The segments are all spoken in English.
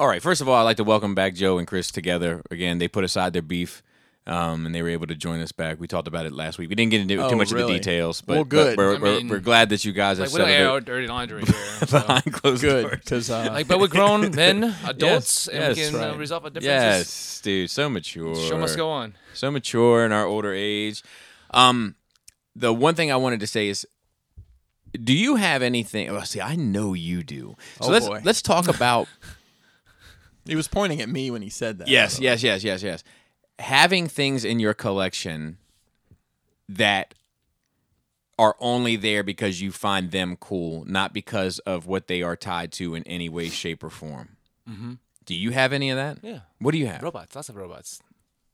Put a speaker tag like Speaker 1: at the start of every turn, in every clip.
Speaker 1: All right. First of all, I'd like to welcome back Joe and Chris together again. They put aside their beef, um, and they were able to join us back. We talked about it last week. We didn't get into
Speaker 2: Oh,
Speaker 1: too much of
Speaker 2: really?
Speaker 1: the details, but,
Speaker 2: Well,
Speaker 1: but
Speaker 2: good.
Speaker 1: we're,
Speaker 3: I
Speaker 1: we're,
Speaker 3: mean,
Speaker 1: we're glad that you guys
Speaker 3: Like
Speaker 1: have
Speaker 3: we don't
Speaker 1: settled
Speaker 3: air
Speaker 1: it
Speaker 3: our dirty laundry here. so.
Speaker 1: behind closed
Speaker 2: Good,
Speaker 1: doors.
Speaker 2: because
Speaker 3: Like, but we're grown men, adults, and we
Speaker 1: yes,
Speaker 3: can uh,
Speaker 2: right.
Speaker 3: resolve our differences.
Speaker 1: Yes, dude. So mature.
Speaker 3: Show must go on.
Speaker 1: so mature in our older age. Um, the one thing I wanted to say is, do you have anything? Oh, see, I know you do. So
Speaker 2: Oh,
Speaker 1: let's
Speaker 2: boy.
Speaker 1: let's talk about
Speaker 2: he was pointing at me when he said that.
Speaker 1: yes,
Speaker 2: so-
Speaker 1: yes, yes, yes, yes. Having things in your collection that are only there because you find them cool, not because of what they are tied to in any way, shape, or form. Do you have any of that?
Speaker 3: Mm-hmm. Yeah.
Speaker 1: What do you have?
Speaker 3: Robots, lots of robots.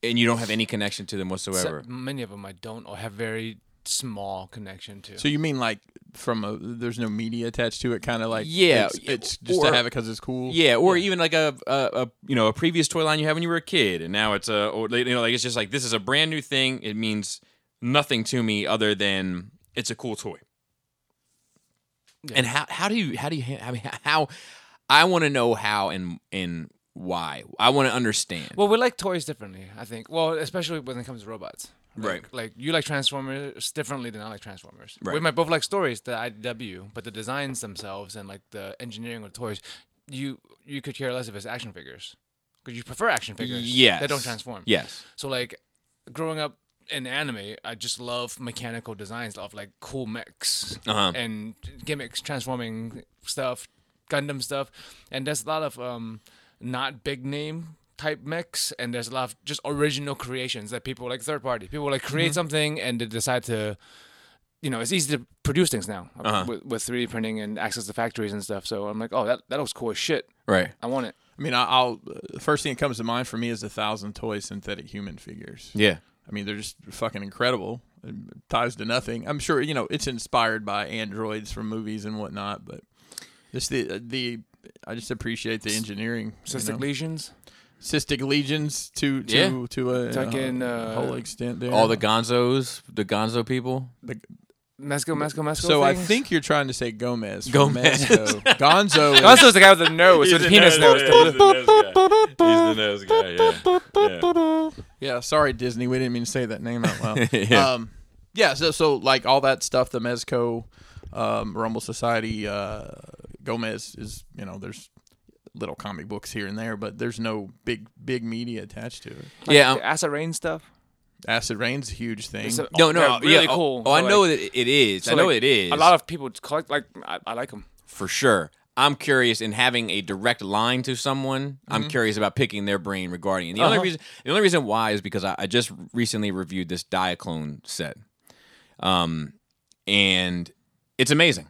Speaker 1: And you don't have any connection to them
Speaker 3: So-
Speaker 1: whatsoever.
Speaker 3: many of them I don't or have very small connection to.
Speaker 2: So you mean like from a there's no media attached to it, kind of like
Speaker 1: Yeah,
Speaker 2: it's, it's just
Speaker 1: or-
Speaker 2: to have it because it's cool.
Speaker 1: Yeah, or even like a, a a you know a previous toy line you had when you were a kid, and now it's a or, you know like it's just like this is a brand new thing. It means nothing to me other than it's a cool toy. And how how do you how do you ha- I mean how I want to know how and and why I want to understand.
Speaker 3: well, we like toys differently, I think. Well, especially when it comes to robots. Like-
Speaker 1: Right.
Speaker 3: Like you like Transformers differently than I like Transformers. We
Speaker 1: Right.
Speaker 3: might both like stories, the IDW, but the designs themselves and like the engineering of toys, you you could care less if it's action figures. Because you prefer action figures
Speaker 1: yes,
Speaker 3: that don't transform.
Speaker 1: Yes,
Speaker 3: So like growing up in anime, I just love mechanical designs of like cool mechs
Speaker 1: Uh-huh.
Speaker 3: and gimmicks, transforming stuff, Gundam stuff, and there's a lot of um not big name type mechs and there's a lot of just original creations that people like third party people like create
Speaker 2: Mm-hmm.
Speaker 3: something and they decide to you know it's easy to produce things now
Speaker 2: Uh-huh.
Speaker 3: with, with 3d printing and access to factories and stuff so i'm like oh that, that looks cool as shit
Speaker 1: right.
Speaker 3: i want it
Speaker 2: I mean, I- I'll the first thing that comes to mind for me is the thousand toy synthetic human figures.
Speaker 1: Yeah,
Speaker 2: I mean, they're just fucking incredible. It ties to nothing. I'm sure you know it's inspired by androids from movies and whatnot, but just the uh, the I just appreciate the engineering. you
Speaker 3: cystic
Speaker 2: know.
Speaker 3: lesions
Speaker 2: cystic lesions to to
Speaker 1: Yeah.
Speaker 2: to a,
Speaker 3: Fucking,
Speaker 2: a
Speaker 3: uh,
Speaker 2: whole extent there.
Speaker 1: all the Gonzos, the Gonzo people.
Speaker 2: The-
Speaker 3: mesco mesco mesco
Speaker 2: so I
Speaker 3: things?
Speaker 2: think you're trying to say Gomez. from
Speaker 1: Gomez.
Speaker 2: Mexico. Gonzo. is-
Speaker 3: Gonzo's the guy with the nose, with the penis nose.
Speaker 4: the nose guy.
Speaker 2: Yeah, sorry Disney, we didn't mean to say that name out loud.
Speaker 1: Yeah.
Speaker 2: Um yeah, so so like all that stuff, the Mezco, um, Rumble Society, uh, Gomez is you know, there's little comic books here and there, but there's no big big media attached to it.
Speaker 1: yeah, um, I'm-
Speaker 3: the acid rain stuff.
Speaker 2: Acid Rain's a huge thing.
Speaker 3: It's a-
Speaker 1: no, no,
Speaker 3: they're really
Speaker 1: yeah, oh-
Speaker 3: cool.
Speaker 1: Oh, I
Speaker 3: So,
Speaker 1: know
Speaker 3: like-
Speaker 1: that it is.
Speaker 3: so,
Speaker 1: I know
Speaker 3: like,
Speaker 1: it is.
Speaker 3: A lot of people collect. Like I, I like them.
Speaker 1: for sure. I'm curious in having a direct line to someone. I'm curious about picking their brain regarding. And the only
Speaker 3: Mm-hmm. Uh-huh.
Speaker 1: reason, the only reason why is because I, I just recently reviewed this Diaclone set, um, and it's amazing.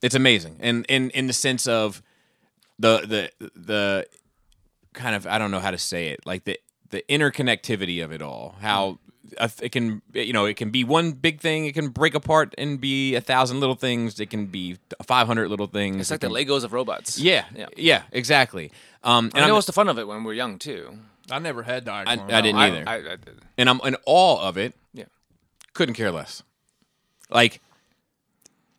Speaker 1: It's amazing, and in in the sense of the the the kind of I don't know how to say it, like the the interconnectivity of it all. How
Speaker 3: Mm.
Speaker 1: a th- it can you know it can be one big thing, it can break apart and be a thousand little things. It can be five hundred little things.
Speaker 3: It's like
Speaker 1: it
Speaker 3: the
Speaker 1: can-
Speaker 3: Legos of robots.
Speaker 1: Yeah, yeah,
Speaker 3: Mm-hmm. yeah.
Speaker 1: exactly. Um, and
Speaker 3: I know
Speaker 1: I'm,
Speaker 3: what's the fun of it when we're young too.
Speaker 2: I never had Diaclone.
Speaker 1: I- I didn't
Speaker 3: I,
Speaker 1: either.
Speaker 3: I, I did.
Speaker 1: and I'm in awe of it.
Speaker 3: Yeah.
Speaker 1: Couldn't care less. Like,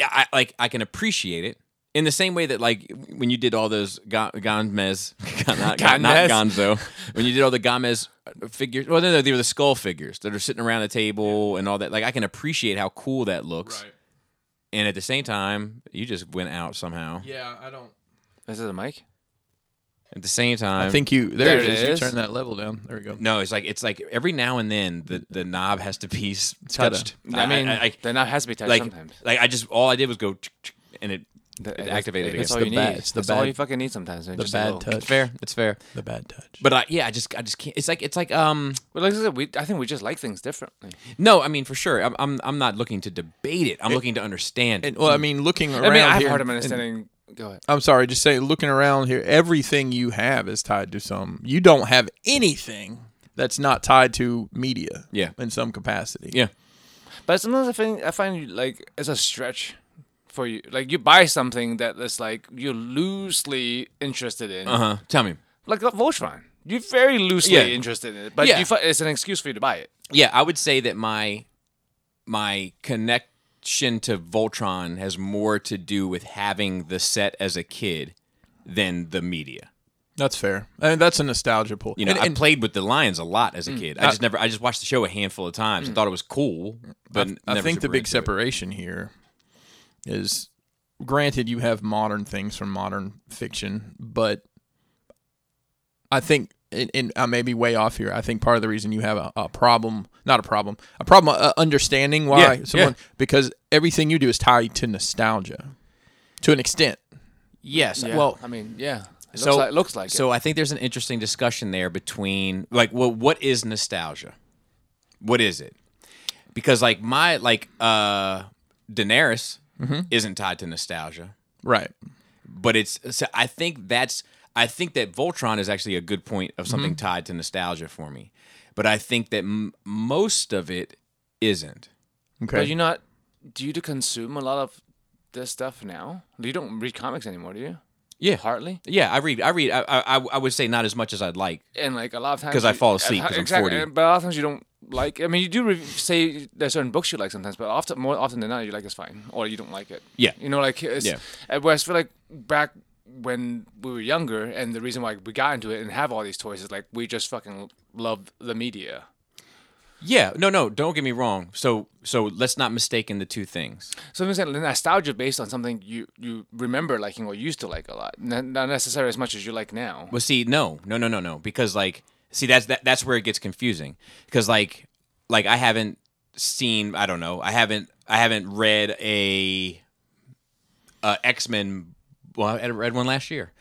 Speaker 1: I I- like I can appreciate it in the same way that like when you did all those Ga- Gomez, not, not
Speaker 3: Gomez?
Speaker 1: Gonzo, when you did all the Gomez uh, figures. Well, no, no, they were the skull figures that are sitting around the table and all that. Like, I can appreciate how cool that looks. And at the same time, you just went out somehow.
Speaker 2: Yeah, I don't
Speaker 3: Is it a mic?
Speaker 1: At the same time,
Speaker 2: I think you there,
Speaker 3: There
Speaker 2: it
Speaker 3: it
Speaker 2: is.
Speaker 3: is.
Speaker 2: You turn that level down. There we go.
Speaker 1: no. It's like it's like every now and then the, the knob has to be s-
Speaker 2: gotta-
Speaker 1: touched.
Speaker 3: I mean,
Speaker 1: I- I-
Speaker 3: the knob has to be touched
Speaker 1: like,
Speaker 3: sometimes.
Speaker 1: like I just all I did was go tch, tch, and it
Speaker 3: Th-
Speaker 1: it
Speaker 3: that's-
Speaker 1: activated
Speaker 3: That's
Speaker 1: again.
Speaker 3: all
Speaker 2: The
Speaker 3: you need.
Speaker 2: bad- it's the
Speaker 3: that's all
Speaker 2: bad-
Speaker 3: you fucking need sometimes. man.
Speaker 2: The
Speaker 3: Just a
Speaker 2: bad
Speaker 3: little-
Speaker 2: touch.
Speaker 1: it's fair. It's fair.
Speaker 2: The bad touch.
Speaker 1: But I, yeah, I just I just can't. It's like it's like um
Speaker 3: But like I said, we, I think we just like things differently.
Speaker 1: no, I mean for sure. I'm I'm, I'm not looking to debate it. I'm looking to understand.
Speaker 2: And,
Speaker 1: It.
Speaker 2: well, I mean, looking around
Speaker 3: I mean, I have
Speaker 2: here,
Speaker 3: a hard time
Speaker 2: and-
Speaker 3: understanding. Go ahead.
Speaker 2: I'm sorry, just saying, looking around here, everything you have is tied to some. You don't have anything that's not tied to media.
Speaker 1: Yeah.
Speaker 2: In some capacity.
Speaker 1: Yeah.
Speaker 3: But sometimes I find I find like it's a stretch for you. Like you buy something that is like you're loosely interested in.
Speaker 1: Uh huh. Tell me.
Speaker 3: like a Volkswagen. You're very loosely
Speaker 1: Yeah.
Speaker 3: interested in it, but
Speaker 1: Yeah.
Speaker 3: you fi- it's an excuse for you to buy it.
Speaker 1: Yeah, I would say that my my connection to Voltron has more to do with having the set as a kid than the media.
Speaker 2: That's fair. I mean, that's a nostalgia pull.
Speaker 1: You know,
Speaker 2: And-
Speaker 1: I
Speaker 2: and- Mm.
Speaker 1: played with the Lions a lot as a kid. I just never. I just watched the show a handful of times. and thought it was cool, but
Speaker 2: I, I
Speaker 1: never
Speaker 2: think the
Speaker 1: super
Speaker 2: big
Speaker 1: into it.
Speaker 2: separation here is granted you have modern things from modern fiction, but I think and, and I may be way off here. I think part of the reason you have a, a problem, not a problem, a problem uh, understanding why
Speaker 1: Yeah,
Speaker 2: someone
Speaker 1: yeah.
Speaker 2: because everything you do is tied to nostalgia to an extent.
Speaker 1: Yes.
Speaker 3: Yeah,
Speaker 1: Well,
Speaker 3: I mean, yeah. It
Speaker 1: so
Speaker 3: looks like, looks like
Speaker 1: so I think there's an interesting discussion there between like, well, what is nostalgia? What is it? Because like my like uh Daenerys
Speaker 2: Mm-hmm.
Speaker 1: isn't tied to nostalgia,
Speaker 2: Right.
Speaker 1: but it's so I think that's I think that Voltron is actually a good point of something
Speaker 2: Mm-hmm.
Speaker 1: tied to nostalgia for me, but I think that m- most of it isn't.
Speaker 2: Okay.
Speaker 3: But you not do you do consume a lot of this stuff now? You don't read comics anymore, do you?
Speaker 1: Yeah.
Speaker 3: Hardly.
Speaker 1: Yeah, I read. I read. I I, I would say not as much as I'd like.
Speaker 3: And like a lot of times
Speaker 1: 'Cause I
Speaker 3: you-
Speaker 1: fall asleep
Speaker 3: and-
Speaker 1: 'cause I'm
Speaker 3: exactly,
Speaker 1: 40.
Speaker 3: and- But a lot of times you don't like I mean you do re- say there's certain books you like sometimes, but often more often than not you like it's fine or you don't like it.
Speaker 1: Yeah.
Speaker 3: You know like it's
Speaker 1: Yeah.
Speaker 3: uh, whereas I feel like back when we were younger and the reason why we got into it and have all these toys is like we just fucking love the media.
Speaker 1: Yeah, no, no, don't get me wrong. So, so let's not mistaken the two things.
Speaker 3: So I'm saying the nostalgia based on something you you remember liking or used to like a lot, not, not necessarily as much as you like now.
Speaker 1: Well, see, no, no, no, no, no, because like, see, that's that, that's where it gets confusing. Because like, like I haven't seen, I don't know, I haven't, I haven't read a, uh, X Men. Well, I read one last year.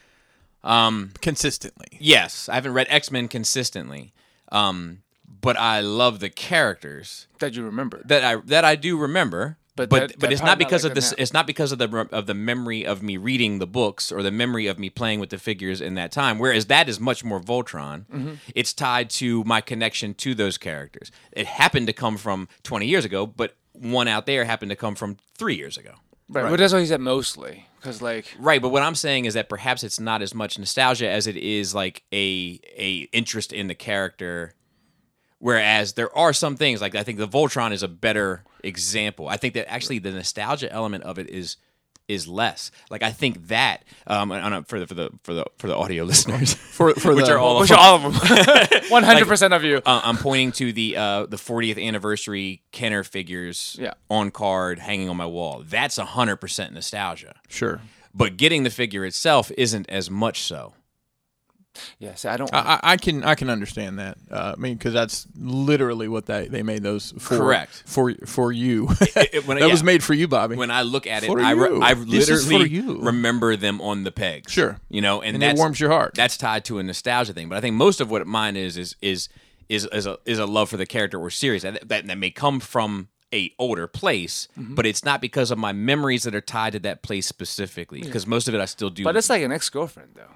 Speaker 2: Consistently.
Speaker 1: Yes, I haven't read X Men consistently, um, but I love the characters.
Speaker 3: that you remember.
Speaker 1: that I that I do remember. But but,
Speaker 3: But that-
Speaker 1: but
Speaker 3: that
Speaker 1: it's
Speaker 3: probably
Speaker 1: not
Speaker 3: not
Speaker 1: because
Speaker 3: like
Speaker 1: of
Speaker 3: that
Speaker 1: this.
Speaker 3: now.
Speaker 1: It's not because of the rem- of the memory of me reading the books or the memory of me playing with the figures in that time. Whereas that is much more Voltron.
Speaker 3: Mm-hmm.
Speaker 1: It's tied to my connection to those characters. It happened to come from 20 years ago, but one out there happened to come from three years ago.
Speaker 3: right. But that's what he said mostly, because like
Speaker 1: Right, but what I'm saying is that perhaps it's not as much nostalgia as it is like a a interest in the character. Whereas there are some things like I think the Voltron is a better example. I think that actually the nostalgia element of it is is less. Like I think that um on a, for the for the for the for the audio listeners
Speaker 2: For for
Speaker 1: which
Speaker 2: the
Speaker 1: are all
Speaker 3: which
Speaker 1: of
Speaker 3: are all of them, one hundred percent of you.
Speaker 1: uh, I'm pointing to the uh, the 40th anniversary Kenner figures
Speaker 3: Yeah.
Speaker 1: on card hanging on my wall. That's 100% nostalgia
Speaker 2: sure.
Speaker 1: but getting the figure itself isn't as much so.
Speaker 3: yeah, see, I don't.
Speaker 2: I, I I can I can understand that. Uh, I mean, because that's literally what they, they made those for.
Speaker 1: Correct.
Speaker 2: for for you.
Speaker 1: it- when-
Speaker 2: that was
Speaker 1: yeah.
Speaker 2: made for you, Bobby.
Speaker 1: When I look at it,
Speaker 2: For
Speaker 1: I, re-
Speaker 2: you.
Speaker 1: I
Speaker 2: This is for
Speaker 1: literally
Speaker 2: you.
Speaker 1: remember them on the pegs.
Speaker 2: Sure.
Speaker 1: you know, and,
Speaker 2: and it
Speaker 1: that's,
Speaker 2: warms your heart.
Speaker 1: That's tied to a nostalgia thing. But I think most of what mine is is is is is a, is a love for the character or series that that, that may come from a older place,
Speaker 2: Mm-hmm.
Speaker 1: but it's not because of my memories that are tied to that place specifically. Because most of it I still do.
Speaker 3: but it's like an ex girlfriend though.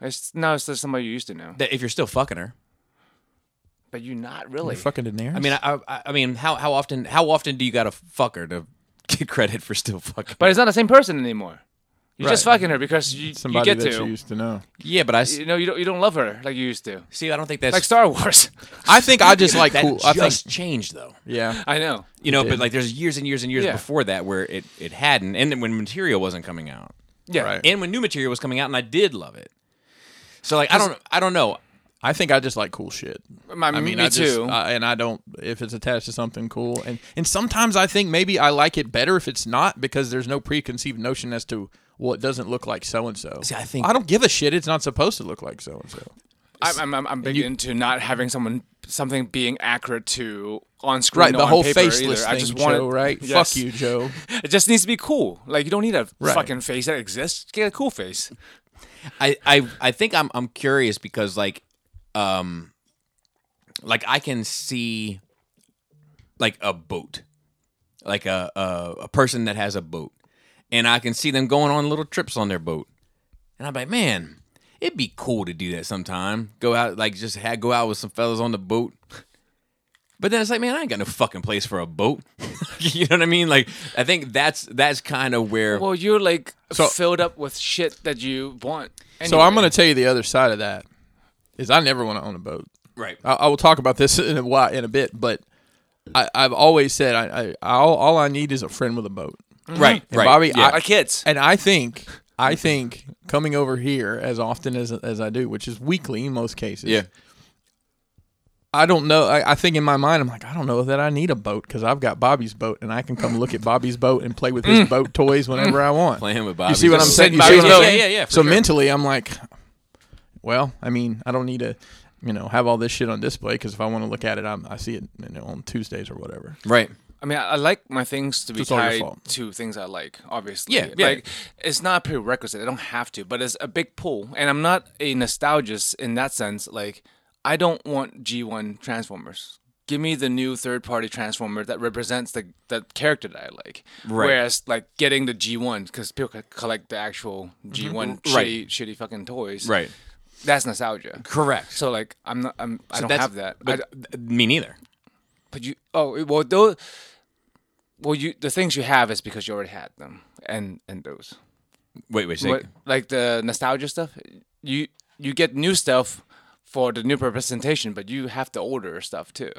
Speaker 3: It's now it's just somebody you used to know,
Speaker 1: that if you're still fucking her.
Speaker 3: but you not really.
Speaker 2: fucking Daenerys.
Speaker 1: I mean, I, I, I mean, how, how often how often do you gotta fuck her to get credit for still fucking?
Speaker 3: but it's not the same person anymore. You're just
Speaker 2: Right.
Speaker 3: fucking her because you, you
Speaker 2: somebody
Speaker 3: get
Speaker 2: that
Speaker 3: to.
Speaker 2: you used to know.
Speaker 1: yeah, but I s-
Speaker 3: you know, you don't you don't love her like you used to.
Speaker 1: see. I don't think that's
Speaker 3: Like Star Wars.
Speaker 2: I think I just like
Speaker 1: that
Speaker 2: cool. I
Speaker 1: just
Speaker 2: think
Speaker 1: changed though.
Speaker 2: yeah.
Speaker 3: I know.
Speaker 1: You know,
Speaker 2: did.
Speaker 1: but like there's years and years and years
Speaker 3: Yeah.
Speaker 1: before that where it it hadn't, and then when material wasn't coming out,
Speaker 3: Yeah.
Speaker 2: Right.
Speaker 1: and when new material was coming out, and I did love it. So like I don't I don't know.
Speaker 2: I think I just like cool shit.
Speaker 3: My-
Speaker 2: I mean,
Speaker 3: me
Speaker 2: I just,
Speaker 3: too.
Speaker 2: I- and I don't if it's attached to something cool, and and sometimes I think maybe I like it better if it's not because there's no preconceived notion as to what doesn't look like so and so.
Speaker 1: See, I think-
Speaker 2: I don't give a shit. It's not supposed to look like so and so.
Speaker 3: I'm, I'm, I'm, I'm big into not having someone something being accurate to on screen.
Speaker 2: Right,
Speaker 3: or
Speaker 2: the
Speaker 3: on
Speaker 2: whole
Speaker 3: paper
Speaker 2: faceless
Speaker 3: either.
Speaker 2: thing,
Speaker 3: I just want
Speaker 2: Joe.
Speaker 3: it,
Speaker 2: Right?
Speaker 3: Yes.
Speaker 2: Fuck you, Joe.
Speaker 3: It just needs to be cool. Like you don't need a
Speaker 2: Right.
Speaker 3: fucking face that exists. Get a cool face.
Speaker 1: I I I think I'm I'm curious because like, um, like I can see like a boat, like a a, a person that has a boat, and I can see them going on little trips on their boat, and I'm like, man. It'd be cool to do that sometime. Go out, like, just ha- go out with some fellas on the boat, But then it's like, man, I ain't got no fucking place for a boat. you know what I mean? Like, I think that's that's kind of where.
Speaker 3: Well, you're like
Speaker 2: So-
Speaker 3: filled up with shit that you want.
Speaker 2: So I'm
Speaker 3: anyway.
Speaker 2: going to tell you the other side of that is I never want to own a boat.
Speaker 1: right.
Speaker 2: I, I will talk about this in a while, in a bit, but I, I've always said I, I all, all I need is a friend with a boat.
Speaker 3: Mm.
Speaker 1: Right.
Speaker 2: mm-hmm. And
Speaker 1: Right.
Speaker 2: Bobby,
Speaker 1: yeah.
Speaker 2: I-
Speaker 3: Our kids.
Speaker 2: And I think I think coming over here as often as as I do, which is weekly in most cases.
Speaker 1: Yeah.
Speaker 2: I don't know. I, I think in my mind, I'm like, I don't know that I need a boat because I've got Bobby's boat, and I can come look at Bobby's boat and play with his
Speaker 3: Mm.
Speaker 2: boat toys whenever I want.
Speaker 1: Playing with Bobby.
Speaker 2: You see what I'm saying? You
Speaker 3: by
Speaker 2: see
Speaker 3: his
Speaker 2: what I'm
Speaker 3: boat.
Speaker 2: saying?
Speaker 1: Yeah, yeah, yeah, for
Speaker 2: So
Speaker 1: sure.
Speaker 2: mentally, I'm like, well, I mean, I don't need to, you know, have all this shit on display because if I want to look at it, I'm, I see it you know, on Tuesdays or whatever.
Speaker 1: Right.
Speaker 3: I mean, I I like my things to be
Speaker 2: It's all your
Speaker 3: tied
Speaker 2: fault.
Speaker 3: to things I like, obviously.
Speaker 1: Yeah, yeah.
Speaker 3: Like, it's not a prerequisite. I don't have to, but it's a big pull. And I'm not a nostalgist in that sense. Like, I don't want G1 Transformers. Give me the new third party Transformer that represents the, the character that I like.
Speaker 1: Right.
Speaker 3: Whereas, like, getting the G1, because people co- collect the actual G1 shitty, shitty fucking toys.
Speaker 1: Mm-hmm. Right.
Speaker 3: That's nostalgia.
Speaker 1: Correct.
Speaker 3: So, like, I'm not, I'm, I don't
Speaker 1: that's-
Speaker 3: have that. I-
Speaker 1: But th- me neither.
Speaker 3: but you, oh well, those. Well, you the things you have is because you already had them, and and those.
Speaker 1: Wait, wait, say,
Speaker 3: What, like the nostalgia stuff, you you get new stuff for the new representation, but you have the older stuff too,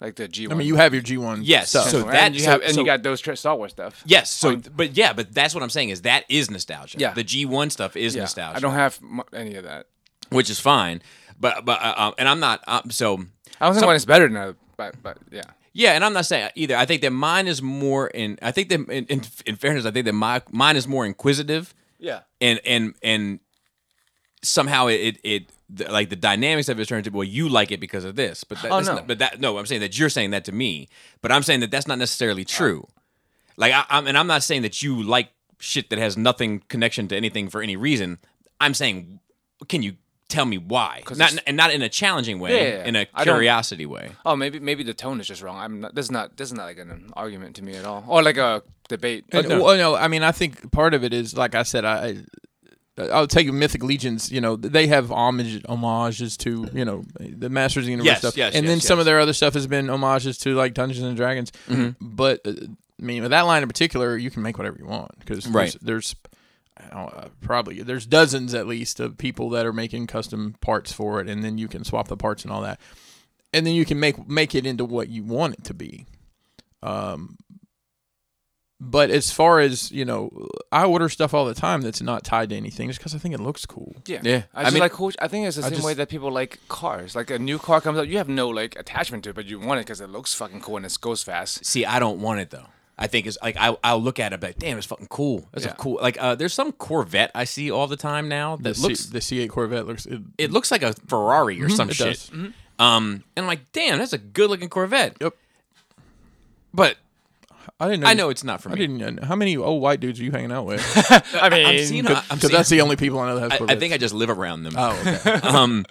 Speaker 3: like the G one.
Speaker 2: I mean, you have your G1
Speaker 1: Yes,
Speaker 2: stuff.
Speaker 1: so-
Speaker 3: and
Speaker 1: that-
Speaker 3: you
Speaker 1: so-
Speaker 3: have, and
Speaker 1: so-
Speaker 3: you got those tra- Star Wars stuff.
Speaker 1: yes. So, but yeah, but that's what I'm saying is that is nostalgia.
Speaker 3: Yeah.
Speaker 1: The G1 stuff is
Speaker 3: Yeah,
Speaker 1: nostalgia.
Speaker 3: I don't have mu- any of that.
Speaker 1: which is fine. But but uh, um, and I'm not um, so
Speaker 3: I don't think one is better than other, but but yeah.
Speaker 1: yeah, and I'm not saying either. I think that mine is more in. I think that in, in, in fairness, I think that my mine is more inquisitive.
Speaker 3: Yeah.
Speaker 1: and and and somehow it it, it the, like the dynamics of it turns to well you like it because of this but that,
Speaker 3: Oh,
Speaker 1: that's
Speaker 3: no.
Speaker 1: not- but that no I'm saying that you're saying that to me but I'm saying that that's not
Speaker 3: Uh.
Speaker 1: necessarily true like I, I'm and I'm not saying that you like shit that has nothing connection to anything for any reason I'm saying can you tell me why not
Speaker 3: it's-
Speaker 1: and not in a challenging way
Speaker 3: Yeah, yeah, yeah.
Speaker 1: in a
Speaker 3: I don't-
Speaker 1: curiosity way
Speaker 3: Oh, maybe maybe the tone is just wrong. I'm not. This is not. This is not like an argument to me at all, or like a debate.
Speaker 1: Oh,
Speaker 2: And, Well, oh, no, I mean, I think part of it is, like I said, I. I- I'll take Mythic Legions. You know, they have homage, homages to you know the Masters of the Universe
Speaker 1: Yes,
Speaker 2: stuff,
Speaker 1: yes,
Speaker 2: and
Speaker 1: yes,
Speaker 2: then some
Speaker 1: yes.
Speaker 2: of their other stuff has been homages to like Dungeons and Dragons.
Speaker 1: Mm-hmm.
Speaker 2: But uh, I mean, with that line in particular, you can make whatever you want because
Speaker 1: Right.
Speaker 2: there's, I don't know, probably there's dozens at least of people that are making custom parts for it, and then you can swap the parts and all that, and then you can make make it into what you want it to be. Um, But as far as you know, I order stuff all the time that's not tied to anything, just because I think it looks cool.
Speaker 3: Yeah,
Speaker 1: Yeah.
Speaker 3: I,
Speaker 1: I
Speaker 3: just
Speaker 1: mean-
Speaker 3: like cool. I think it's the same
Speaker 2: just-
Speaker 3: way that people like cars. Like a new car comes out, you have no like attachment to it, but you want it because it looks fucking cool and it goes fast.
Speaker 1: See, I don't want it though. I think it's like I I'll look at it like, damn, it's fucking cool. That's
Speaker 3: Yeah.
Speaker 1: a cool like uh there's some Corvette I see all the time now that
Speaker 2: the,
Speaker 1: looks
Speaker 2: C- the C8 Corvette looks. It,
Speaker 1: it looks like a Ferrari or some
Speaker 2: Mm-hmm. it
Speaker 1: shit.
Speaker 2: does.
Speaker 1: Um and I'm like, damn, that's a good looking Corvette.
Speaker 2: Yep.
Speaker 1: But
Speaker 2: I didn't. Know
Speaker 1: I know it's not for
Speaker 2: I
Speaker 1: me.
Speaker 2: didn't. How many old white dudes are you hanging out with?
Speaker 3: I mean,
Speaker 1: I'm seeing I'm
Speaker 2: Because
Speaker 1: seeing-
Speaker 2: that's the only people I know that have
Speaker 1: I,
Speaker 2: Corvettes.
Speaker 1: I think I just live around them.
Speaker 2: Oh, okay.
Speaker 1: um,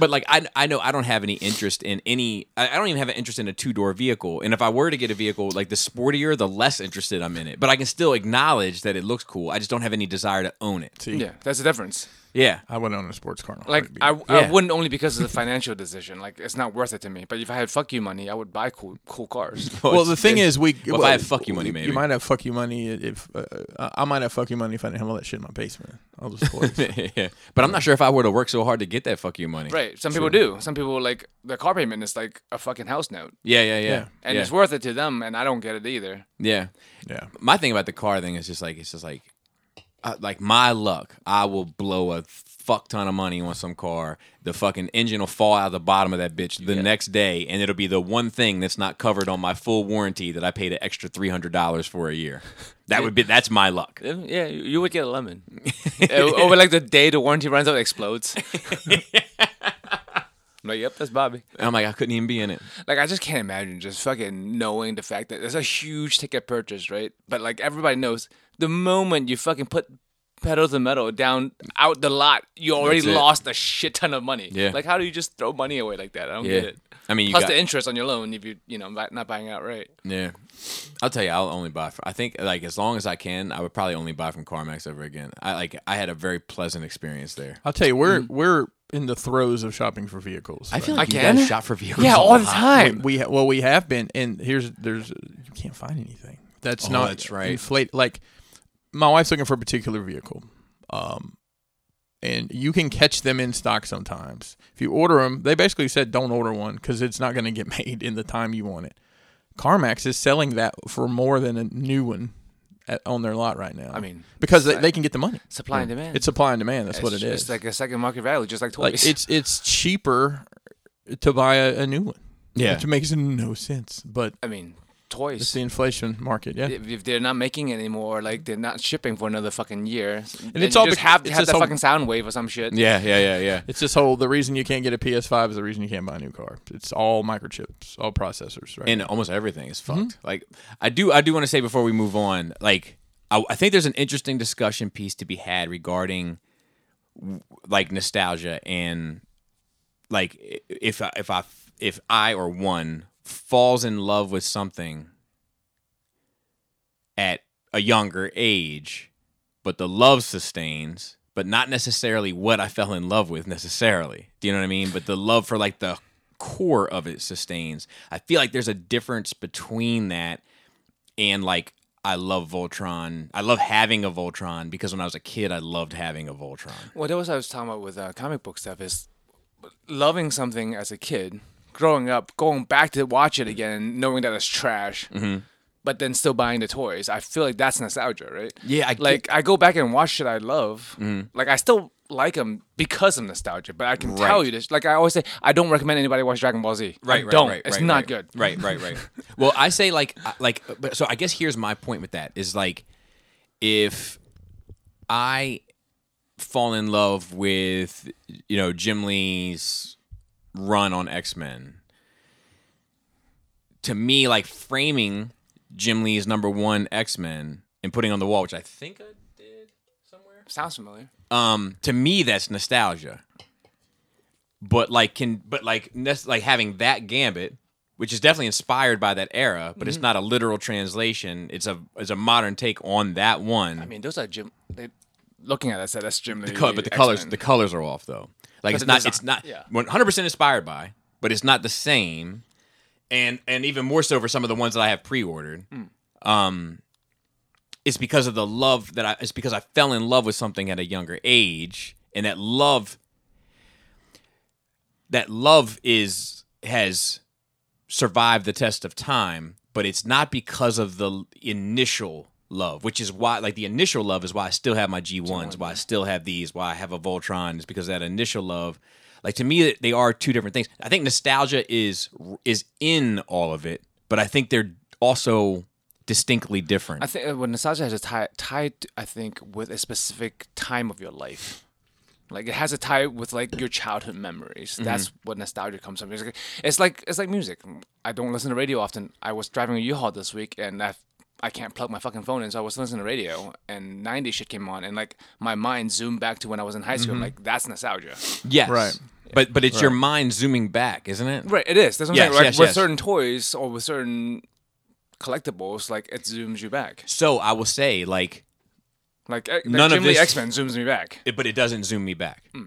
Speaker 1: but like I, I know I don't have any interest in any. I, I don't even have an interest in a two door vehicle. And if I were to get a vehicle, like the sportier, the less interested I'm in it. But I can still acknowledge that it looks cool. I just don't have any desire to own it.
Speaker 2: See,
Speaker 3: yeah, that's the difference.
Speaker 1: Yeah,
Speaker 2: I went on a sports car. and a
Speaker 3: Like
Speaker 2: heartbeat.
Speaker 3: I,
Speaker 1: Yeah.
Speaker 3: I wouldn't only because of the financial decision. Like it's not worth it to me. But if I had fuck you money, I would buy cool cool cars.
Speaker 2: well, the thing is, we.
Speaker 1: Well, if I have fuck you money,
Speaker 2: you-
Speaker 1: maybe.
Speaker 2: you might have fuck you money if uh, uh, I might have fuck you money if I didn't have all that shit in my basement. I'll just. Pull it.
Speaker 1: yeah. But I'm not sure if I were to work so hard to get that fuck you money.
Speaker 3: right? Some people do. Some people like the car payment is like a fucking house note,
Speaker 1: Yeah, yeah, yeah.
Speaker 2: Yeah.
Speaker 3: and
Speaker 1: yeah.
Speaker 3: it's worth it to them, and I don't get it either.
Speaker 1: yeah.
Speaker 2: yeah.
Speaker 1: My thing about the car thing is just like it's just like uh, like my luck. I will blow a fuck ton of money on some car. The fucking engine will fall out of the bottom of that bitch the next day, and it'll be the one thing that's not covered on my full warranty that I paid an extra three hundred dollars for a year. That would be that's my luck.
Speaker 3: Yeah, you would get a lemon. Over Oh, like the day the warranty runs out, it explodes. I'm like, yep, that's Bobby.
Speaker 1: And I'm like I couldn't even be in it.
Speaker 3: Like I just can't imagine just fucking knowing the fact that it's a huge ticket purchase, right? But like everybody knows, the moment you fucking put pedal to the metal down out the lot, you already
Speaker 1: That's it.
Speaker 3: lost a shit ton of money.
Speaker 1: Yeah.
Speaker 3: Like how do you just throw money away like that? I don't
Speaker 1: Yeah.
Speaker 3: get it.
Speaker 1: I mean, you
Speaker 3: Plus
Speaker 1: got-
Speaker 3: the interest on your loan if you you know bu- not buying outright.
Speaker 1: Yeah, I'll tell you, I'll only buy. From, I think like as long as I can, I would probably only buy from CarMax ever again. I like I had a very pleasant experience there.
Speaker 2: I'll tell you, we're we're in the throes of shopping for vehicles.
Speaker 1: I feel
Speaker 3: I
Speaker 1: like you
Speaker 3: can?
Speaker 1: guys shop for vehicles.
Speaker 3: Yeah,
Speaker 1: a
Speaker 3: all the
Speaker 1: lot.
Speaker 3: time.
Speaker 2: We ha- well, we have been, and here's there's you can't find anything. That's
Speaker 1: Oh,
Speaker 2: not
Speaker 1: that's right.
Speaker 2: Inflate like my wife's looking for a particular vehicle, um, and you can catch them in stock sometimes. If you order them, they basically said don't order one because it's not going to get made in the time you want it. CarMax is selling that for more than a new one at, on their lot right now.
Speaker 3: I mean,
Speaker 2: because they, they can get the money.
Speaker 3: Supply and demand.
Speaker 2: It's supply and demand. That's what it
Speaker 3: it's,
Speaker 2: is.
Speaker 3: It's like a second market value, just like
Speaker 2: Like,
Speaker 3: toys.
Speaker 2: it's it's cheaper to buy a, a new one.
Speaker 1: Yeah.
Speaker 2: which makes no sense. But
Speaker 3: I mean,
Speaker 2: it's
Speaker 3: toys.
Speaker 2: the inflation market. Yeah,
Speaker 3: If, if they're not making it anymore, like they're not shipping for another fucking year, and
Speaker 2: it's all
Speaker 3: just
Speaker 2: bec-
Speaker 3: have,
Speaker 2: it's
Speaker 3: have
Speaker 2: just
Speaker 3: that
Speaker 2: all-
Speaker 3: fucking sound wave or some shit.
Speaker 1: Yeah, yeah, yeah, yeah.
Speaker 2: it's this whole the reason you can't get a PS5 is the reason you can't buy a new car. It's all microchips, all processors, right?
Speaker 1: and almost everything is fucked. Like I do, I do want to say before we move on, like I, I think there's an interesting discussion piece to be had regarding w- like nostalgia and like i- if I, if I if I or one falls in love with something at a younger age, but the love sustains, but not necessarily what I fell in love with necessarily. Do you know what I mean? But the love for like the core of it sustains. I feel like there's a difference between that and like I love Voltron. I love having a Voltron because when I was a kid, I loved having a Voltron.
Speaker 3: Well, that was what I was talking about with uh, comic book stuff is loving something as a kid, growing up, going back to watch it again, and knowing that it's trash,
Speaker 1: Mm-hmm.
Speaker 3: but then still buying the toys. I feel like that's nostalgia, right?
Speaker 1: Yeah, I get- Mm-hmm.
Speaker 3: like I go back and watch shit I love. Like I still like them because of nostalgia, but I can tell
Speaker 1: Right.
Speaker 3: you this. Like I always say, I don't recommend anybody watch Dragon Ball Z. I don't. it's not good.
Speaker 1: Right, right, right. well, I say like I- like but so I guess here's my point with that is like if I fall in love with you know Jim Lee's run on X-Men to me like framing Jim Lee's number 1 X-Men and putting on the wall which I think I did somewhere
Speaker 3: Sounds familiar.
Speaker 1: um to me that's nostalgia but like can but like nes- like having that gambit which is definitely inspired by that era but it's
Speaker 3: Mm-hmm.
Speaker 1: not a literal translation it's a it's a modern take on that one
Speaker 3: I mean, those are Jim. They, looking at that, I said that's Jim. The
Speaker 1: Co- but the colors the colors are off though like it's
Speaker 3: the
Speaker 1: not
Speaker 3: design,
Speaker 1: it's not
Speaker 3: yeah.
Speaker 1: 100% inspired by but it's not the same and and even more so for some of the ones that I have pre-ordered
Speaker 3: Hmm.
Speaker 1: um it's because of the love that I it's because I fell in love with something at a younger age and that love that love is has survived the test of time, but it's not because of the initial love, which is why like the initial love is why I still have my G1s, why I still have these, why I have a Voltron is because of that initial love like to me they are two different things. I think nostalgia is is in all of it, but I think they're also distinctly different.
Speaker 3: I think uh, when nostalgia has a tie tied, I think with a specific time of your life. Like it has a tie with like your childhood memories.
Speaker 1: Mm-hmm.
Speaker 3: That's what nostalgia comes from. It's like, it's like it's like music. I don't listen to radio often. I was driving a U-Haul this week and I I can't plug my fucking phone in, so I was listening to radio and 90 shit came on and like my mind zoomed back to when I was in high
Speaker 1: Mm-hmm.
Speaker 3: school. I'm like that's nostalgia.
Speaker 1: yes.
Speaker 2: Right.
Speaker 1: But but it's your mind zooming back, isn't it?
Speaker 3: Right, it is. That's what I'm
Speaker 1: Yes,
Speaker 3: saying. Like
Speaker 1: yes,
Speaker 3: with
Speaker 1: yes.
Speaker 3: certain toys or with certain collectibles, like it zooms you back.
Speaker 1: So I will say like
Speaker 3: Like, uh, like
Speaker 1: None of
Speaker 3: Jim Lee
Speaker 1: this-
Speaker 3: X-Men zooms me back.
Speaker 1: it, but it doesn't zoom me back.
Speaker 3: Hmm.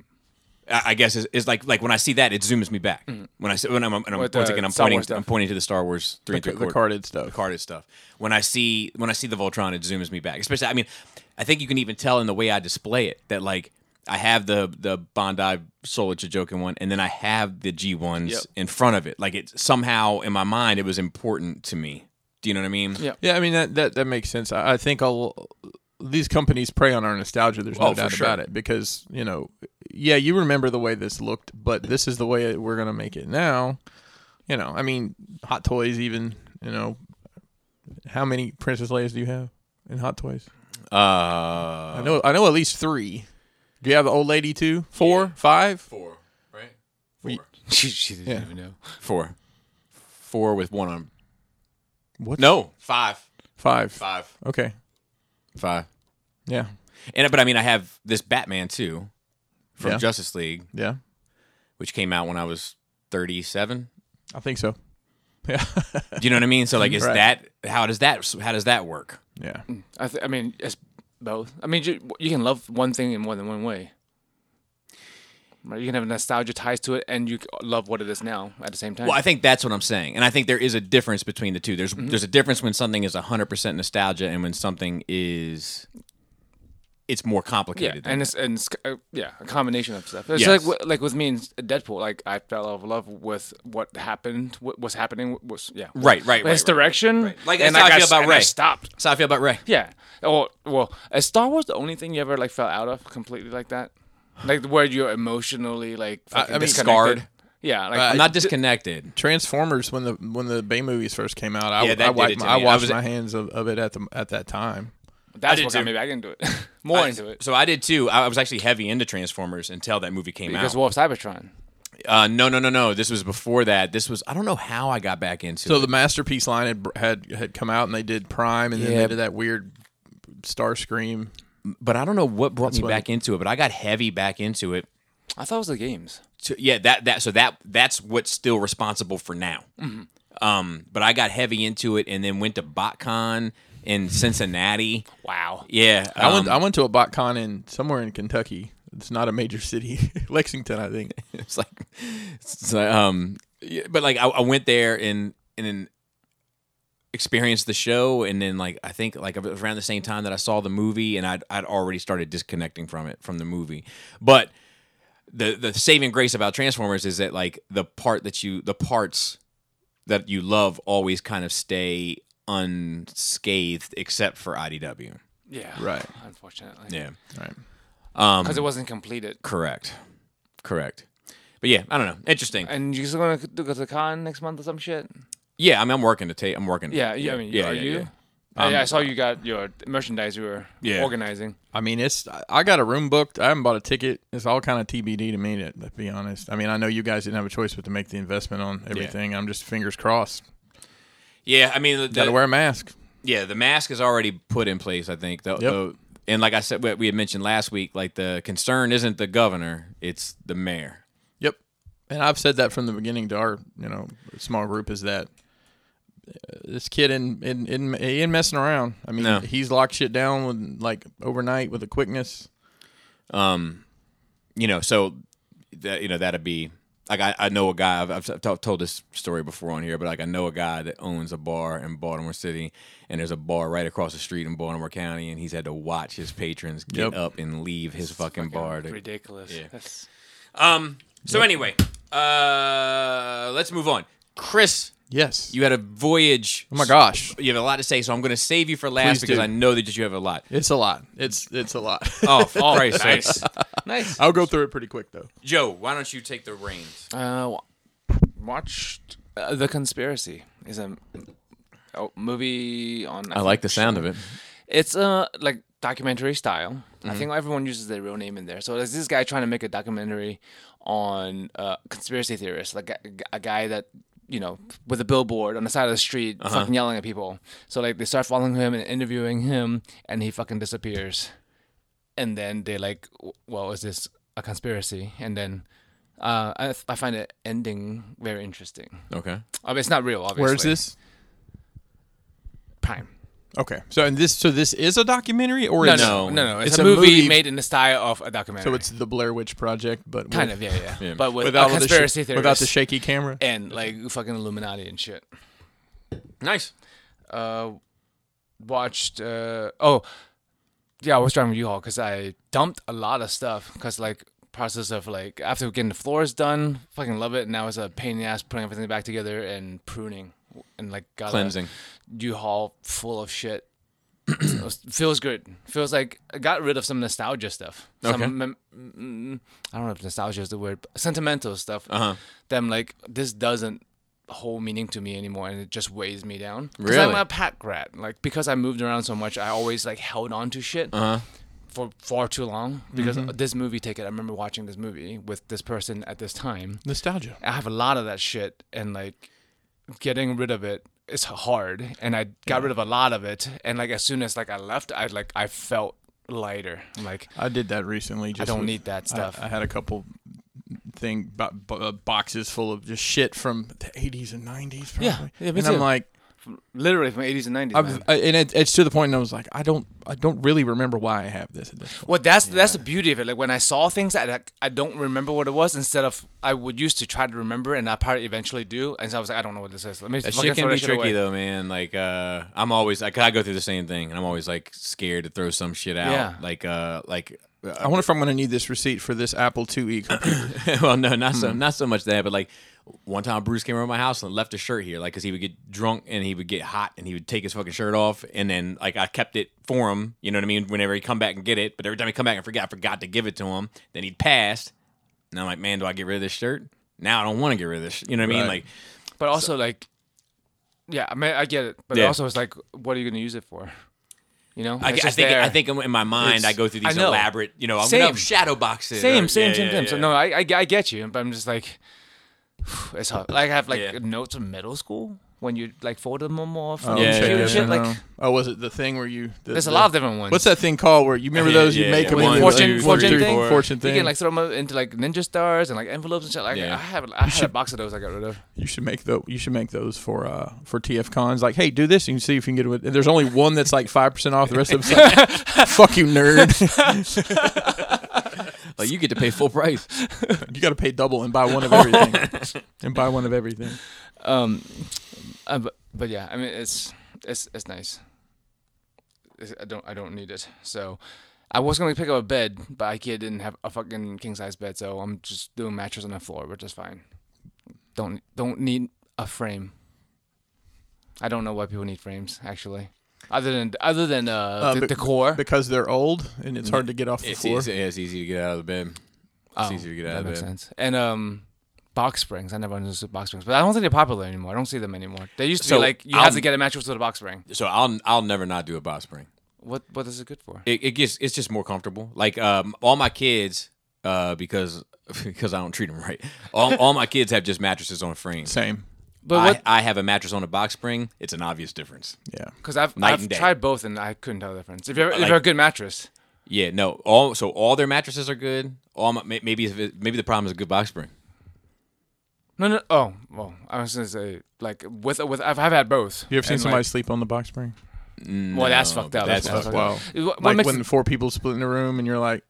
Speaker 1: I, I guess it's, it's like like when I see that, it zooms me back. When I see when I'm, and I'm
Speaker 3: Hmm. With,
Speaker 1: once
Speaker 3: uh,
Speaker 1: again I'm
Speaker 3: Star
Speaker 1: pointing
Speaker 3: Wars stuff.
Speaker 1: I'm pointing to the Star Wars three and three
Speaker 2: The, the
Speaker 1: quarter
Speaker 2: carded stuff.
Speaker 1: carded stuff. When I see when I see the Voltron, it zooms me back. Especially, I mean, I think you can even tell in the way I display it that like I have the the Bondi Solar Chijokin one, and then I have the G ones
Speaker 3: Yep.
Speaker 1: in front of it. Like it somehow in my mind, it was important to me. Do you know what I mean?
Speaker 3: Yeah.
Speaker 2: Yeah, I mean that that, that makes sense. I, I think i these companies prey on our nostalgia. There's no
Speaker 1: Oh, for
Speaker 2: doubt
Speaker 1: sure.
Speaker 2: about it because you know, yeah, you remember the way this looked, but this is the way we're gonna make it now. You know, I mean, Hot Toys even. You know, how many Princess Leia's do you have in Hot Toys?
Speaker 1: Uh,
Speaker 2: I know, I know at least three. Do you have the old lady too? Four, five.
Speaker 1: four, right?
Speaker 3: she, she didn't
Speaker 2: Yeah.
Speaker 3: even know.
Speaker 1: Four, four with one on.
Speaker 2: What?
Speaker 1: No, five,
Speaker 2: five.
Speaker 1: five,
Speaker 2: Okay,
Speaker 1: five.
Speaker 2: yeah,
Speaker 1: And but I mean, I have this Batman too from
Speaker 2: Yeah.
Speaker 1: Justice League,
Speaker 2: yeah,
Speaker 1: which came out when I was thirty-seven.
Speaker 2: I think so. Yeah,
Speaker 1: Do you know what I mean? So like, is
Speaker 2: Right.
Speaker 1: that how does that how does that work?
Speaker 2: yeah.
Speaker 3: I, th- I mean, it's both. I mean, you, you can love one thing in more than one way. Right? You can have nostalgia ties to it, and you c- love what it is now at the same time.
Speaker 1: Well, I think that's what I'm saying, and I think there is a difference between the two. There's there's a difference when something is 100 percent nostalgia and when something is it's more
Speaker 3: Yeah,
Speaker 1: complicated. than
Speaker 3: and
Speaker 1: that.
Speaker 3: it's and it's, uh, yeah, a combination of stuff. It's
Speaker 1: Yes.
Speaker 3: like wi- like with me and Deadpool. Like I fell out of love with what happened, what was happening, what was yeah,
Speaker 1: Right, right, right,
Speaker 3: his
Speaker 1: right,
Speaker 3: direction.
Speaker 1: right. Like,
Speaker 3: and
Speaker 1: that's how I
Speaker 3: got
Speaker 1: feel
Speaker 3: s-
Speaker 1: about
Speaker 3: and I
Speaker 1: Ray.
Speaker 3: stopped.
Speaker 1: That's how I feel about Ray.
Speaker 3: Yeah. Or well, is Star Wars the only thing you ever like fell out of completely like that? Like where you're emotionally like fucking
Speaker 2: I mean,
Speaker 3: disconnected?
Speaker 1: Uh, scarred. Uh,
Speaker 3: Yeah, like
Speaker 1: I'm not disconnected.
Speaker 2: Transformers when the when the Bay movies first came out, I
Speaker 1: Yeah, that did
Speaker 2: I,
Speaker 1: it
Speaker 2: wiped,
Speaker 1: to
Speaker 2: my- I
Speaker 1: me. I
Speaker 2: washed
Speaker 1: was-
Speaker 2: my hands of, of it at the at that time.
Speaker 3: that's
Speaker 1: did
Speaker 3: what got
Speaker 1: too.
Speaker 3: me back into it. More
Speaker 1: I-
Speaker 3: into it
Speaker 1: So I did too. I I was actually heavy into Transformers until that movie came
Speaker 3: because
Speaker 1: out.
Speaker 3: War of Cybertron.
Speaker 1: uh, no, no, no, no. This was before that. This was I don't know how I got back into.
Speaker 2: So
Speaker 1: it.
Speaker 2: the masterpiece line had had, had come out, and they did Prime, and then
Speaker 1: Yeah.
Speaker 2: they did that weird Star Scream.
Speaker 1: but I don't know what brought me
Speaker 2: what-
Speaker 1: back into it. But I got heavy back into it.
Speaker 3: I thought it was the games.
Speaker 1: To, yeah, that that so that that's what's still responsible for now. Um, but I got heavy into it and then went to BotCon in Cincinnati.
Speaker 3: Wow.
Speaker 1: Yeah,
Speaker 2: I went
Speaker 1: um,
Speaker 2: I went to a BotCon in somewhere in Kentucky. It's not a major city, Lexington, I think.
Speaker 1: it's like, it's like, um, yeah, but like I, I went there and and then experienced the show, and then like I think like it was around the same time that I saw the movie, and I'd I'd already started disconnecting from it from the movie, but the the saving grace about Transformers is that like the part that you the parts that you love always kind of stay unscathed except for IDW.
Speaker 3: Yeah.
Speaker 2: Right.
Speaker 3: Unfortunately.
Speaker 1: Yeah. Um,
Speaker 2: Right.
Speaker 3: Because it wasn't completed.
Speaker 1: Correct. Correct. But yeah, I don't know. Interesting.
Speaker 3: And you're still gonna c- go to the con next month or some shit?
Speaker 1: Yeah, I mean, I'm working to take. I'm working.
Speaker 3: Yeah, yeah. I mean, are you?
Speaker 1: yeah. Um,
Speaker 3: Oh, yeah, I saw you got your merchandise you were
Speaker 1: Yeah.
Speaker 3: organizing.
Speaker 2: I mean, it's I- I got a room booked. I haven't bought a ticket. It's all kind of TBD to me, to, to be honest. I mean, I know you guys didn't have a choice but to make the investment on everything. I'm just fingers crossed.
Speaker 1: Yeah, I mean, the,
Speaker 2: Got to wear a mask.
Speaker 1: yeah, the mask is already put in place. I think. The, the- and like I said, what we had mentioned last week, like the concern isn't the governor, it's the mayor.
Speaker 2: Yep. And I've said that from the beginning to our, you know, small group is that uh, this kid in in in he ain't messing around. I mean,
Speaker 1: No.
Speaker 2: he's locked shit down with like overnight with a quickness.
Speaker 1: You know, so that you know that'd be like I, I know a guy. I've, I've t- told this story before on here, but like I know a guy that owns a bar in Baltimore City, and there's a bar right across the street in Baltimore County, and he's had to watch his patrons get
Speaker 2: Yep.
Speaker 1: up and leave his fucking, bar. to-
Speaker 3: Ridiculous. That's
Speaker 1: um. So anyway, uh, let's move on. Chris
Speaker 2: Yes.
Speaker 1: You had a voyage.
Speaker 2: oh my gosh.
Speaker 1: You have a lot to say, so I'm going to save you for last
Speaker 2: Please
Speaker 1: because
Speaker 2: do.
Speaker 1: I know that you have a lot.
Speaker 2: It's a lot. It's it's a lot.
Speaker 1: Oh, for Christ's sake.
Speaker 3: nice. nice.
Speaker 2: I'll go through it pretty quick though.
Speaker 1: Joe, why don't you take the reins?
Speaker 3: Uh, wa- watched uh, The Conspiracy. Is a oh, movie on. I, think-
Speaker 1: of it.
Speaker 3: It's uh, like documentary style.
Speaker 2: Mm-hmm.
Speaker 3: I think everyone uses their real name in there. So there's this guy trying to make a documentary on uh, conspiracy theorists, like a, a guy that you know with a billboard on the side of the street,
Speaker 2: Uh-huh.
Speaker 3: fucking yelling at people. So like they start following him and interviewing him, and he fucking disappears. And then they like, w- well, is this a conspiracy? And then. Uh, I, I find the ending very interesting.
Speaker 1: Okay.
Speaker 3: I mean, it's not real, obviously.
Speaker 2: Where is this?
Speaker 3: Prime.
Speaker 2: Okay. So and this so this is a documentary or
Speaker 3: No,
Speaker 2: it's,
Speaker 3: no, no, no. It's,
Speaker 2: It's
Speaker 3: a,
Speaker 2: a
Speaker 3: movie,
Speaker 2: movie-
Speaker 3: made in the style of a documentary.
Speaker 2: So it's the Blair Witch Project, but
Speaker 3: kind
Speaker 2: with-
Speaker 3: of, yeah, yeah.
Speaker 1: Yeah.
Speaker 3: But with
Speaker 2: without
Speaker 3: uh,
Speaker 2: the
Speaker 3: conspiracy
Speaker 2: sh-
Speaker 3: theories
Speaker 2: without the shaky camera.
Speaker 3: and like fucking Illuminati and shit.
Speaker 1: Nice.
Speaker 3: Uh, watched. Uh, oh, yeah, I was driving U-Haul because I dumped a lot of stuff because like process of like after getting the floors done, fucking love it. And now it's a pain in the ass putting everything back together and pruning and like got
Speaker 1: Cleansing.
Speaker 3: U-Haul full of shit. So it feels good. Feels like I got rid of some nostalgia stuff. Some
Speaker 1: Okay.
Speaker 3: mem- mm, I don't know if nostalgia is the word, but sentimental stuff.
Speaker 1: Uh-huh.
Speaker 3: That I'm like, this doesn't hold meaning to me anymore, and it just weighs me down. 'Cause
Speaker 1: Really?
Speaker 3: I'm a pack rat. Like because I moved around so much, I always like held on to shit
Speaker 1: Uh-huh.
Speaker 3: for far too long. Because
Speaker 1: Mm-hmm.
Speaker 3: this movie ticket, I remember watching this movie with this person at this time.
Speaker 2: Nostalgia.
Speaker 3: I have a lot of that shit, and like getting rid of it is hard. And I got rid of a lot of it, and like as soon as like I left, I like I felt lighter. I'm like
Speaker 2: I did that recently. Just
Speaker 3: don't
Speaker 2: with-
Speaker 3: need that
Speaker 2: I-
Speaker 3: stuff.
Speaker 2: I, had a couple thing uh, bo- bo- boxes full of just shit from the eighties and nineties.
Speaker 3: Yeah, yeah, me
Speaker 2: and I'm
Speaker 3: too.
Speaker 2: like,
Speaker 3: literally from 80s and 90s.
Speaker 2: I
Speaker 3: man.
Speaker 2: was, I- and it, it's to the point. And I was like, I don't, I don't really remember why I have this. At this point.
Speaker 3: Well, that's that's the beauty of it. Like when I saw things, I like, I don't remember what it was. Instead of I would used to try to remember, and I probably eventually do. And so I was like, I don't know what this is. Let me.
Speaker 1: That
Speaker 3: fucking
Speaker 1: shit can
Speaker 3: throw
Speaker 1: be
Speaker 3: that
Speaker 1: tricky
Speaker 3: away.
Speaker 1: though, man. Like uh I'm always like I go through the same thing and I'm always like scared to throw some shit out.
Speaker 3: Yeah.
Speaker 1: Like uh like
Speaker 2: I wonder if I'm going to need this receipt for this Apple IIe computer.
Speaker 1: well, no, not
Speaker 3: Hmm.
Speaker 1: so not so much that, but like one time Bruce came over to my house and left a shirt here, like because he would get drunk and he would get hot and he would take his fucking shirt off, and then like I kept it for him, you know what I mean? Whenever he come back and get it, but every time he come back and forget, I forgot to give it to him. Then he'd passed, and I'm like, man, do I get rid of this shirt? Now I don't want to get rid of this. Sh-. You know what I mean?
Speaker 2: Right.
Speaker 1: Like,
Speaker 3: But also like, yeah, I mean, I get it. But
Speaker 1: Yeah.
Speaker 3: also, it's like, what are you going to use it for? You know,
Speaker 1: I,
Speaker 3: It's
Speaker 1: I
Speaker 3: just
Speaker 1: think
Speaker 3: there.
Speaker 1: I think in my mind
Speaker 3: It's-
Speaker 1: I go through
Speaker 3: I
Speaker 1: these
Speaker 3: know.
Speaker 1: elaborate, you know, I'm
Speaker 3: Same.
Speaker 1: gonna shadow box it.
Speaker 3: same,
Speaker 1: or-
Speaker 3: same,
Speaker 1: yeah,
Speaker 3: same,
Speaker 1: yeah,
Speaker 3: same.
Speaker 1: yeah,
Speaker 3: So
Speaker 1: yeah.
Speaker 3: no, I, I I get you, but I'm just like, it's hard. Like I have like
Speaker 1: Yeah.
Speaker 3: notes from middle school when you like fold them more
Speaker 2: Oh,
Speaker 3: from
Speaker 1: Yeah,
Speaker 3: computer
Speaker 1: yeah,
Speaker 3: and
Speaker 1: yeah.
Speaker 3: shit. Like
Speaker 2: oh, was it the thing where you? The,
Speaker 3: there's a
Speaker 2: the-
Speaker 3: lot of different ones.
Speaker 2: What's that thing called? Where you remember
Speaker 1: Yeah,
Speaker 2: those? you
Speaker 1: yeah,
Speaker 2: make
Speaker 1: yeah.
Speaker 2: them
Speaker 1: One,
Speaker 2: into
Speaker 3: fortune-
Speaker 2: like,
Speaker 3: fortune
Speaker 2: three-
Speaker 3: thing?
Speaker 2: Fortune
Speaker 3: You
Speaker 2: thing.
Speaker 3: can like throw them into like ninja stars and like envelopes and shit. Like
Speaker 1: Yeah.
Speaker 3: I have, I had a box of those I got rid of.
Speaker 2: You should make the you should make those for uh for TF cons. Like, hey, do this. You can see if you can get it. And there's only one that's like five percent off. The rest of it's like, fuck you, nerd.
Speaker 1: Like, you get to pay full price.
Speaker 2: you got to pay double and buy one of everything. and buy one of everything.
Speaker 3: Um, uh, but, but yeah, I mean it's it's it's nice. It's- I don't I don't need it. So I was gonna pick up a bed, but IKEA didn't have a fucking king size bed, so I'm just doing mattress on the floor, which is fine. Don't don't need a frame. I don't know why people need frames actually. Other than other than uh, the
Speaker 2: but-
Speaker 3: decor,
Speaker 2: because they're old and it's hard to get off the
Speaker 1: It's,
Speaker 2: floor.
Speaker 1: it's, yeah, it's easy to get out of the bed. It's easy to get out
Speaker 3: Oh, that
Speaker 1: of the
Speaker 3: makes
Speaker 1: bed.
Speaker 3: sense. And um, box springs. I never understood box springs, but I don't think they're popular anymore. I don't see them anymore. They used to
Speaker 1: So,
Speaker 3: be like you have
Speaker 1: um,
Speaker 3: to get a mattress with a box spring.
Speaker 1: So I'll I'll never not do a box spring.
Speaker 3: What what is it good for?
Speaker 1: It, it gets it's just more comfortable. Like um, all my kids, uh, because because I don't treat them right. All, all my kids have just mattresses on frames.
Speaker 2: Same.
Speaker 3: But what?
Speaker 1: I, I have a mattress on a box spring. It's an obvious difference.
Speaker 2: Yeah.
Speaker 3: Because I've,
Speaker 1: Night
Speaker 3: I've
Speaker 1: and day.
Speaker 3: tried both and I couldn't tell the difference. If you're if
Speaker 1: Like-
Speaker 3: you're a good mattress,
Speaker 1: Yeah, no. All so all their mattresses are good. All my, may- maybe if it, maybe the problem is a good box spring.
Speaker 3: no no oh well I was gonna say like with with I've, I've had both.
Speaker 2: You ever seen
Speaker 3: And,
Speaker 2: somebody
Speaker 3: like,
Speaker 2: sleep on the box spring?
Speaker 3: well, that's
Speaker 1: No,
Speaker 3: fucked up.
Speaker 1: that's
Speaker 3: fucked
Speaker 1: fucked
Speaker 2: Wow.
Speaker 3: up. What, what
Speaker 2: Like
Speaker 3: makes
Speaker 2: when four people split in a room and you're like,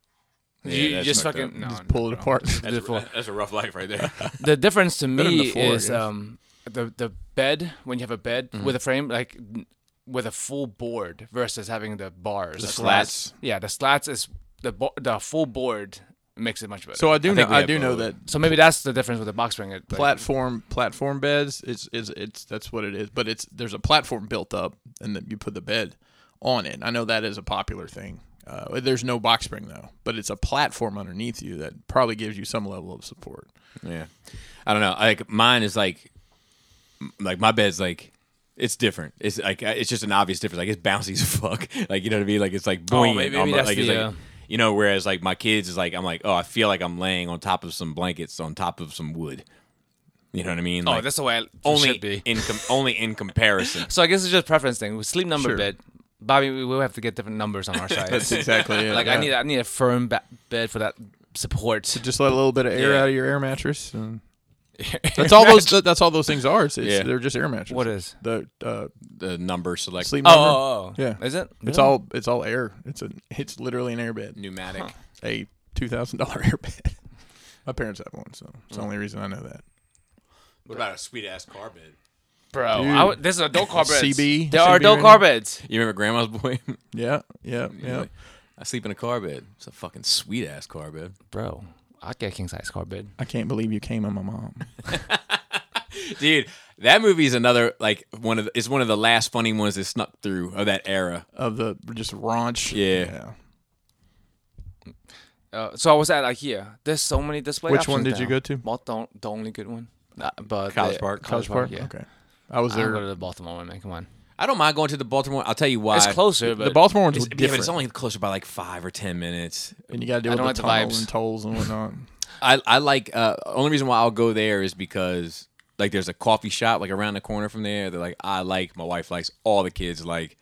Speaker 1: Yeah,
Speaker 3: you, you
Speaker 1: that's
Speaker 3: just
Speaker 1: fucked
Speaker 3: fucking
Speaker 1: up.
Speaker 3: no,
Speaker 2: just
Speaker 3: no,
Speaker 2: pull it
Speaker 3: no.
Speaker 2: apart.
Speaker 3: The, floor-
Speaker 1: that's a rough life right there.
Speaker 3: the difference to
Speaker 2: than
Speaker 3: me
Speaker 2: the floor, I
Speaker 3: is
Speaker 2: guess.
Speaker 3: um the the bed when you have a bed
Speaker 1: Mm-hmm.
Speaker 3: with a frame like n- with a full board versus having the bars
Speaker 1: The
Speaker 3: Like,
Speaker 1: slats.
Speaker 3: Yeah, the slats is the bo- the full board makes it much better. So,
Speaker 2: So I do
Speaker 1: I
Speaker 2: know
Speaker 1: think we
Speaker 2: I
Speaker 1: have
Speaker 2: do know
Speaker 1: both.
Speaker 2: that
Speaker 3: maybe that's the difference with the box spring. It, like,
Speaker 2: platform platform beds it's is it's that's what it is but it's there's a platform built up and then you put the bed on it i know that is a popular thing uh, there's no box spring though but it's a platform underneath you that probably gives you some level of support
Speaker 1: Yeah, I don't know. Like mine is like, m- like my bed's like, it's different. It's like uh, it's just an obvious difference. Like it's bouncy as fuck. Like you know what I mean? Like it's like buoyant.
Speaker 3: Oh, maybe- maybe
Speaker 1: almost.
Speaker 3: that's
Speaker 1: like, it's
Speaker 3: the,
Speaker 1: like-
Speaker 3: uh,
Speaker 1: you know. Whereas like my kids is like I'm like oh I feel like I'm laying on top of some blankets on top of some wood. You know what I mean?
Speaker 3: oh,
Speaker 1: Like,
Speaker 3: that's the way it
Speaker 1: only
Speaker 3: should be.
Speaker 1: in com- only in comparison.
Speaker 3: So I guess it's just preference thing. With sleep number
Speaker 2: Sure.
Speaker 3: bed, Bobby, we will have to get different numbers on our side.
Speaker 2: exactly it
Speaker 3: like I need, I need a firm ba- bed for that support.
Speaker 2: just let a little bit of air
Speaker 1: Yeah.
Speaker 2: out of your air mattress and that's all those that's all those things are it's, it's
Speaker 1: Yeah.
Speaker 2: they're just air mattresses
Speaker 3: What is?
Speaker 2: the uh,
Speaker 1: The number select
Speaker 2: sleep
Speaker 3: Oh,
Speaker 2: number
Speaker 3: oh, oh.
Speaker 2: Yeah.
Speaker 3: Is it?
Speaker 2: it's all it's all air it's a it's literally an air bed
Speaker 1: pneumatic.
Speaker 2: a two thousand dollar air bed. My parents have one, so it's
Speaker 3: Mm.
Speaker 2: the only reason I know that.
Speaker 1: What about a sweet ass car bed?
Speaker 3: bro.
Speaker 2: Dude.
Speaker 3: I would- this is adult car beds.
Speaker 2: CB,
Speaker 3: There are
Speaker 2: CB
Speaker 3: adult
Speaker 2: right
Speaker 3: car
Speaker 2: now.
Speaker 3: beds.
Speaker 1: You remember Grandma's boy?
Speaker 2: Yeah, yeah, yeah.
Speaker 1: Like, I sleep in a car bed. It's a fucking sweet ass car bed.
Speaker 3: bro. I get king size car bed.
Speaker 2: I can't believe you came on my mom.
Speaker 1: Dude, that movie is another like one of the, it's one of the last funny ones that snuck through of that era.
Speaker 2: Of the just raunch.
Speaker 1: Yeah.
Speaker 3: Uh, so I was at IKEA. There's so many display.
Speaker 2: Which one
Speaker 3: options
Speaker 2: did you
Speaker 3: now.
Speaker 2: go to?
Speaker 3: Baltimore, the only good one. Nah, but
Speaker 1: College
Speaker 3: the-
Speaker 1: Park.
Speaker 2: College Park.
Speaker 3: Yeah.
Speaker 2: Okay. I was
Speaker 3: I don't
Speaker 2: there.
Speaker 3: go to the Baltimore one, man. Come on.
Speaker 1: I don't mind going to the Baltimore. I'll tell you why.
Speaker 3: It's closer, but
Speaker 2: the Baltimore ones
Speaker 1: It's,
Speaker 2: were
Speaker 1: yeah, but
Speaker 2: different,
Speaker 1: it's only closer by like five or ten minutes.
Speaker 2: and you got to deal
Speaker 3: I
Speaker 2: with the
Speaker 3: don't like the
Speaker 2: tunnels
Speaker 3: vibes.
Speaker 2: and tolls and whatnot.
Speaker 1: I I like uh only reason why I'll go there is because like there's a coffee shop like around the corner from there that like I like, my wife likes, all the kids like.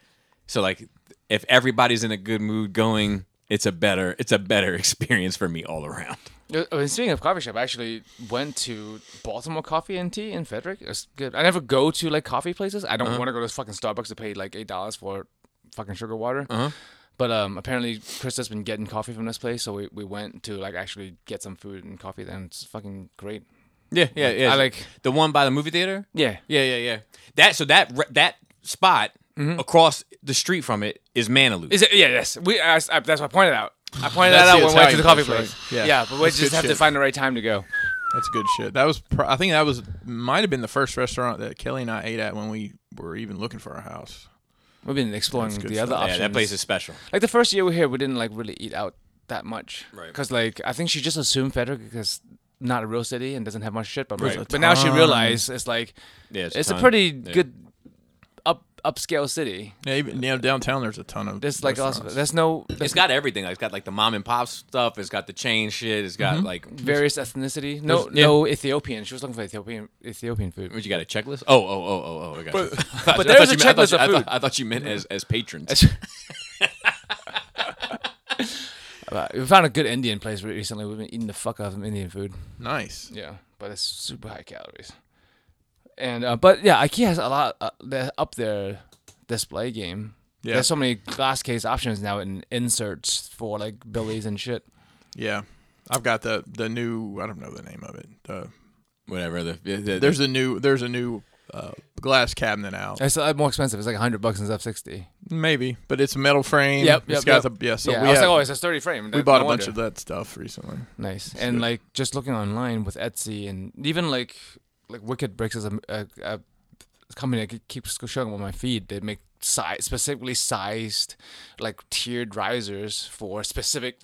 Speaker 1: So like if everybody's in a good mood going, it's a better it's a better experience for me all around.
Speaker 3: Uh, I mean, speaking of coffee shop, I actually went to Baltimore Coffee and Tea in Frederick. It's good. I never go to like coffee places. I don't
Speaker 2: Uh-huh.
Speaker 3: want to go to fucking Starbucks to pay like eight dollars for fucking sugar water.
Speaker 2: Uh-huh.
Speaker 3: But um, apparently Krista's been getting coffee from this place, so we, we went to like actually get some food and coffee, and it's fucking great.
Speaker 1: Yeah, yeah, yeah.
Speaker 3: I like-
Speaker 1: the one by the movie theater.
Speaker 3: Yeah,
Speaker 1: Yeah, yeah, yeah. That so that re- that spot
Speaker 3: Mm-hmm.
Speaker 1: across the street from it is Manaloo.
Speaker 3: Is it? Yeah, yes. We. I, I, that's what I pointed out. I pointed that
Speaker 2: That's
Speaker 3: out
Speaker 2: the
Speaker 3: when we went
Speaker 2: Italian
Speaker 3: to the coffee
Speaker 2: place,
Speaker 3: place.
Speaker 2: right? Yeah.
Speaker 3: yeah, but we
Speaker 2: That's
Speaker 3: just
Speaker 2: good
Speaker 3: have to
Speaker 2: shit.
Speaker 3: find the right time to go.
Speaker 2: That's good shit. That was, pr- I think that was, might have been the first restaurant that Kelly and I ate at when we were even looking for our house.
Speaker 3: We've been exploring
Speaker 2: good
Speaker 3: the
Speaker 2: stuff.
Speaker 3: other
Speaker 1: yeah,
Speaker 3: options.
Speaker 1: that place is special.
Speaker 3: like the first year we were here, we didn't like really eat out that much,
Speaker 1: Right.
Speaker 3: Because like I think she just assumed Frederick because not a real city and doesn't have much shit. But
Speaker 1: Right.
Speaker 3: but now she
Speaker 2: There's a
Speaker 3: realized it's like
Speaker 1: Yeah, it's,
Speaker 3: it's a
Speaker 1: fun.
Speaker 3: pretty
Speaker 1: Yeah.
Speaker 3: good up upscale city.
Speaker 2: Yeah, even, you know, downtown there's a ton of.
Speaker 3: There's like lots of,
Speaker 2: restaurants.
Speaker 3: there's no
Speaker 1: It's
Speaker 3: there's
Speaker 1: got everything. Like, It's got like the mom and pop stuff. It's got the chain shit. It's
Speaker 3: Mm-hmm.
Speaker 1: got like
Speaker 3: various ethnicity. No
Speaker 1: There's- yeah.
Speaker 3: no Ethiopian. She was looking for Ethiopian Ethiopian food.
Speaker 1: What you got a checklist? Oh, oh, oh, oh, oh! I got you. I thought-
Speaker 3: but
Speaker 1: I
Speaker 3: there's
Speaker 1: thought you
Speaker 3: a
Speaker 1: meant- I thought
Speaker 3: checklist
Speaker 1: you-
Speaker 3: of
Speaker 1: I thought,
Speaker 3: food.
Speaker 1: I thought you meant as as patrons.
Speaker 3: Uh, we found a good Indian place re- recently. We've been eating the fuck out of Indian food.
Speaker 2: nice.
Speaker 3: Yeah, but it's super high calories. And uh, but yeah, IKEA has a lot. Uh, they're up their display game.
Speaker 2: Yeah.
Speaker 3: There's so many glass case options now and inserts for like billies and shit.
Speaker 2: Yeah, I've got the the new. I don't know the name of it. The,
Speaker 1: Whatever. The, the, the-
Speaker 2: there's a new there's a new uh, glass cabinet out.
Speaker 3: It's a lot more expensive. It's like hundred bucks instead of sixty.
Speaker 2: Maybe, but it's metal frame.
Speaker 3: Yep,
Speaker 2: It's got
Speaker 3: yep, yep.
Speaker 2: the yeah. So
Speaker 3: yeah,
Speaker 2: we,
Speaker 3: I was
Speaker 2: have-
Speaker 3: like, oh, it's a thirty frame.
Speaker 2: we
Speaker 3: No
Speaker 2: bought a
Speaker 3: wonder.
Speaker 2: bunch of that stuff recently.
Speaker 3: nice. And like just looking online with Etsy and even like like Wicked Bricks is a, a, a company that keeps showing on my feed. They make size specifically sized like tiered risers for specific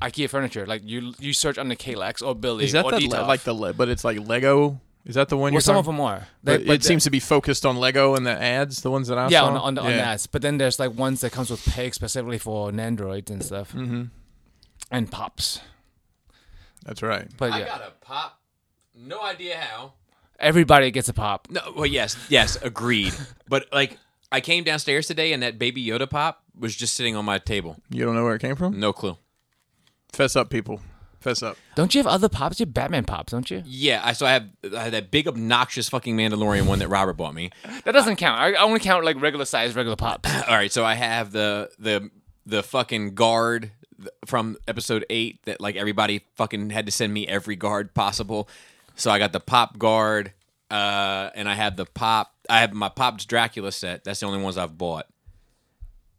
Speaker 3: IKEA furniture. Like you you search under Kalex or Billy
Speaker 2: Is that
Speaker 3: or
Speaker 2: the
Speaker 3: Detox.
Speaker 2: le- like the le- but it's like Lego? Is that the one
Speaker 3: well,
Speaker 2: you're
Speaker 3: some
Speaker 2: talking?
Speaker 3: of them are. They-
Speaker 2: but it
Speaker 3: the-
Speaker 2: seems to be focused on Lego and the ads, the ones that I
Speaker 3: yeah,
Speaker 2: saw.
Speaker 3: on, on, on
Speaker 2: Yeah.
Speaker 3: that. But then there's like ones that comes with pegs specifically for Nandroids and stuff, mm-hmm. and pops.
Speaker 2: That's right.
Speaker 3: But yeah,
Speaker 1: a pop. No idea how.
Speaker 3: everybody gets a pop.
Speaker 1: No. Well, yes, yes, agreed. but like, I came downstairs today, and that baby Yoda pop was just sitting on my table.
Speaker 2: You don't know where it came from?
Speaker 1: No clue.
Speaker 2: Fess up, people. Fess up.
Speaker 3: Don't you have other pops? You have Batman pops, don't you?
Speaker 1: Yeah. I so I have, I have that big obnoxious fucking Mandalorian one that Robert bought me.
Speaker 3: That doesn't count. I, I only count like regular size, regular pops.
Speaker 1: All right, so I have the the the fucking guard th- from episode eight that like everybody fucking had to send me every guard possible. So I got the pop guard, uh, and I have the pop. I have my pops Dracula set. That's the only ones I've bought.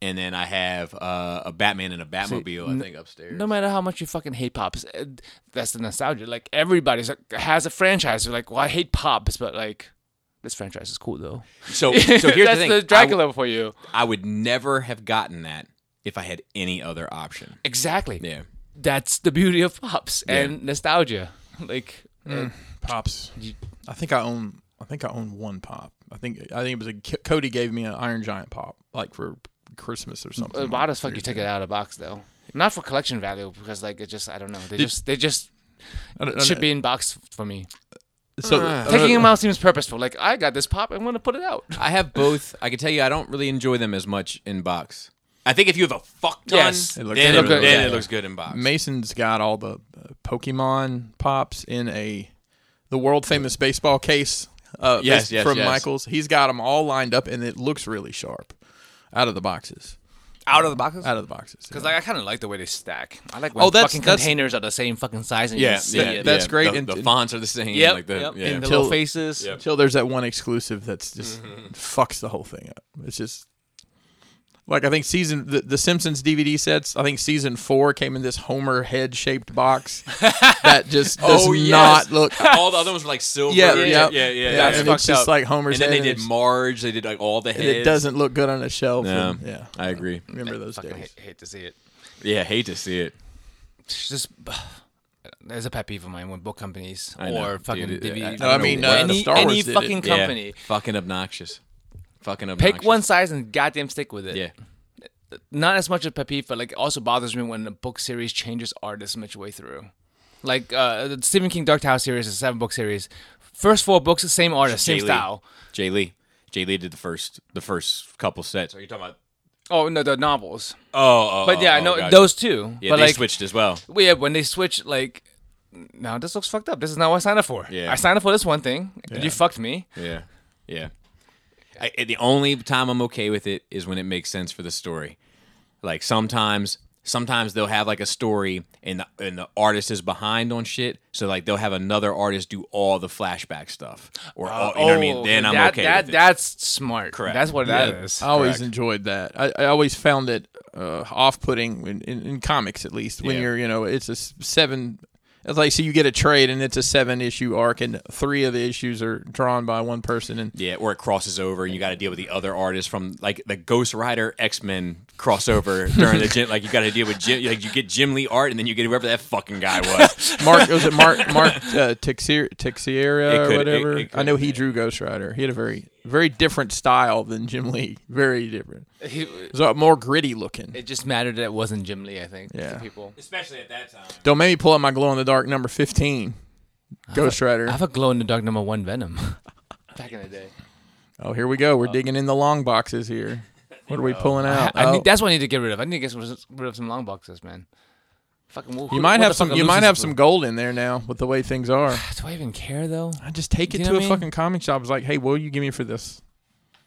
Speaker 1: And then I have uh, a Batman and a Batmobile. I think upstairs.
Speaker 3: No matter how much you fucking hate pops, uh, that's the nostalgia. Like everybody's like, has a franchise. You're like, well, I hate pops, but like this franchise is cool though.
Speaker 1: So so here's the
Speaker 3: that's
Speaker 1: thing.
Speaker 3: the
Speaker 1: I,
Speaker 3: Dracula
Speaker 1: w-
Speaker 3: for you.
Speaker 1: I would never have gotten that if I had any other option.
Speaker 3: Exactly.
Speaker 1: Yeah.
Speaker 3: That's the beauty of pops and nostalgia. Like
Speaker 1: Mm.
Speaker 2: Pops. I think I own. I think I own one pop. I think I think it was a K- Cody gave me an Iron Giant pop, like for Christmas or something.
Speaker 3: uh, why the fuck you take it out of the box though? Not for collection value because like it just I don't know. They just they just
Speaker 2: I don't- I
Speaker 3: should
Speaker 2: don't-
Speaker 3: be Ah. in box for me.
Speaker 2: So
Speaker 3: Taking them out seems purposeful. Like I got this pop, I'm gonna put it out.
Speaker 1: I have both. I can tell you, I don't really enjoy them as much in box. I think if you have a fuck ton,
Speaker 3: Yes. It
Speaker 1: then,
Speaker 2: looks
Speaker 1: it,
Speaker 2: good.
Speaker 1: looks,
Speaker 3: Look good.
Speaker 1: then
Speaker 3: Yeah.
Speaker 1: it looks good in box.
Speaker 2: Mason's got all the uh, Pokemon pops in a the world famous baseball case. Uh,
Speaker 1: Yes,
Speaker 2: bas-
Speaker 1: yes,
Speaker 2: from
Speaker 1: yes.
Speaker 2: Michaels. He's got them all lined up, and it looks really sharp out of the boxes.
Speaker 3: Out of the boxes.
Speaker 2: Out of the boxes.
Speaker 3: Because like I kind of like the way they stack. I like when
Speaker 2: Oh, that's-
Speaker 3: fucking
Speaker 2: that's-
Speaker 3: containers are the same fucking size and you
Speaker 1: yeah,
Speaker 3: can see
Speaker 1: yeah,
Speaker 3: it.
Speaker 2: that's
Speaker 1: yeah.
Speaker 2: great.
Speaker 1: The,
Speaker 2: And-
Speaker 1: the fonts are the same.
Speaker 3: Yep,
Speaker 1: like the,
Speaker 3: yep.
Speaker 1: Yeah.
Speaker 3: And the
Speaker 2: Till-
Speaker 3: little faces.
Speaker 4: Yep.
Speaker 2: until there's that one exclusive that's just fucks the whole thing up. It's just like I think season the, the Simpsons DVD sets. I think season four came in this Homer head shaped box that just does
Speaker 1: Oh, yes.
Speaker 2: not look.
Speaker 1: All the other ones were like silver.
Speaker 2: Yeah,
Speaker 1: and-
Speaker 2: yeah,
Speaker 4: yeah, yeah,
Speaker 2: That's
Speaker 4: yeah.
Speaker 2: and
Speaker 3: Fucked
Speaker 2: it's just
Speaker 3: up.
Speaker 2: like Homer's
Speaker 1: And then they
Speaker 2: head.
Speaker 1: did
Speaker 2: it's-
Speaker 1: Marge. They did like all the
Speaker 2: and
Speaker 1: heads.
Speaker 2: it doesn't look good on a shelf.
Speaker 1: Mm, Yeah,
Speaker 2: and- yeah.
Speaker 1: I agree.
Speaker 2: remember those
Speaker 3: Fucking
Speaker 2: days.
Speaker 3: hate, hate to see it.
Speaker 1: Yeah, hate to see it.
Speaker 3: It's just there's a pet peeve of mine when book companies
Speaker 1: I know.
Speaker 3: or fucking
Speaker 1: Dude,
Speaker 3: DVD.
Speaker 1: I- I
Speaker 3: or
Speaker 1: don't
Speaker 2: know
Speaker 3: any,
Speaker 2: why the
Speaker 3: any,
Speaker 2: Star Wars
Speaker 3: any
Speaker 2: did it.
Speaker 3: fucking
Speaker 1: Yeah.
Speaker 3: company.
Speaker 1: fucking obnoxious. Fucking obnoxious.
Speaker 3: Pick one size and goddamn stick with it.
Speaker 1: Yeah,
Speaker 3: Not as much a pet peeve, but like it also bothers me when a book series changes artists much way through. Like uh, the Stephen King Dark Tower series is a seven book series. First four books, the same artist, same
Speaker 1: Jay Lee.
Speaker 3: style.
Speaker 1: Jay Lee. Jay Lee did the first the first couple sets. Are you talking about?
Speaker 3: Oh no, the novels.
Speaker 1: Oh, oh
Speaker 3: But yeah,
Speaker 1: oh,
Speaker 3: no,
Speaker 1: gotcha.
Speaker 3: those two.
Speaker 1: Yeah,
Speaker 3: but
Speaker 1: they
Speaker 3: like,
Speaker 1: switched as well.
Speaker 3: Well, yeah, when they switch, like now this looks fucked up. This is not what I signed up for.
Speaker 1: Yeah.
Speaker 3: I signed up for this one thing. and You fucked me.
Speaker 1: Yeah, yeah. I, I- the only time I'm okay with it is when it makes sense for the story. Like sometimes, sometimes they'll have like a story, and the and the artist is behind on shit. So like they'll have another artist do all the flashback stuff, or all, you know what I mean.
Speaker 3: Oh,
Speaker 1: Then I'm
Speaker 3: that,
Speaker 1: okay
Speaker 3: That
Speaker 1: with it.
Speaker 3: that's smart.
Speaker 1: Correct.
Speaker 3: That's what that
Speaker 1: Yeah.
Speaker 3: is. Oh,
Speaker 2: I always enjoyed that. I, I always found it uh, off-putting in, in, in comics, at least when
Speaker 1: Yeah.
Speaker 2: you're you know it's a s- seven. It's like so you get a trade and it's a seven-issue arc, and three of the issues are drawn by one person, and
Speaker 1: Yeah, or it crosses over, and you got to deal with the other artists from like the Ghost Rider X Men crossover during the gym. Like you got to deal with Jim, like you get Jim Lee art, and then you get whoever that fucking guy was.
Speaker 2: Mark was it Mark Mark uh, Texier,
Speaker 1: It
Speaker 2: Texiera or
Speaker 1: could- it-
Speaker 2: whatever?
Speaker 1: it
Speaker 2: I know
Speaker 1: could,
Speaker 2: he drew Ghost Rider. He had a very very different style than Jim Lee. Very different.
Speaker 3: He-
Speaker 2: So more gritty looking.
Speaker 3: it just mattered that it wasn't Jim Lee. I think. to
Speaker 2: Yeah.
Speaker 3: people.
Speaker 1: Especially at that time.
Speaker 2: Don't make me pull out my glow in the dark number fifteen. Ghost
Speaker 3: I
Speaker 2: Rider.
Speaker 3: have a glow in the dark number one Venom. Back in the day.
Speaker 2: Oh, here we go. We're digging in the long boxes here. What are we pulling
Speaker 3: Uh, I,
Speaker 2: out?
Speaker 3: I
Speaker 2: Oh.
Speaker 3: need, that's what I need to get rid of. I need to get some, rid of some long boxes, man. Fucking.
Speaker 2: you might have some. You might have some gold in there now with the way things are.
Speaker 3: Do I even care though?
Speaker 2: I just take it
Speaker 3: You know
Speaker 2: to a
Speaker 3: what I mean?
Speaker 2: fucking comic shop. It's like, hey, what will you give me for this?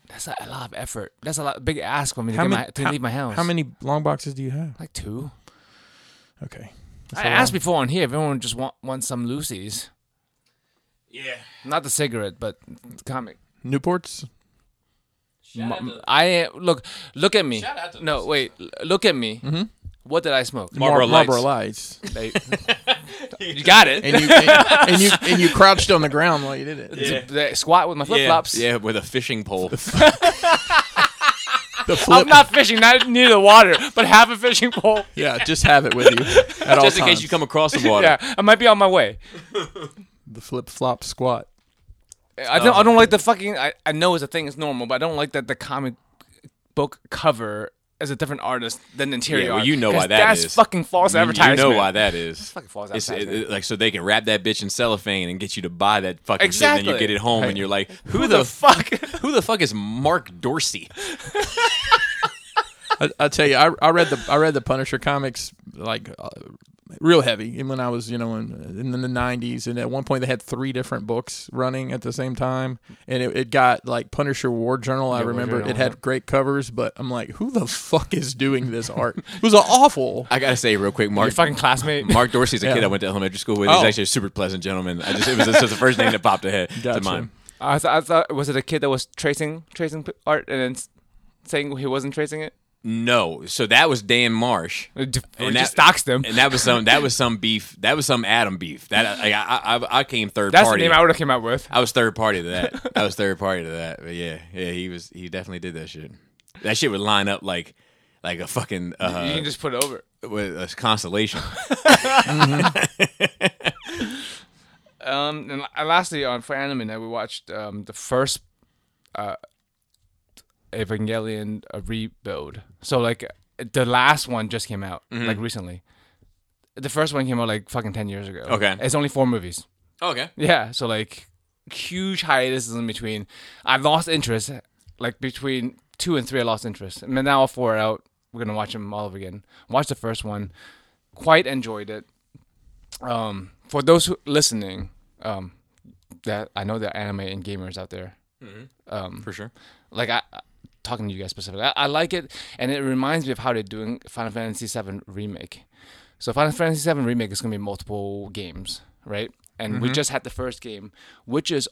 Speaker 3: That's a, lot of effort. That's a lot big ask for me to,
Speaker 2: How
Speaker 3: get
Speaker 2: many-
Speaker 3: my, to
Speaker 2: how-
Speaker 3: leave my house.
Speaker 2: How many long boxes do you have?
Speaker 3: Like two.
Speaker 2: Okay.
Speaker 3: I asked before on here if everyone just want, wants some Lucy's.
Speaker 1: Yeah.
Speaker 3: Not the cigarette, but the comic.
Speaker 2: Newports.
Speaker 3: M- I look, look at me. no, wait, l- look at me.
Speaker 2: Mm-hmm.
Speaker 3: What did I smoke?
Speaker 1: Marlboro
Speaker 2: Mar- Marlboro
Speaker 1: Lights.
Speaker 2: Lights.
Speaker 3: They- you got it.
Speaker 2: and you and, and you and you crouched on the ground while you did it.
Speaker 1: Yeah.
Speaker 3: They squat with my flip
Speaker 1: yeah,
Speaker 3: flops.
Speaker 1: Yeah, with a fishing pole.
Speaker 2: The
Speaker 3: I'm
Speaker 2: flip,
Speaker 3: not fishing. Not near the water, but have a fishing pole.
Speaker 2: yeah, just have it with you at all
Speaker 1: Just in
Speaker 2: times.
Speaker 1: case you come across the water.
Speaker 3: Yeah, I might be on my way.
Speaker 2: the flip flop squat.
Speaker 3: I
Speaker 1: Oh.
Speaker 3: don't. I don't like the fucking. I, I know it's a thing. It's normal, but I don't like that the comic book cover is a different artist than the interior.
Speaker 1: well,
Speaker 3: art,
Speaker 1: you know why
Speaker 3: 'cause
Speaker 1: that
Speaker 3: that's
Speaker 1: is.
Speaker 3: fucking false
Speaker 1: You-
Speaker 3: advertisement.
Speaker 1: You know why that is.
Speaker 3: fucking false
Speaker 1: It's- it-
Speaker 3: advertisement.
Speaker 1: it- like so they can wrap that bitch in cellophane and get you to buy that fucking shit. And then
Speaker 3: Exactly.
Speaker 1: you get it home and you're like, who,
Speaker 3: Who
Speaker 1: the,
Speaker 3: the fuck?
Speaker 1: who the fuck is Mark Dorsey?
Speaker 2: I, I tell you, I, I read the I read the Punisher comics like uh, real heavy, and when I was you know in, in the nineties, and at one point they had three different books running at the same time, and it, it got like Punisher War Journal. I
Speaker 3: War
Speaker 2: remember
Speaker 3: Journal,
Speaker 2: it had great covers, but I'm like, who the fuck is doing this art? It was awful.
Speaker 1: I gotta say real quick,
Speaker 3: Your
Speaker 1: Mark.
Speaker 3: fucking classmate.
Speaker 1: Mark Dorsey's a kid
Speaker 2: Yeah.
Speaker 1: I went to elementary school with. He's
Speaker 2: Oh.
Speaker 1: actually a super pleasant gentleman. I just it was just the first name that popped ahead
Speaker 2: Gotcha.
Speaker 1: to mine.
Speaker 3: I thought, I thought was it a kid that was tracing tracing p- art and then s- saying he wasn't tracing it?
Speaker 1: No, so that was Dan Marsh.
Speaker 3: Or just
Speaker 1: And that-
Speaker 3: just doxed him.
Speaker 1: And that was some that was some beef. That was some Adam beef. That I I, I, I came third
Speaker 3: That's
Speaker 1: party. Uh,
Speaker 3: the name I would have came out with.
Speaker 1: I was third party to that. I was third party to that. But yeah, yeah, he was. He definitely did that shit. That shit would line up like, like a fucking
Speaker 3: you
Speaker 1: uh,
Speaker 3: can just put it over.
Speaker 1: with a constellation.
Speaker 3: Um, and la- lastly, on for anime night, we watched um, the first uh, Evangelion uh, rebuild. So like the last one just came out like recently. The first one came out like fucking ten years ago.
Speaker 1: Okay.
Speaker 3: it's only four movies.
Speaker 1: okay.
Speaker 3: Yeah, so like huge hiatuses in between. I lost interest. Like between two and three, I lost interest. And then now all four are out. We're gonna watch them all over again. Watch the first one. Quite enjoyed it. Um, for those who listening, um, that I know there are anime and gamers out there. Um,
Speaker 1: For sure.
Speaker 3: like I I- talking to you guys specifically, I, I like it, and it reminds me of how they're doing Final Fantasy VII remake. So Final Fantasy VII remake is gonna be multiple games, right? And we just had the first game, which is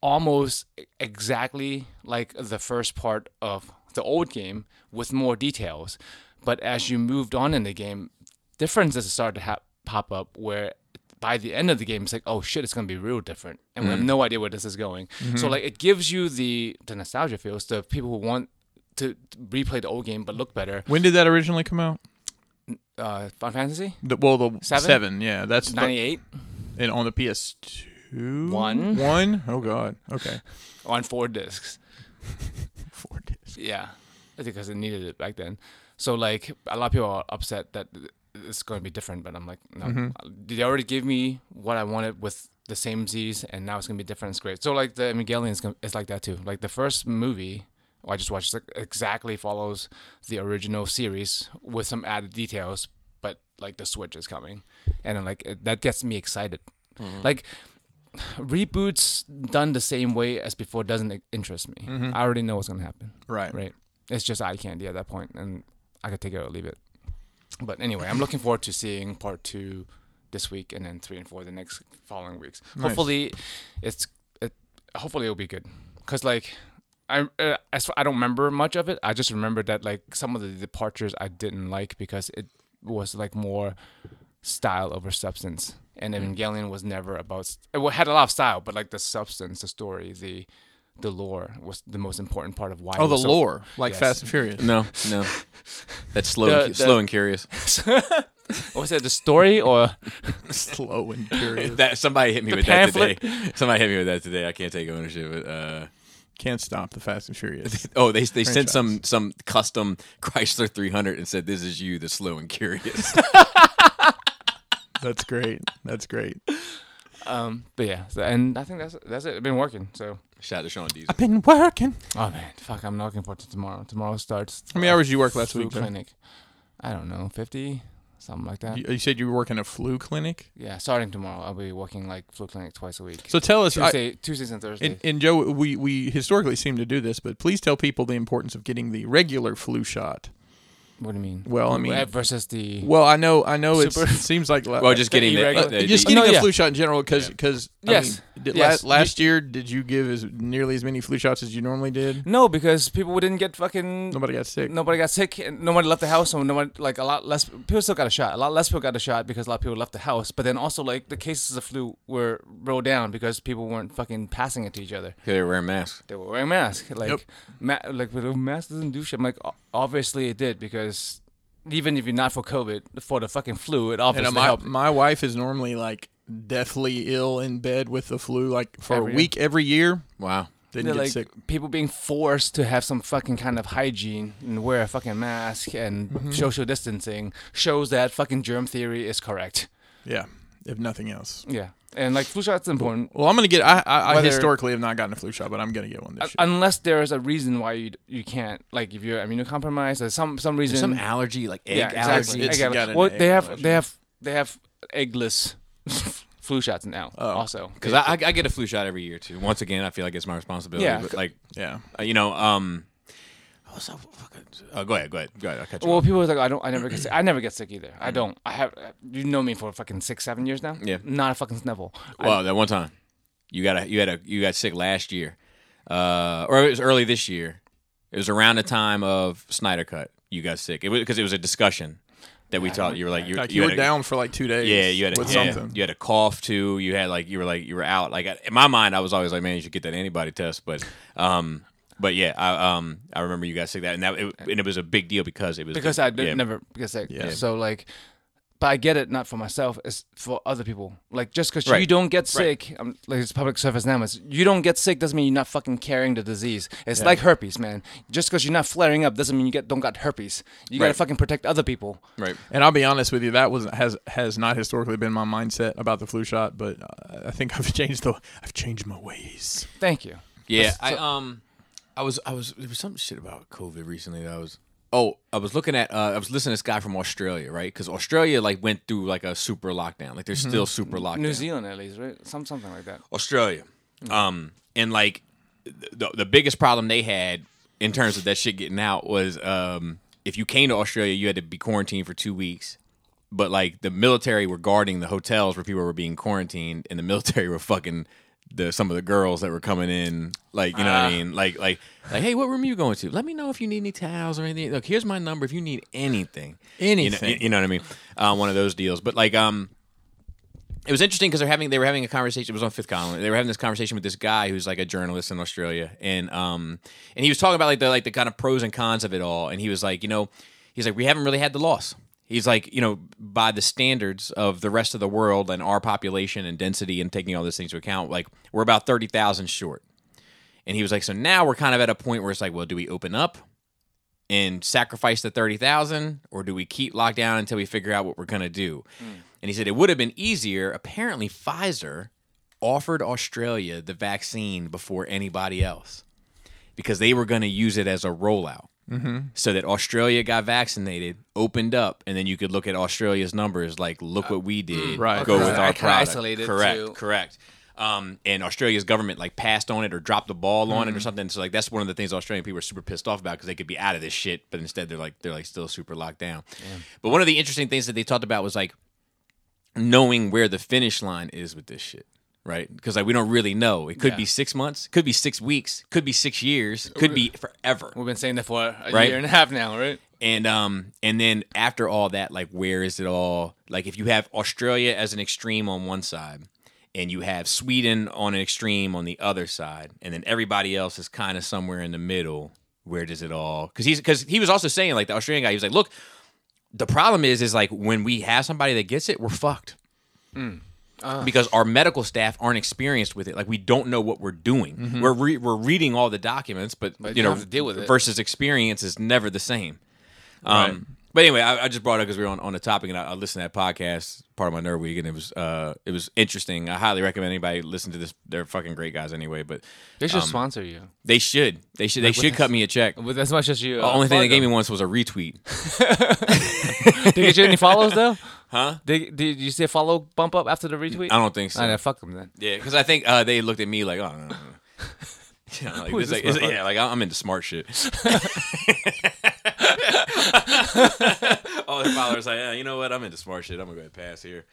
Speaker 3: almost exactly like the first part of the old game with more details. But as you moved on in the game, differences started to ha- pop up where by the end of the game, it's like, oh shit, it's going to be real different. And we have no idea where this is going. So, like, it gives you the, the nostalgia feels, the people who want to replay the old game but look better.
Speaker 2: When did that originally come out?
Speaker 3: Uh, Final Fantasy?
Speaker 2: The, well, the
Speaker 3: Seven?
Speaker 2: yeah, that's the-
Speaker 3: 98
Speaker 2: and on the PS2,
Speaker 3: One.
Speaker 2: one. Oh God, okay,
Speaker 3: on four discs.
Speaker 2: four discs.
Speaker 3: Yeah, because it needed it back then. So like a lot of people are upset that it's going to be different, but I'm like, no, Uh, they already gave me what I wanted with the same Z's, and now it's going to be different. It's great. So like the Evangelion is, gon- is like that too. Like the first movie. I just watched like, exactly follows the original series with some added details, but like the Switch is coming, and I'm like it- that gets me excited. Like reboots done the same way as before doesn't interest me. I already know what's gonna happen.
Speaker 2: Right.
Speaker 3: Right. It's just eye candy at that point, and I could take it or leave it. But anyway, I'm looking forward to seeing part two this week, and then three and four the next following weeks. Hopefully, it's it, hopefully it'll be good, cause like. I uh, as I don't remember much of it. I just remember that like some of the departures I didn't like because it was like more style over substance. And
Speaker 2: Mm-hmm.
Speaker 3: Evangelion was never about s- it wa- had a lot of style, but like the substance, the story, the the lore was the most important part of why.
Speaker 2: Oh,
Speaker 3: it
Speaker 2: the
Speaker 3: was so-
Speaker 2: lore, like
Speaker 3: Yes.
Speaker 2: Fast and Furious.
Speaker 1: No, no. That's slow,
Speaker 3: The-
Speaker 1: and, cu-
Speaker 3: the-
Speaker 1: slow and curious.
Speaker 3: What was it? The story or
Speaker 2: Slow and curious.
Speaker 1: That somebody hit me
Speaker 3: The
Speaker 1: with that
Speaker 3: pamphlet.
Speaker 1: today. Somebody hit me with that today. I can't take ownership. But, uh,
Speaker 2: Can't stop the Fast and Furious.
Speaker 1: oh, they they sent some some custom Chrysler 300 and said, "This is you, the slow and curious."
Speaker 2: That's great. That's great.
Speaker 3: um? But yeah, so, and I think that's that's it. It's been working. So
Speaker 1: Shout out to Sean Diesel.
Speaker 2: I've been working.
Speaker 3: oh man, fuck! I'm looking forward to tomorrow. Tomorrow starts.
Speaker 2: How many hours did you work last
Speaker 3: flu
Speaker 2: week? though?
Speaker 3: clinic. I don't know, fifty, something like that.
Speaker 2: You, you said you were working a flu clinic.
Speaker 3: Yeah, starting tomorrow, I'll be working like flu clinic twice a week.
Speaker 2: So tell us, I,
Speaker 3: Tuesday, Tuesdays and Thursdays.
Speaker 2: and, and Joe, we we historically seem to do this, but please tell people the importance of getting the regular flu shot.
Speaker 3: what do you mean?
Speaker 2: Well, I mean-
Speaker 3: Uh, versus the
Speaker 2: Well, I know, I know, it's, it
Speaker 3: Super.
Speaker 2: seems like
Speaker 1: Well, just
Speaker 3: The
Speaker 1: getting the,
Speaker 3: irregular-
Speaker 1: uh, the-
Speaker 2: And just
Speaker 1: the-
Speaker 2: getting
Speaker 3: No,
Speaker 2: a
Speaker 3: yeah.
Speaker 2: flu shot in general, because because
Speaker 3: Yes.
Speaker 2: did,
Speaker 3: Yes.
Speaker 2: la- last year did you give as nearly as many flu shots as you normally did?
Speaker 3: no, because people didn't get fucking
Speaker 2: Nobody got sick.
Speaker 3: nobody got sick and nobody left the house so nobody like a lot less people still got a shot a lot less people got a shot because a lot of people left the house but then also like the cases of flu were rolled down because people weren't fucking passing it to each other
Speaker 1: they were wearing masks.
Speaker 3: they were wearing masks like
Speaker 2: Yep.
Speaker 3: ma- like but the mask doesn't do shit I'm like o- obviously it did because even if you're not for covid for the fucking flu it
Speaker 2: And
Speaker 3: obviously
Speaker 2: uh, my
Speaker 3: helped
Speaker 2: my wife is normally like deathly ill in bed with the flu, like for
Speaker 3: Every
Speaker 2: a
Speaker 3: year.
Speaker 2: week every year.
Speaker 1: Wow.
Speaker 2: Didn't
Speaker 3: They're
Speaker 2: get
Speaker 3: like
Speaker 2: sick.
Speaker 3: people being forced to have some fucking kind of hygiene and wear a fucking mask and
Speaker 2: Mm-hmm.
Speaker 3: social distancing shows that fucking germ theory is correct
Speaker 2: Yeah, if nothing else.
Speaker 3: yeah and like flu shots important
Speaker 2: Well, I'm gonna get. I I, I
Speaker 3: Whether-
Speaker 2: historically have not gotten a flu shot, but I'm gonna get one this year.
Speaker 3: unless there is a reason why you you can't like if you're immunocompromised or some some reason
Speaker 1: Some allergy, like egg
Speaker 3: yeah,
Speaker 1: allergy.
Speaker 3: exactly.
Speaker 2: It's
Speaker 3: Egg allergy.
Speaker 2: got an
Speaker 3: well
Speaker 2: egg
Speaker 3: they have
Speaker 2: allergy.
Speaker 3: they have they have eggless flu shots now
Speaker 1: Oh.
Speaker 3: also
Speaker 1: Because I, I- I get a flu shot every year too. Once again, I feel like it's my responsibility.
Speaker 3: Yeah.
Speaker 1: But like,
Speaker 2: yeah,
Speaker 1: uh, you know, um, what's up? Uh, go ahead, go ahead, go ahead. I'll catch you.
Speaker 3: well people are like "Oh, I don't I never get sick I never get sick either I don't I have you know me for fucking six seven years now
Speaker 1: Mm. Yeah.
Speaker 3: not a fucking snivel I-
Speaker 1: Well, that one time, you got a you had a you got sick last year, uh, or it was early this year. It was around the time of Snyder Cut. You got sick. It was because it was a discussion that we talked. You were like you,
Speaker 2: like
Speaker 1: you
Speaker 2: you,
Speaker 1: had
Speaker 2: were
Speaker 1: a-
Speaker 2: down for like two days.
Speaker 1: Yeah, you had a,
Speaker 2: with
Speaker 1: yeah,
Speaker 2: something.
Speaker 1: You had a cough too. You had like you were like you were out. Like in my mind, I was always like, man, you should get that antibody test. But um, but yeah, I um I remember you guys sick that, and that it, and it was a big deal because it was
Speaker 3: because I did,
Speaker 1: yeah.
Speaker 3: never get sick
Speaker 2: Yeah.
Speaker 3: so like. But I get it, not for myself, it's for other people. Like just because you
Speaker 1: Right.
Speaker 3: don't get sick, um, like it's public service announcements. You don't get sick doesn't mean you're not fucking carrying the disease. It's like herpes, man. Just because you're not flaring up doesn't mean you get don't got herpes. You gotta
Speaker 1: Right.
Speaker 3: fucking protect other people.
Speaker 1: right.
Speaker 2: And I'll be honest with you, that was has has not historically been my mindset about the flu shot, but uh, I think I've changed the I've changed my ways.
Speaker 3: Thank you.
Speaker 1: Yeah, I um, I was I was there was some shit about COVID recently that I was. Oh, I was looking at uh, I was listening to this guy from Australia, right? Because Australia like went through like a super lockdown. Like they're still super lockdown.
Speaker 3: New Zealand at least, right? Some something like that.
Speaker 1: Australia. Um, and like the the biggest problem they had in terms of that shit getting out was um, if you came to Australia, you had to be quarantined for two weeks. But like the military were guarding the hotels where people were being quarantined, and the military were fucking the some of the girls that were coming in. Like you know what I mean? Like like like hey, what room are you going to? Let me know if you need any towels or anything. Look, here's my number if you need anything.
Speaker 2: Anything.
Speaker 1: You know, you know what I mean? Uh, one of those deals. But like um it was interesting because they're having they were having a conversation. It was on Fifth Column. They were having this conversation with this guy who's like a journalist in Australia, and um, and he was talking about like the like the kind of pros and cons of it all. And he was like, you know, he's like, we haven't really had the loss. He's like, you know, by the standards of the rest of the world and our population and density and taking all those things into account, like we're about thirty thousand short. And he was like, so now we're kind of at a point where it's like, well, do we open up and sacrifice the 30,000 or do we keep locked down until we figure out what we're going to do? And he said it would have been easier. Apparently, Pfizer offered Australia the vaccine before anybody else because they were going to use it as a rollout. so that Australia got vaccinated, opened up, and then you could look at Australia's numbers. Like, look what we did.
Speaker 2: Uh, mm, right,
Speaker 1: Go
Speaker 2: okay.
Speaker 1: with our
Speaker 3: I can
Speaker 1: product.
Speaker 3: isolate it
Speaker 1: correct.
Speaker 3: to-
Speaker 1: Correct. Um, and Australia's government like passed on it or dropped the ball on it or something. So like that's one of the things Australian people are super pissed off about because they could be out of this shit, but instead they're like they're like still super locked down. But one of the interesting things that they talked about was like knowing where the finish line is with this shit, right? Because like we don't really know. It could be six months, could be six weeks, could be six years, could be forever.
Speaker 3: We've been saying that for a
Speaker 1: Right.
Speaker 3: year and a half now, right?
Speaker 1: And um and then after all that, like where is it all? Like if you have Australia as an extreme on one side and you have Sweden on an extreme on the other side, and then everybody else is kind of somewhere in the middle. Where does it all? Because he's because he was also saying like the Australian guy. He was like, look, the problem is is like when we have somebody that gets it, we're fucked.
Speaker 3: Mm. Uh.
Speaker 1: Because our medical staff aren't experienced with it, like we don't know what we're doing. We're re- we're reading all the documents, but,
Speaker 3: Mm-hmm. But
Speaker 1: you
Speaker 3: you
Speaker 1: know,
Speaker 3: have to deal with it.
Speaker 1: versus experience is never the same. Um, But anyway, I, I just brought it up because we were on, on the topic, and I, I listened to that podcast, part of my nerd week, and it was uh, it was interesting. I highly recommend anybody listen to this. They're fucking great guys anyway, but
Speaker 3: They
Speaker 1: Um,
Speaker 3: should sponsor you
Speaker 1: they should they should they should cut me a check. The
Speaker 3: with as much as you. uh, The
Speaker 1: only thing they gave me once was a retweet.
Speaker 3: Did you get you any follows though? Huh? Did, did you see a follow bump up after the retweet?
Speaker 1: I don't think so.
Speaker 3: I know, fuck them then.
Speaker 1: Yeah, because I think uh, they looked at me like, oh, no, no, no. You know, like,
Speaker 3: Who is
Speaker 1: this, like,
Speaker 3: this
Speaker 1: is- yeah, like I'm into smart shit. All their followers like, yeah, you know what? I'm into smart shit. I'm gonna go ahead and pass here.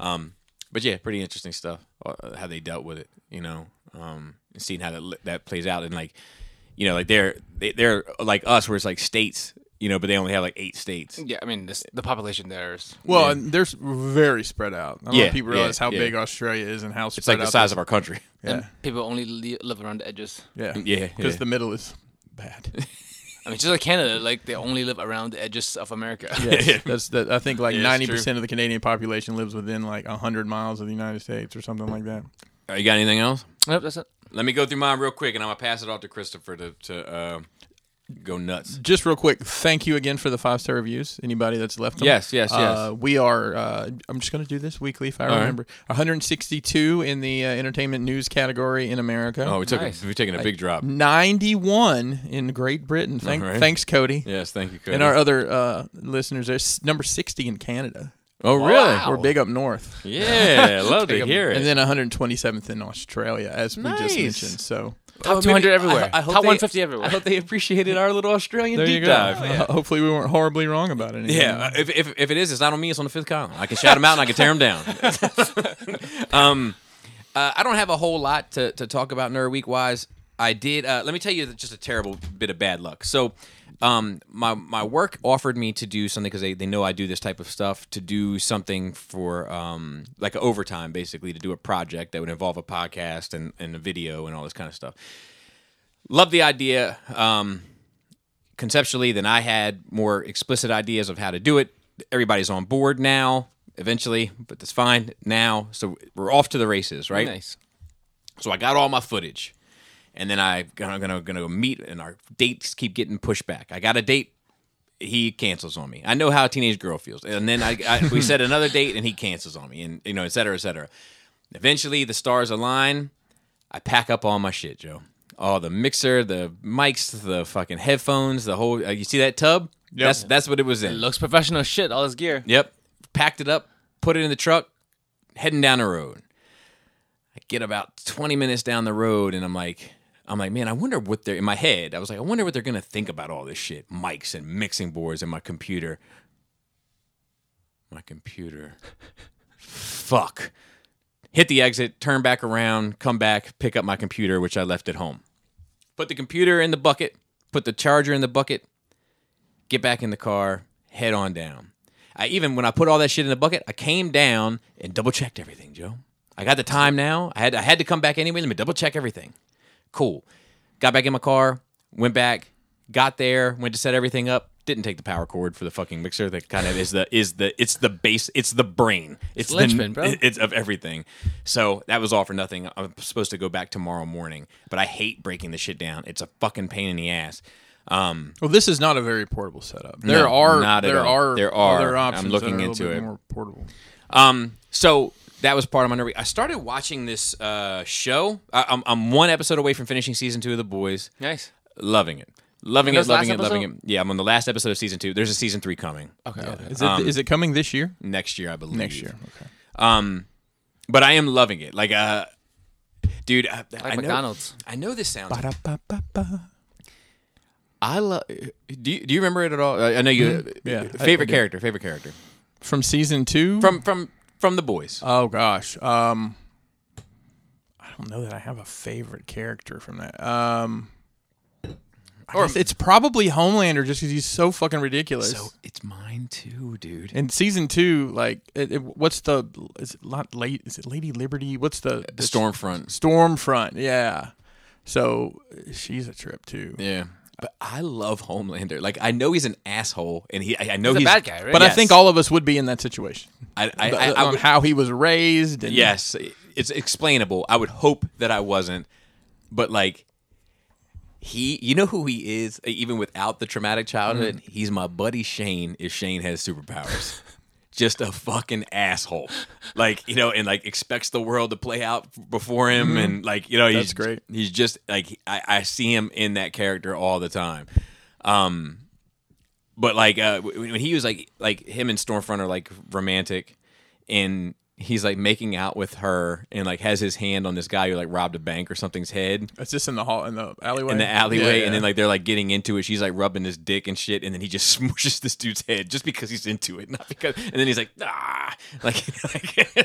Speaker 1: Um, but yeah, pretty interesting stuff. uh, How they dealt with it, you know, um, and seeing how that li- that plays out, and like, you know, like they're they, they're like us, where it's like states, you know, but they only have like eight states.
Speaker 3: Yeah, I mean, this, the population there is.
Speaker 2: Well, and they're s- very spread out. I don't know
Speaker 1: Yeah,
Speaker 2: if people
Speaker 1: yeah,
Speaker 2: realize how
Speaker 1: yeah.
Speaker 2: big Australia is and how spread
Speaker 1: It's like the
Speaker 2: out
Speaker 1: size of our country.
Speaker 2: they-
Speaker 3: And people only li- live around the edges.
Speaker 2: Yeah, yeah,
Speaker 1: Yeah,
Speaker 2: Because
Speaker 1: yeah.
Speaker 2: the middle is bad.
Speaker 3: I mean, just like Canada, like they only live around the edges of America.
Speaker 2: Yes, that's that. I think like
Speaker 4: Yeah, it's
Speaker 2: ninety percent of the Canadian population lives within like hundred miles of the United States or something like
Speaker 1: All
Speaker 2: that.
Speaker 1: right, you got anything else?
Speaker 3: Nope, that's it.
Speaker 1: Let me go through mine real quick, and I'm gonna pass it off to Christopher to to uh, go nuts.
Speaker 2: Just real quick, thank you again for the five star reviews. Anybody that's left, them.
Speaker 1: Yes, yes, yes.
Speaker 2: Uh, we are. Uh, I'm just going to do this weekly if I
Speaker 1: right.
Speaker 2: remember. 162 in the uh, entertainment news category in America.
Speaker 1: Oh, we took
Speaker 3: Nice.
Speaker 1: a, we're taking a big drop.
Speaker 2: 91 in Great Britain. Thank,
Speaker 1: All right.
Speaker 2: Thanks, Cody.
Speaker 1: Yes, thank you, Cody.
Speaker 2: And our other uh, listeners, there's number 60 in Canada.
Speaker 1: oh, really?
Speaker 3: Wow.
Speaker 2: We're big up north.
Speaker 1: Yeah, love to hear it.
Speaker 2: And then 127th in Australia, as we
Speaker 1: Nice.
Speaker 2: just mentioned. So
Speaker 3: Top 200 everywhere. Top 150 everywhere.
Speaker 1: I hope they appreciated our little Australian
Speaker 2: there
Speaker 1: deep
Speaker 2: you go.
Speaker 1: dive.
Speaker 2: Uh, hopefully, we weren't horribly wrong about it.
Speaker 1: Yeah, uh, if, if, if it is, it's not on me. It's on the fifth column. I can shout them out and I can tear them down. um, uh, I don't have a whole lot to, to talk about nerd week wise. I did. Uh, let me tell you just a terrible bit of bad luck. So, um, my my work offered me to do something because they, they know I do this type of stuff to do something for um like overtime basically to do a project that would involve a podcast and and a video and all this kind of stuff. Love the idea. Um, conceptually then I had more explicit ideas of how to do it. Everybody's on board now, eventually, but that's fine now. So we're off to the races, right?
Speaker 3: Nice.
Speaker 1: So I got all my footage, and then I, I'm gonna gonna go meet, and our dates keep getting pushed back. I got a date, he cancels on me. I know how a teenage girl feels, and then I, I we set another date, and he cancels on me, and you know, et cetera, et cetera. Eventually, the stars align. I pack up all my shit, Joe. All the mixer, the mics, the fucking headphones, the whole. Uh, you see that tub? That's that's what it was in.
Speaker 3: Looks professional shit, all this gear.
Speaker 1: Yep. Packed it up, put it in the truck, heading down the road. I get about 20 minutes down the road and I'm like, I'm like, man, I wonder what they're in my head. I was like, I wonder what they're gonna think about all this shit. Mics and mixing boards and my computer. My computer. Fuck. Hit the exit, turn back around, come back, pick up my computer, which I left at home. Put the computer in the bucket, put the charger in the bucket, get back in the car, head on down. I even when I put all that shit in the bucket, I came down and double checked everything, Joe. I got the time now. I had I had to come back anyway. Let me double check everything. Cool. Got back in my car, went back, got there, went to set everything up. Didn't take the power cord for the fucking mixer. That kind of is the is the it's the base. It's the brain. It's, the-
Speaker 3: linchpin, bro.
Speaker 1: It's of everything. So that was all for nothing. I'm supposed to go back tomorrow morning, but I hate breaking the shit down. It's a fucking pain in the ass. Um,
Speaker 2: Well, this is not a very portable setup. There
Speaker 1: No,
Speaker 2: are
Speaker 1: not at
Speaker 2: there
Speaker 1: all.
Speaker 2: are
Speaker 1: There are.
Speaker 2: other
Speaker 1: I'm
Speaker 2: options.
Speaker 1: looking
Speaker 2: that are a
Speaker 1: into
Speaker 2: little bit
Speaker 1: it.
Speaker 2: More portable.
Speaker 1: Um, so that was part of my nerve. I started watching this uh, show. I, I'm, I'm one episode away from finishing season two of The Boys.
Speaker 3: Nice.
Speaker 1: Loving it. Loving
Speaker 3: That
Speaker 1: it,
Speaker 3: was last
Speaker 1: loving it, loving it.
Speaker 3: episode?
Speaker 1: Yeah, I'm on the last episode of season two. There's a season three coming
Speaker 3: Okay. okay.
Speaker 2: Is it
Speaker 1: Um,
Speaker 2: is it coming this year?
Speaker 1: next year, I believe.
Speaker 2: Next year. Okay.
Speaker 1: Um, but I am loving it. Like, uh, dude, I, I know,
Speaker 3: McDonald's.
Speaker 1: I know this sounds.
Speaker 2: Ba-da-ba-ba-ba.
Speaker 1: I love. Do you, do you remember it at all? I I know you. uh,
Speaker 2: Yeah, I- I
Speaker 1: Favorite
Speaker 2: do.
Speaker 1: character. Favorite character
Speaker 2: From season two.
Speaker 1: from from from the boys.
Speaker 2: oh gosh. Um, I don't know that I have a favorite character from that. Um, I guess it's probably Homelander just because he's so fucking ridiculous.
Speaker 1: so it's mine too, dude.
Speaker 2: in season two, like, it, it- what's the is it not late? Is it Lady Liberty? What's the,
Speaker 1: the Stormfront.
Speaker 2: Stormfront? Yeah. So she's a trip too.
Speaker 1: Yeah. But I love Homelander. Like I know he's an asshole, and he I I know
Speaker 3: He's a
Speaker 1: he's,
Speaker 3: bad guy, right? uh,
Speaker 2: But I
Speaker 1: Yes.
Speaker 2: think all of us would be in that situation.
Speaker 1: I I,
Speaker 2: The-
Speaker 1: I, I
Speaker 2: on
Speaker 1: would,
Speaker 2: how he was raised. And
Speaker 1: yes, it's explainable. I would hope that I wasn't, but like he, you know who he is, uh, even without the traumatic childhood.
Speaker 2: Mm-hmm.
Speaker 1: He's my buddy Shane. If Shane has superpowers. Just a fucking asshole, like you know, and like expects the world to play out before him, and like you know, he's
Speaker 2: Mm-hmm. That's great.
Speaker 1: He's just like I, I see him in that character all the time. Um, but like uh, when when he was like like him and Stormfront are like romantic, and he's like making out with her and like has his hand on this guy who like robbed a bank or something's head
Speaker 2: It's just in the hall in the alleyway.
Speaker 1: in the alleyway,
Speaker 2: Yeah,
Speaker 1: and
Speaker 2: yeah.
Speaker 1: then like they're like getting into it. She's like rubbing his dick and shit, and then he just smooshes this dude's head just because he's into it, not because. And then he's like, ah, like. like-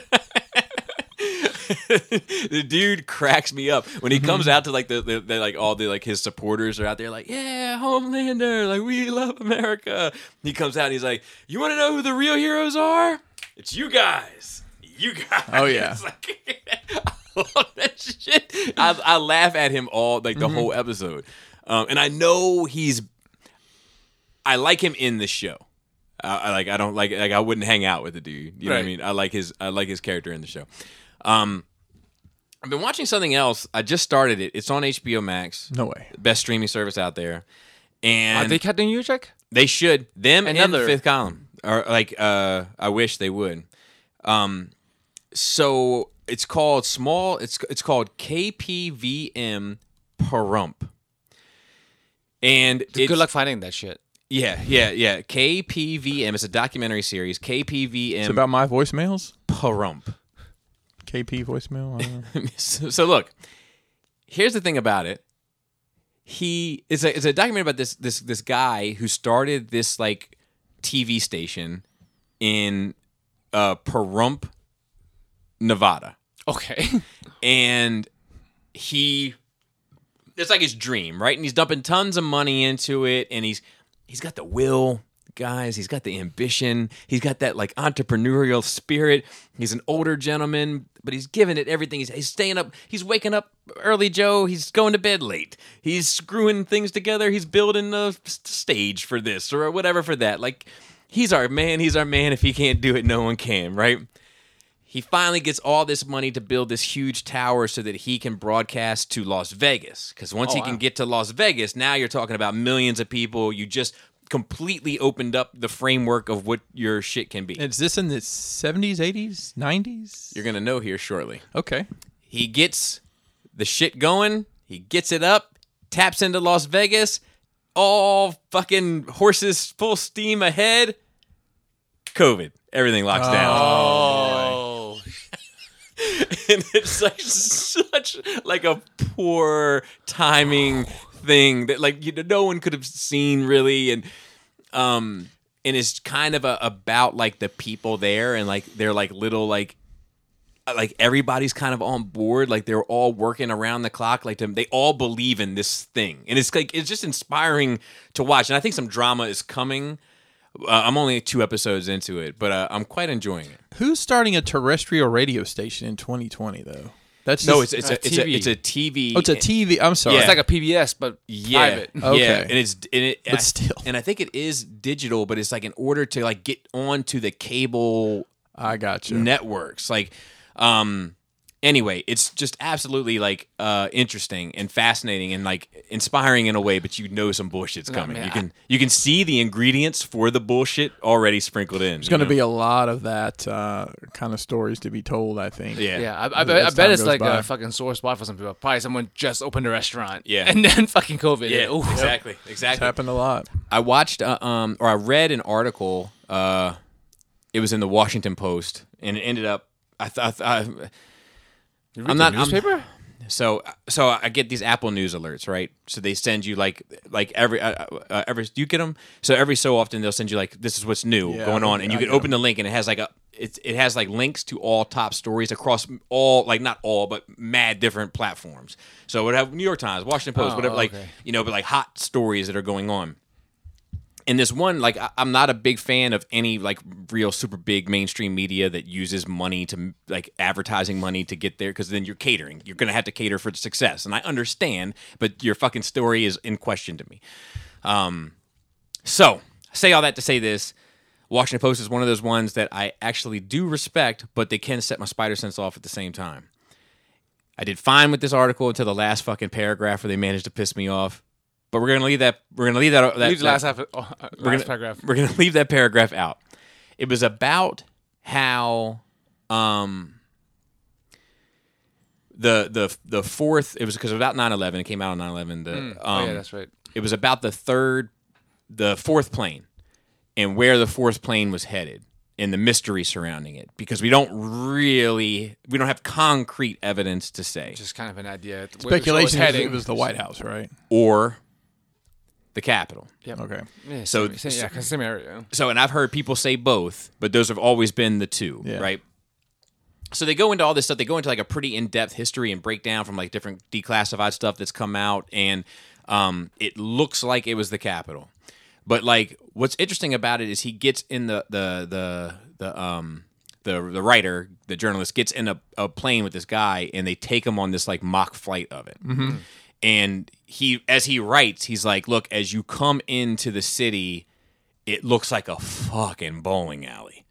Speaker 1: the dude cracks me up when he
Speaker 2: Mm-hmm.
Speaker 1: comes out to like the, the, the like all the like his supporters are out there like yeah homelander like we love america he comes out and he's like you want to know who the real heroes are it's you guys you guys
Speaker 2: Oh, yeah.
Speaker 1: like, I love that shit. I, I laugh at him all like the whole episode, um, and I know he's. I like him in the show. I, I like. I don't like. Like I wouldn't hang out with the dude. You know what I
Speaker 3: Right.
Speaker 1: mean? I like his. I like his character in the show. Um, I've been watching something else. I just started it. It's on HBO Max,
Speaker 2: no way.
Speaker 1: best streaming service out there,
Speaker 3: Are
Speaker 1: and
Speaker 3: they cutting you check?
Speaker 1: they should. Them
Speaker 3: Another-
Speaker 1: and Fifth Column. Or like uh I wish they would. Um so it's called small it's it's called KPVM Perump. And it's,
Speaker 3: Good luck finding that shit.
Speaker 1: Yeah, yeah, yeah. KPVM is a documentary series. KPVM
Speaker 2: It's about my voicemails.
Speaker 1: Perump.
Speaker 2: KP voicemail. I don't know.
Speaker 1: so, so look, here's the thing about it. He it's a it's a documentary about this this this guy who started this like TV station in uh Pahrump, Nevada.
Speaker 3: Okay.
Speaker 1: And he it's like his dream, right? And he's dumping tons of money into it and he's he's got the will, guys, he's got the ambition, he's got that like entrepreneurial spirit. He's an older gentleman, but he's giving it everything. He's, he's staying up, he's waking up early, Joe, he's going to bed late. He's screwing things together, he's building a s- stage for this or whatever for that. Like he's our man, he's our man. If he can't do it, no one can, right? He finally gets all this money to build this huge tower so that he can broadcast to Las Vegas. Because once he can get to Las Vegas, now you're talking about millions of people. You just completely opened up the framework of what your shit can be.
Speaker 2: Is this in the seventies, eighties, nineties?
Speaker 1: You're going to know here shortly.
Speaker 2: Okay.
Speaker 1: He gets the shit going, he gets it up, taps into Las Vegas, all fucking horses full steam ahead. COVID. Everything locks down.
Speaker 3: Oh.
Speaker 1: and it's like such like a poor timing thing that like you know, no one could have seen really and um and it's kind of a, about like the people there and like they're like little like uh, like everybody's kind of on board like they're all working around the clock like to, they all believe in this thing and it's like it's just inspiring to watch and i think some drama is coming uh, i'm only two episodes into it but uh, i'm quite enjoying it
Speaker 2: Who's starting a terrestrial radio station in 2020 though? That's
Speaker 1: No, it's
Speaker 2: just-
Speaker 1: it's
Speaker 3: Uh,
Speaker 1: a, it's a
Speaker 3: TV.
Speaker 1: it's a TV.
Speaker 2: oh, it's a TV. I'm sorry.
Speaker 1: Yeah.
Speaker 3: It's like a PBS, but
Speaker 1: yeah,
Speaker 3: private.
Speaker 2: Okay.
Speaker 1: yeah, and it's and it,
Speaker 2: But still.
Speaker 1: and I think it is digital, but it's like in order to like get onto the cable
Speaker 2: I got you.
Speaker 1: networks, like, um, Anyway, it's just absolutely like uh, interesting and fascinating and like inspiring in a way, but you know some bullshit's coming.
Speaker 3: man,
Speaker 1: you can you can see the ingredients for the bullshit already sprinkled in.
Speaker 2: There's going to be a lot of that uh, kind of stories to be told, I think.
Speaker 1: yeah.
Speaker 3: Yeah, I, I,
Speaker 2: As-
Speaker 3: bet- I
Speaker 2: as
Speaker 3: bet
Speaker 2: time
Speaker 3: it's
Speaker 2: goes
Speaker 3: like
Speaker 2: by.
Speaker 3: a fucking sore spot for some people. Probably someone just opened a restaurant.
Speaker 1: Yeah.
Speaker 3: And then fucking COVID.
Speaker 1: Yeah,
Speaker 3: hit. Ooh.
Speaker 1: exactly, exactly.
Speaker 2: Happened a lot.
Speaker 1: I watched uh, um or I read an article. Uh, it was in the Washington Post, and it ended up. I thought I,
Speaker 3: You read
Speaker 1: I'm
Speaker 3: the
Speaker 1: not- I'm-
Speaker 3: newspaper.
Speaker 1: so so I get these Apple News alerts, right? So they send you like like every uh, uh, every do you get them? So every so often they'll send you like this is what's new
Speaker 2: Yeah,
Speaker 1: going on, and
Speaker 2: I
Speaker 1: you can
Speaker 2: get 'em.
Speaker 1: open the link and it has like a it it has like links to all top stories across all like not all but mad different platforms. So it would have New York Times, Washington Post,
Speaker 3: Oh,
Speaker 1: whatever, like
Speaker 3: okay.
Speaker 1: you know, but like hot stories that are going on. And this one, like, I, I'm not a big fan of any like real super big mainstream media that uses money to like advertising money to get there because then you're catering. You're going to have to cater for the success. And I understand, but your fucking story is in question to me. Um, So, I say all that to say this Washington Post is one of those ones that I actually do respect, but they can set my spider sense off at the same time. I did fine with this article until the last fucking paragraph where they managed to piss me off. But we're gonna leave that. We're gonna leave that. that
Speaker 3: Read the
Speaker 1: that-
Speaker 3: last half. Of, oh, uh,
Speaker 1: we're
Speaker 3: last
Speaker 1: gonna,
Speaker 3: paragraph.
Speaker 1: We're gonna leave that paragraph out. It was about how um the the the fourth it was because about 9-11 it came out on 9-11 the um,
Speaker 3: oh yeah, that's right.
Speaker 1: it was about the third the fourth plane and where the fourth plane was headed and the mystery surrounding it because we don't really we don't have concrete evidence to say
Speaker 3: Just kind of an idea.
Speaker 2: Speculation is
Speaker 3: heading
Speaker 2: it was the White House, right?
Speaker 1: or the capital
Speaker 2: Okay.
Speaker 3: Yeah,
Speaker 1: So-
Speaker 3: same, same, yeah, same area.
Speaker 1: so and I've heard people say both, but those have always been the two,
Speaker 2: Yeah.
Speaker 1: right? So they go into all this stuff. They go into like a pretty in-depth history and breakdown from like different declassified stuff that's come out, and um, it looks like it was the Capitol. But like, what's interesting about it is he gets in the the the the um the the writer, the journalist gets in a, a plane with this guy, and they take him on this like mock flight of it. And he, as he writes, he's like, "Look, as you come into the city." it looks like a fucking bowling alley.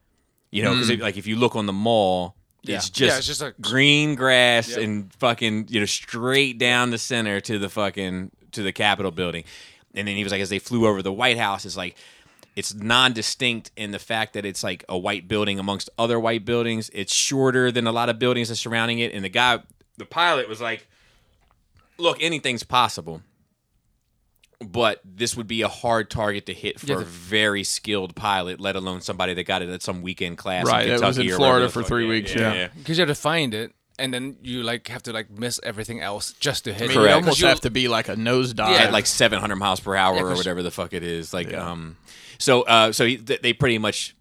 Speaker 1: You know, because like if you look on the mall, it's
Speaker 3: Hmm. Yeah,
Speaker 1: just
Speaker 3: it's just a-
Speaker 1: green grass and fucking you know straight down the center to the fucking to the Capitol building. And then he was like, as they flew over the White House, it's like it's non-distinct in the fact that it's like a white building amongst other white buildings. It's shorter than a lot of buildings that's surrounding it. And the guy, the pilot, was like, "Look, anything's possible." but this would be a hard target to hit for a very skilled pilot, let alone somebody that got it at some weekend class.
Speaker 2: Right.
Speaker 1: in
Speaker 2: It was
Speaker 1: Kentucky
Speaker 2: in
Speaker 1: or
Speaker 2: Florida
Speaker 1: wherever the
Speaker 2: for
Speaker 1: fuck-
Speaker 2: three weeks. Yeah.
Speaker 3: Because you have to find it, and then you like have to like miss everything else just to hit.
Speaker 2: I mean,
Speaker 3: it.
Speaker 2: you
Speaker 1: Correct.
Speaker 2: almost
Speaker 3: You-
Speaker 2: have to be like a nosedive.
Speaker 3: Yeah.
Speaker 1: At like 700 miles per hour or
Speaker 3: 'cause-
Speaker 1: whatever the fuck it is. Like, um, so, uh, so he- th- they pretty much,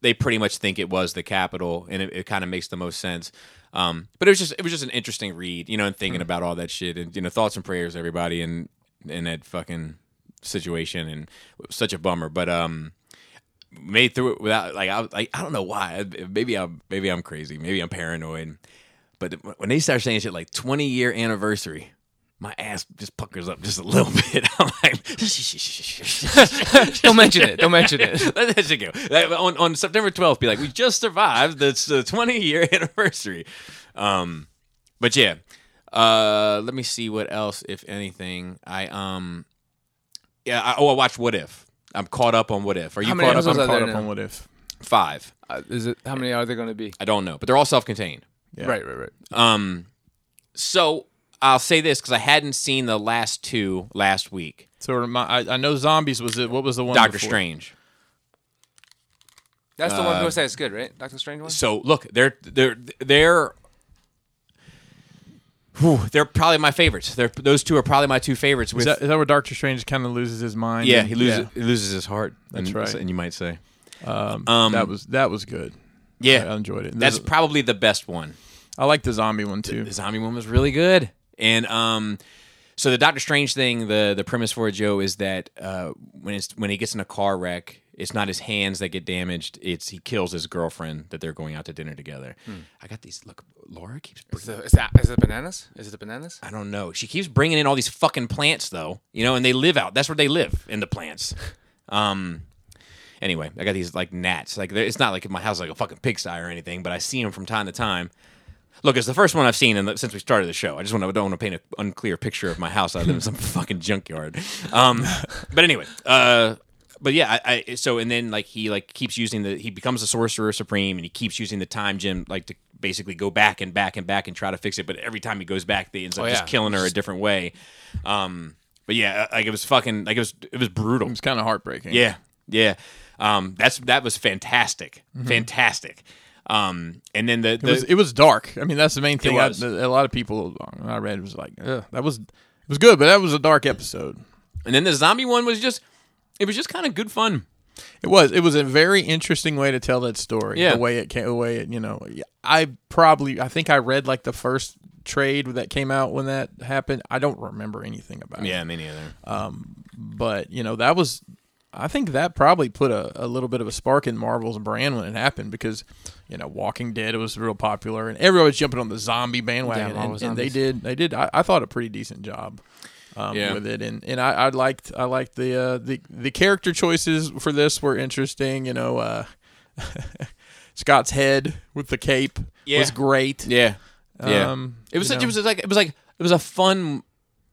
Speaker 1: they pretty much think it was the capital, and it, it kind of makes the most sense. Um, but it was just, it was just an interesting read, you know, and thinking about all that shit, and you know, thoughts and prayers, everybody, and in that fucking situation, and it was such a bummer. But um, made through it without like I, was- like I don't know why. Maybe I'm maybe I'm crazy. Maybe I'm paranoid. But when they start saying shit like 20 year anniversary, my ass just puckers up just a little bit. I'm like,
Speaker 3: Don't mention it. Don't mention it.
Speaker 1: let that shit go. Like, on, on September 12th, be like, we just survived the, the 20 year anniversary. Um, but yeah, uh, let me see what else, if anything. I um, yeah. I, oh, I watched What If. I'm caught up on What If. Are you
Speaker 3: How many
Speaker 1: caught up
Speaker 2: I'm
Speaker 1: on
Speaker 3: episodes
Speaker 2: caught
Speaker 3: are there
Speaker 2: up
Speaker 3: now?
Speaker 2: on what if.
Speaker 1: five?
Speaker 3: Uh, is it how many are there going to be?
Speaker 1: I don't know, but they're all self-contained.
Speaker 2: Yeah.
Speaker 3: Right, right, right.
Speaker 1: Um, so I'll say this because I hadn't seen the last two last week.
Speaker 2: So remi- I, I know zombies was it. What was the one?
Speaker 1: Doctor
Speaker 2: before?
Speaker 1: Strange.
Speaker 3: That's the
Speaker 2: Uh,
Speaker 3: one who said it's good, right? Doctor Strange one.
Speaker 1: So look, they're they're they're. Whew, they're probably my favorites. They're, those two are probably my two favorites. With
Speaker 2: Is that, is that where Doctor Strange kind of loses his mind?
Speaker 1: yeah,
Speaker 2: And-
Speaker 1: he loses he loses his heart. That's and,
Speaker 2: right.
Speaker 1: And you might say,
Speaker 2: Um, that was that was good.
Speaker 1: yeah,
Speaker 2: I enjoyed it.
Speaker 1: That's
Speaker 2: There's-
Speaker 1: probably the best one.
Speaker 2: I like the zombie one too.
Speaker 1: The zombie one was really good. And um, so the Doctor Strange thing, the the premise for it, Joe, is that uh, when it's when he gets in a car wreck, it's not his hands that get damaged. It's he kills his girlfriend that they're going out to dinner together. I got these. Look, Laura keeps. bringing-
Speaker 3: So is that is it bananas? Is it the bananas?
Speaker 1: I don't know. She keeps bringing in all these fucking plants, though. You know, and they live out. That's where they live in the plants. Um. Anyway, I got these like gnats. Like they're- it's not like my house is like a fucking pigsty or anything, but I see them from time to time. Look, it's the first one I've seen in the, since we started the show. I just want to don't want to paint an unclear picture of my house. I live in some fucking junkyard. Um, but anyway, uh, but yeah, I, I so and then like he like keeps using the he becomes a sorcerer supreme and he keeps using the time gem like to basically go back and back and back and try to fix it. But every time he goes back, they ends up
Speaker 3: Oh,
Speaker 1: just
Speaker 3: yeah.
Speaker 1: killing her a different way. Um, but yeah, like it was fucking like it was it was brutal.
Speaker 2: It's kind of heartbreaking.
Speaker 1: Yeah, yeah. Um, that's that was fantastic, fantastic. Um, and then the,
Speaker 2: Mm-hmm. It
Speaker 1: the
Speaker 2: was, it was dark. I mean, that's the main thing. I,
Speaker 1: was.
Speaker 2: a lot of people I read was like, Ugh, that was it was good, but that was a dark episode.
Speaker 1: and then the zombie one was just it was just kind of good fun.
Speaker 2: It was. It was a very interesting way to tell that story.
Speaker 1: Yeah.
Speaker 2: The way it came, the way it, you know, I probably, I think I read like the first trade that came out when that happened. I don't remember anything about it.
Speaker 1: Yeah, me neither.
Speaker 2: But, you know, that was, I think that probably put a, a little bit of a spark in Marvel's brand when it happened because, you know, Walking Dead was real popular and everyone was jumping on the zombie bandwagon.
Speaker 3: Yeah, Marvel
Speaker 2: and, and they
Speaker 3: zombies.
Speaker 2: did, they did, I, I thought a pretty decent job. Um,
Speaker 1: Yeah.
Speaker 2: with it and and I, I liked I liked the uh, the the character choices for this were interesting you know uh, Scott's head with the cape
Speaker 1: Yeah.
Speaker 2: was great.
Speaker 1: yeah, yeah.
Speaker 2: Um,
Speaker 1: it was
Speaker 2: you
Speaker 1: such,
Speaker 2: know.
Speaker 1: it was like it was like it was a fun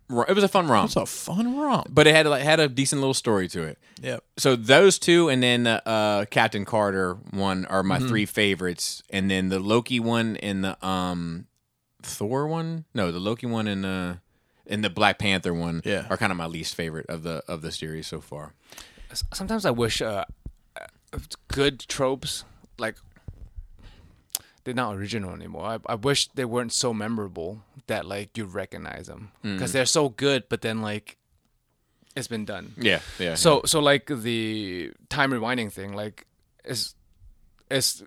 Speaker 1: ro- it was a fun romp,
Speaker 2: It's a fun romp.
Speaker 1: but it had like had a decent little story to it.
Speaker 2: Yep.
Speaker 1: So those two, and then uh, uh, Captain Carter one are my three favorites, and then the Loki one and the um Thor one. No, the Loki one and uh and the Black Panther one
Speaker 2: Yeah.
Speaker 1: are kind of my least favorite of the of the series so far.
Speaker 3: S- Sometimes I wish uh, uh, good tropes like they're not original anymore. I, I wish they weren't so memorable that like you recognize them
Speaker 1: Mm.
Speaker 3: because they're so good, but then like it's been done.
Speaker 1: Yeah, yeah.
Speaker 3: So so like the time rewinding thing like is is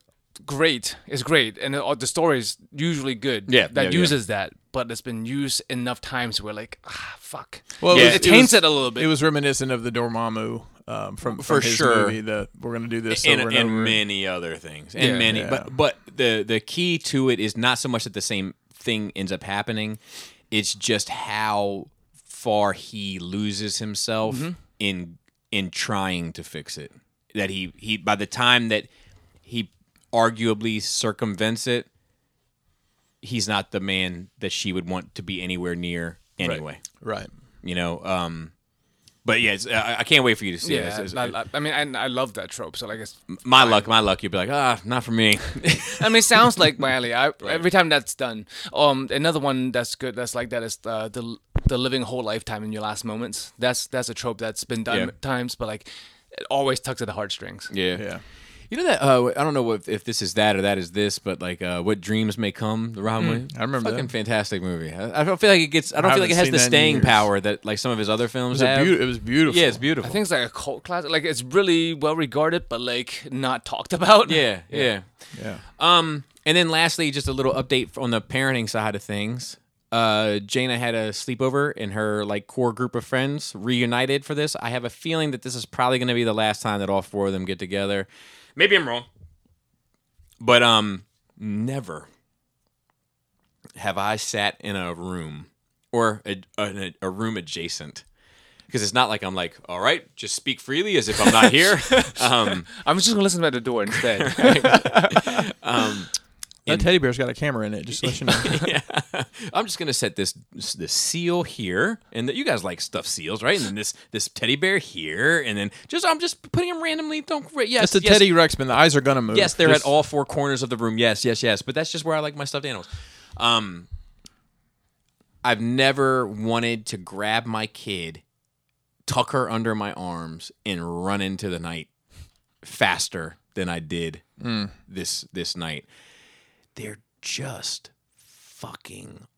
Speaker 3: great. It's great, and all the story is usually good.
Speaker 1: Yeah,
Speaker 3: that
Speaker 1: yeah, yeah.
Speaker 3: uses that, but it's been used enough times where like ah fuck.
Speaker 2: Well,
Speaker 1: Yeah.
Speaker 3: it,
Speaker 1: was-
Speaker 3: taints it, a little bit.
Speaker 2: It was reminiscent of the Dormammu um, from, from
Speaker 1: For
Speaker 2: his
Speaker 1: sure.
Speaker 2: movie. The we're gonna do this
Speaker 1: and,
Speaker 2: over and,
Speaker 1: and
Speaker 2: over.
Speaker 1: many other things and
Speaker 3: Yeah.
Speaker 1: many
Speaker 2: Yeah.
Speaker 1: but but the the key to it is not so much that the same thing ends up happening it's just how far he loses himself
Speaker 2: Mm-hmm.
Speaker 1: in in trying to fix it that he he by the time that he arguably circumvents it he's not the man that she would want to be anywhere near anyway
Speaker 2: right.
Speaker 1: you know um but yeah, it's, I, I can't wait for you to see
Speaker 3: Yeah,
Speaker 1: it. It's- it's-
Speaker 3: I, I- I mean, and I love that trope. So like, it's,
Speaker 1: my luck, my luck. You'd be like, ah, not for me.
Speaker 3: I mean, it sounds like my alley. I, Every time that's done, um, another one that's good, that's like that is uh, the the living a whole lifetime in your last moments. That's that's a trope that's been done
Speaker 1: Yeah.
Speaker 3: times, but like, it always tugs at the heartstrings.
Speaker 1: Yeah.
Speaker 2: Yeah.
Speaker 1: You know that uh, I don't know if, if this is that or that is this, but like uh, what dreams may come, the Robin Williams.
Speaker 2: Hmm. I remember
Speaker 1: fucking
Speaker 2: that.
Speaker 1: fantastic movie. I, I don't feel like it gets. I don't
Speaker 2: I
Speaker 1: feel like it has
Speaker 2: haven't
Speaker 1: the
Speaker 2: seen that in
Speaker 1: staying
Speaker 2: years.
Speaker 1: power that like some of his other films
Speaker 2: It was, a
Speaker 1: have.
Speaker 2: beau- it was beautiful.
Speaker 1: yeah, it's beautiful.
Speaker 3: I think it's like a cult classic. Like it's really well regarded, but like not talked about.
Speaker 1: yeah, yeah,
Speaker 2: Yeah.
Speaker 1: Um, and then lastly, just a little update on the parenting side of things. Uh, Jaina had a sleepover, and her like core group of friends reunited for this. I have a feeling that this is probably going to be the last time that all four of them get together. Maybe I'm wrong, but um, never have I sat in a room or a, a, a room adjacent because it's not like I'm like, all right, just speak freely as if I'm not here. um,
Speaker 3: I'm just gonna listen at the door instead.
Speaker 2: That teddy bear's got a camera in it. Just to let you know.
Speaker 1: yeah. I'm just gonna set this this seal here, and that you guys like stuff seals, right? And then this this teddy bear here, and then just I'm just putting them randomly. Don't yes,
Speaker 2: That's the
Speaker 1: yes,
Speaker 2: Teddy Rexman. The eyes are gonna move.
Speaker 1: Yes, they're
Speaker 2: Just-
Speaker 1: at all four corners of the room. Yes, yes, yes. But that's just where I like my stuffed animals. Um, I've never wanted to grab my kid, tuck her under my arms, and run into the night faster than I did
Speaker 2: Hmm.
Speaker 1: this this night. They're just fucking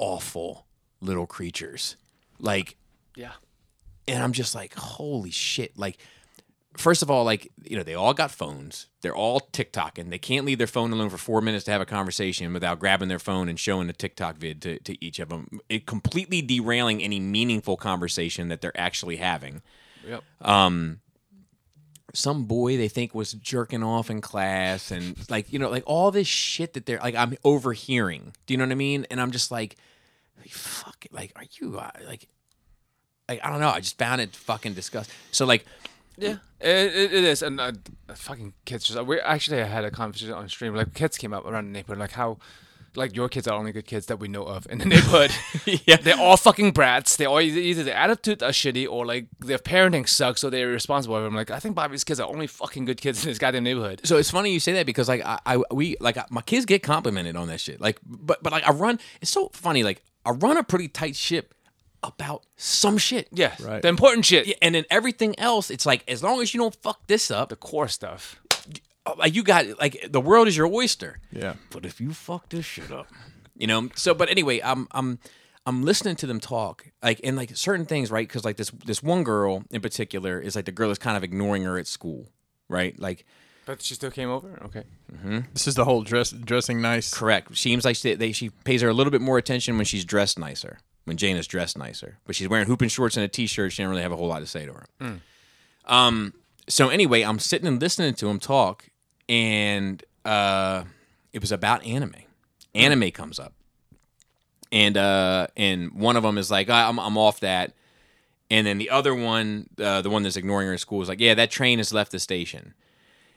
Speaker 1: awful little creatures. Like
Speaker 3: yeah.
Speaker 1: and I'm just like, holy shit! Like, first of all, like you know, they all got phones. They're all TikTok, and they can't leave their phone alone for four minutes to have a conversation without grabbing their phone and showing a TikTok vid to, to each of them. It completely derailing any meaningful conversation that they're actually having Um,
Speaker 3: Yep.
Speaker 1: some boy they think was jerking off in class and like you know like all this shit that they're like i'm overhearing do you know what i mean and i'm just like fuck it like are you uh, like like i don't know i just found it fucking disgusting so like
Speaker 3: Yeah, it, it, it is, and uh, fucking kids. Just we actually had a conversation on stream. Like kids came up around the neighborhood, like how like your kids are only good kids that we know of in the neighborhood.
Speaker 1: Yeah.
Speaker 3: They're all fucking brats. They all either their attitude are shitty or like their parenting sucks, so they're irresponsible. I'm like, I think Bobby's kids are only fucking good kids in this goddamn neighborhood.
Speaker 1: So it's funny you say that because like I, I we like my kids get complimented on that shit. Like but but like I run it's so funny like I run a pretty tight ship about some shit.
Speaker 3: Yeah,
Speaker 2: Right.
Speaker 3: the important shit,
Speaker 1: Yeah, and then everything else it's like as long as you don't fuck this up, uh,
Speaker 3: the core stuff.
Speaker 1: like you got like the world is your oyster.
Speaker 2: Yeah.
Speaker 1: But if you fuck this shit up, you know. So, but anyway, I'm I'm I'm listening to them talk, like and like certain things, right? Because like this this one girl in particular is like the girl is kind of ignoring her at school, right? Like
Speaker 3: But she still came over. Okay.
Speaker 2: This is the whole dress dressing nice.
Speaker 1: correct. Seems like she, they, she pays her a little bit more attention when she's dressed nicer, when Jane is dressed nicer. But she's wearing hooping shorts and a t-shirt. She didn't really have a whole lot to say to her. Um. So anyway, I'm sitting and listening to him talk, and uh, it was about anime. Anime comes up, and uh, and one of them is like, "I- I'm I'm off that. And then the other one, uh, the one that's ignoring her at school, is like, "Yeah, that train has left the station."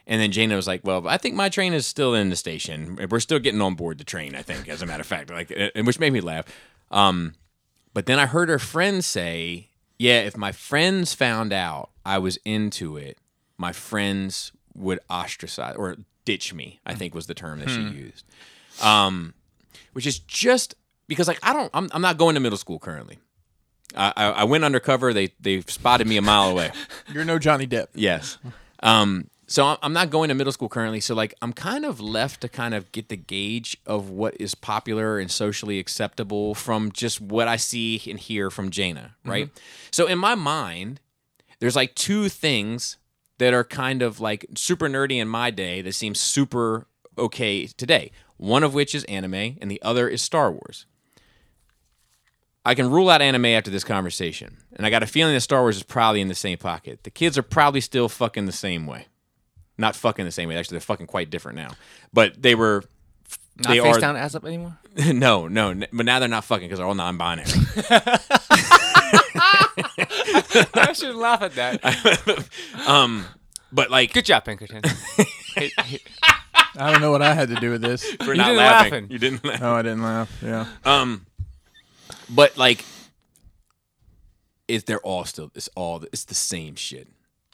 Speaker 1: And then Jana was like, "Well, I think my train is still in the station. We're still getting on board the train. I think, as a matter of fact, like, uh, and which made me laugh. Um, but then I heard her friend say, "Yeah, if my friends found out I was into it, my friends would ostracize or ditch me." I think was the term that she used, um, which is just because, like, I don't, I'm, I'm not going to middle school currently. I, I, I went undercover. They they spotted me a mile away.
Speaker 2: You're no Johnny Depp.
Speaker 1: Yes. Um, so I'm- I'm not going to middle school currently. So like I'm kind of left to kind of get the gauge of what is popular and socially acceptable from just what I see and hear from Jaina, right? So in my mind, there's like two things that are kind of like super nerdy in my day that seem super okay today. One of which is anime, and the other is Star Wars. I can rule out anime after this conversation, and I got a feeling that Star Wars is probably in the same pocket. The kids are probably still fucking the same way, not fucking the same way. Actually, they're fucking quite different now, but they were.
Speaker 3: Not
Speaker 1: they
Speaker 3: face
Speaker 1: are
Speaker 3: down, ass up anymore.
Speaker 1: no, no, n- but now they're not fucking because they're all non-binary.
Speaker 3: I should laugh at that.
Speaker 1: but like,
Speaker 3: Good job, Pinkerton.
Speaker 2: I don't know what I had to do with this.
Speaker 1: we're not
Speaker 3: didn't
Speaker 1: laughing.
Speaker 3: laughing.
Speaker 1: You didn't laugh.
Speaker 2: No, I didn't laugh. Yeah.
Speaker 1: Um, But like, is they're all still? It's all. It's the same shit.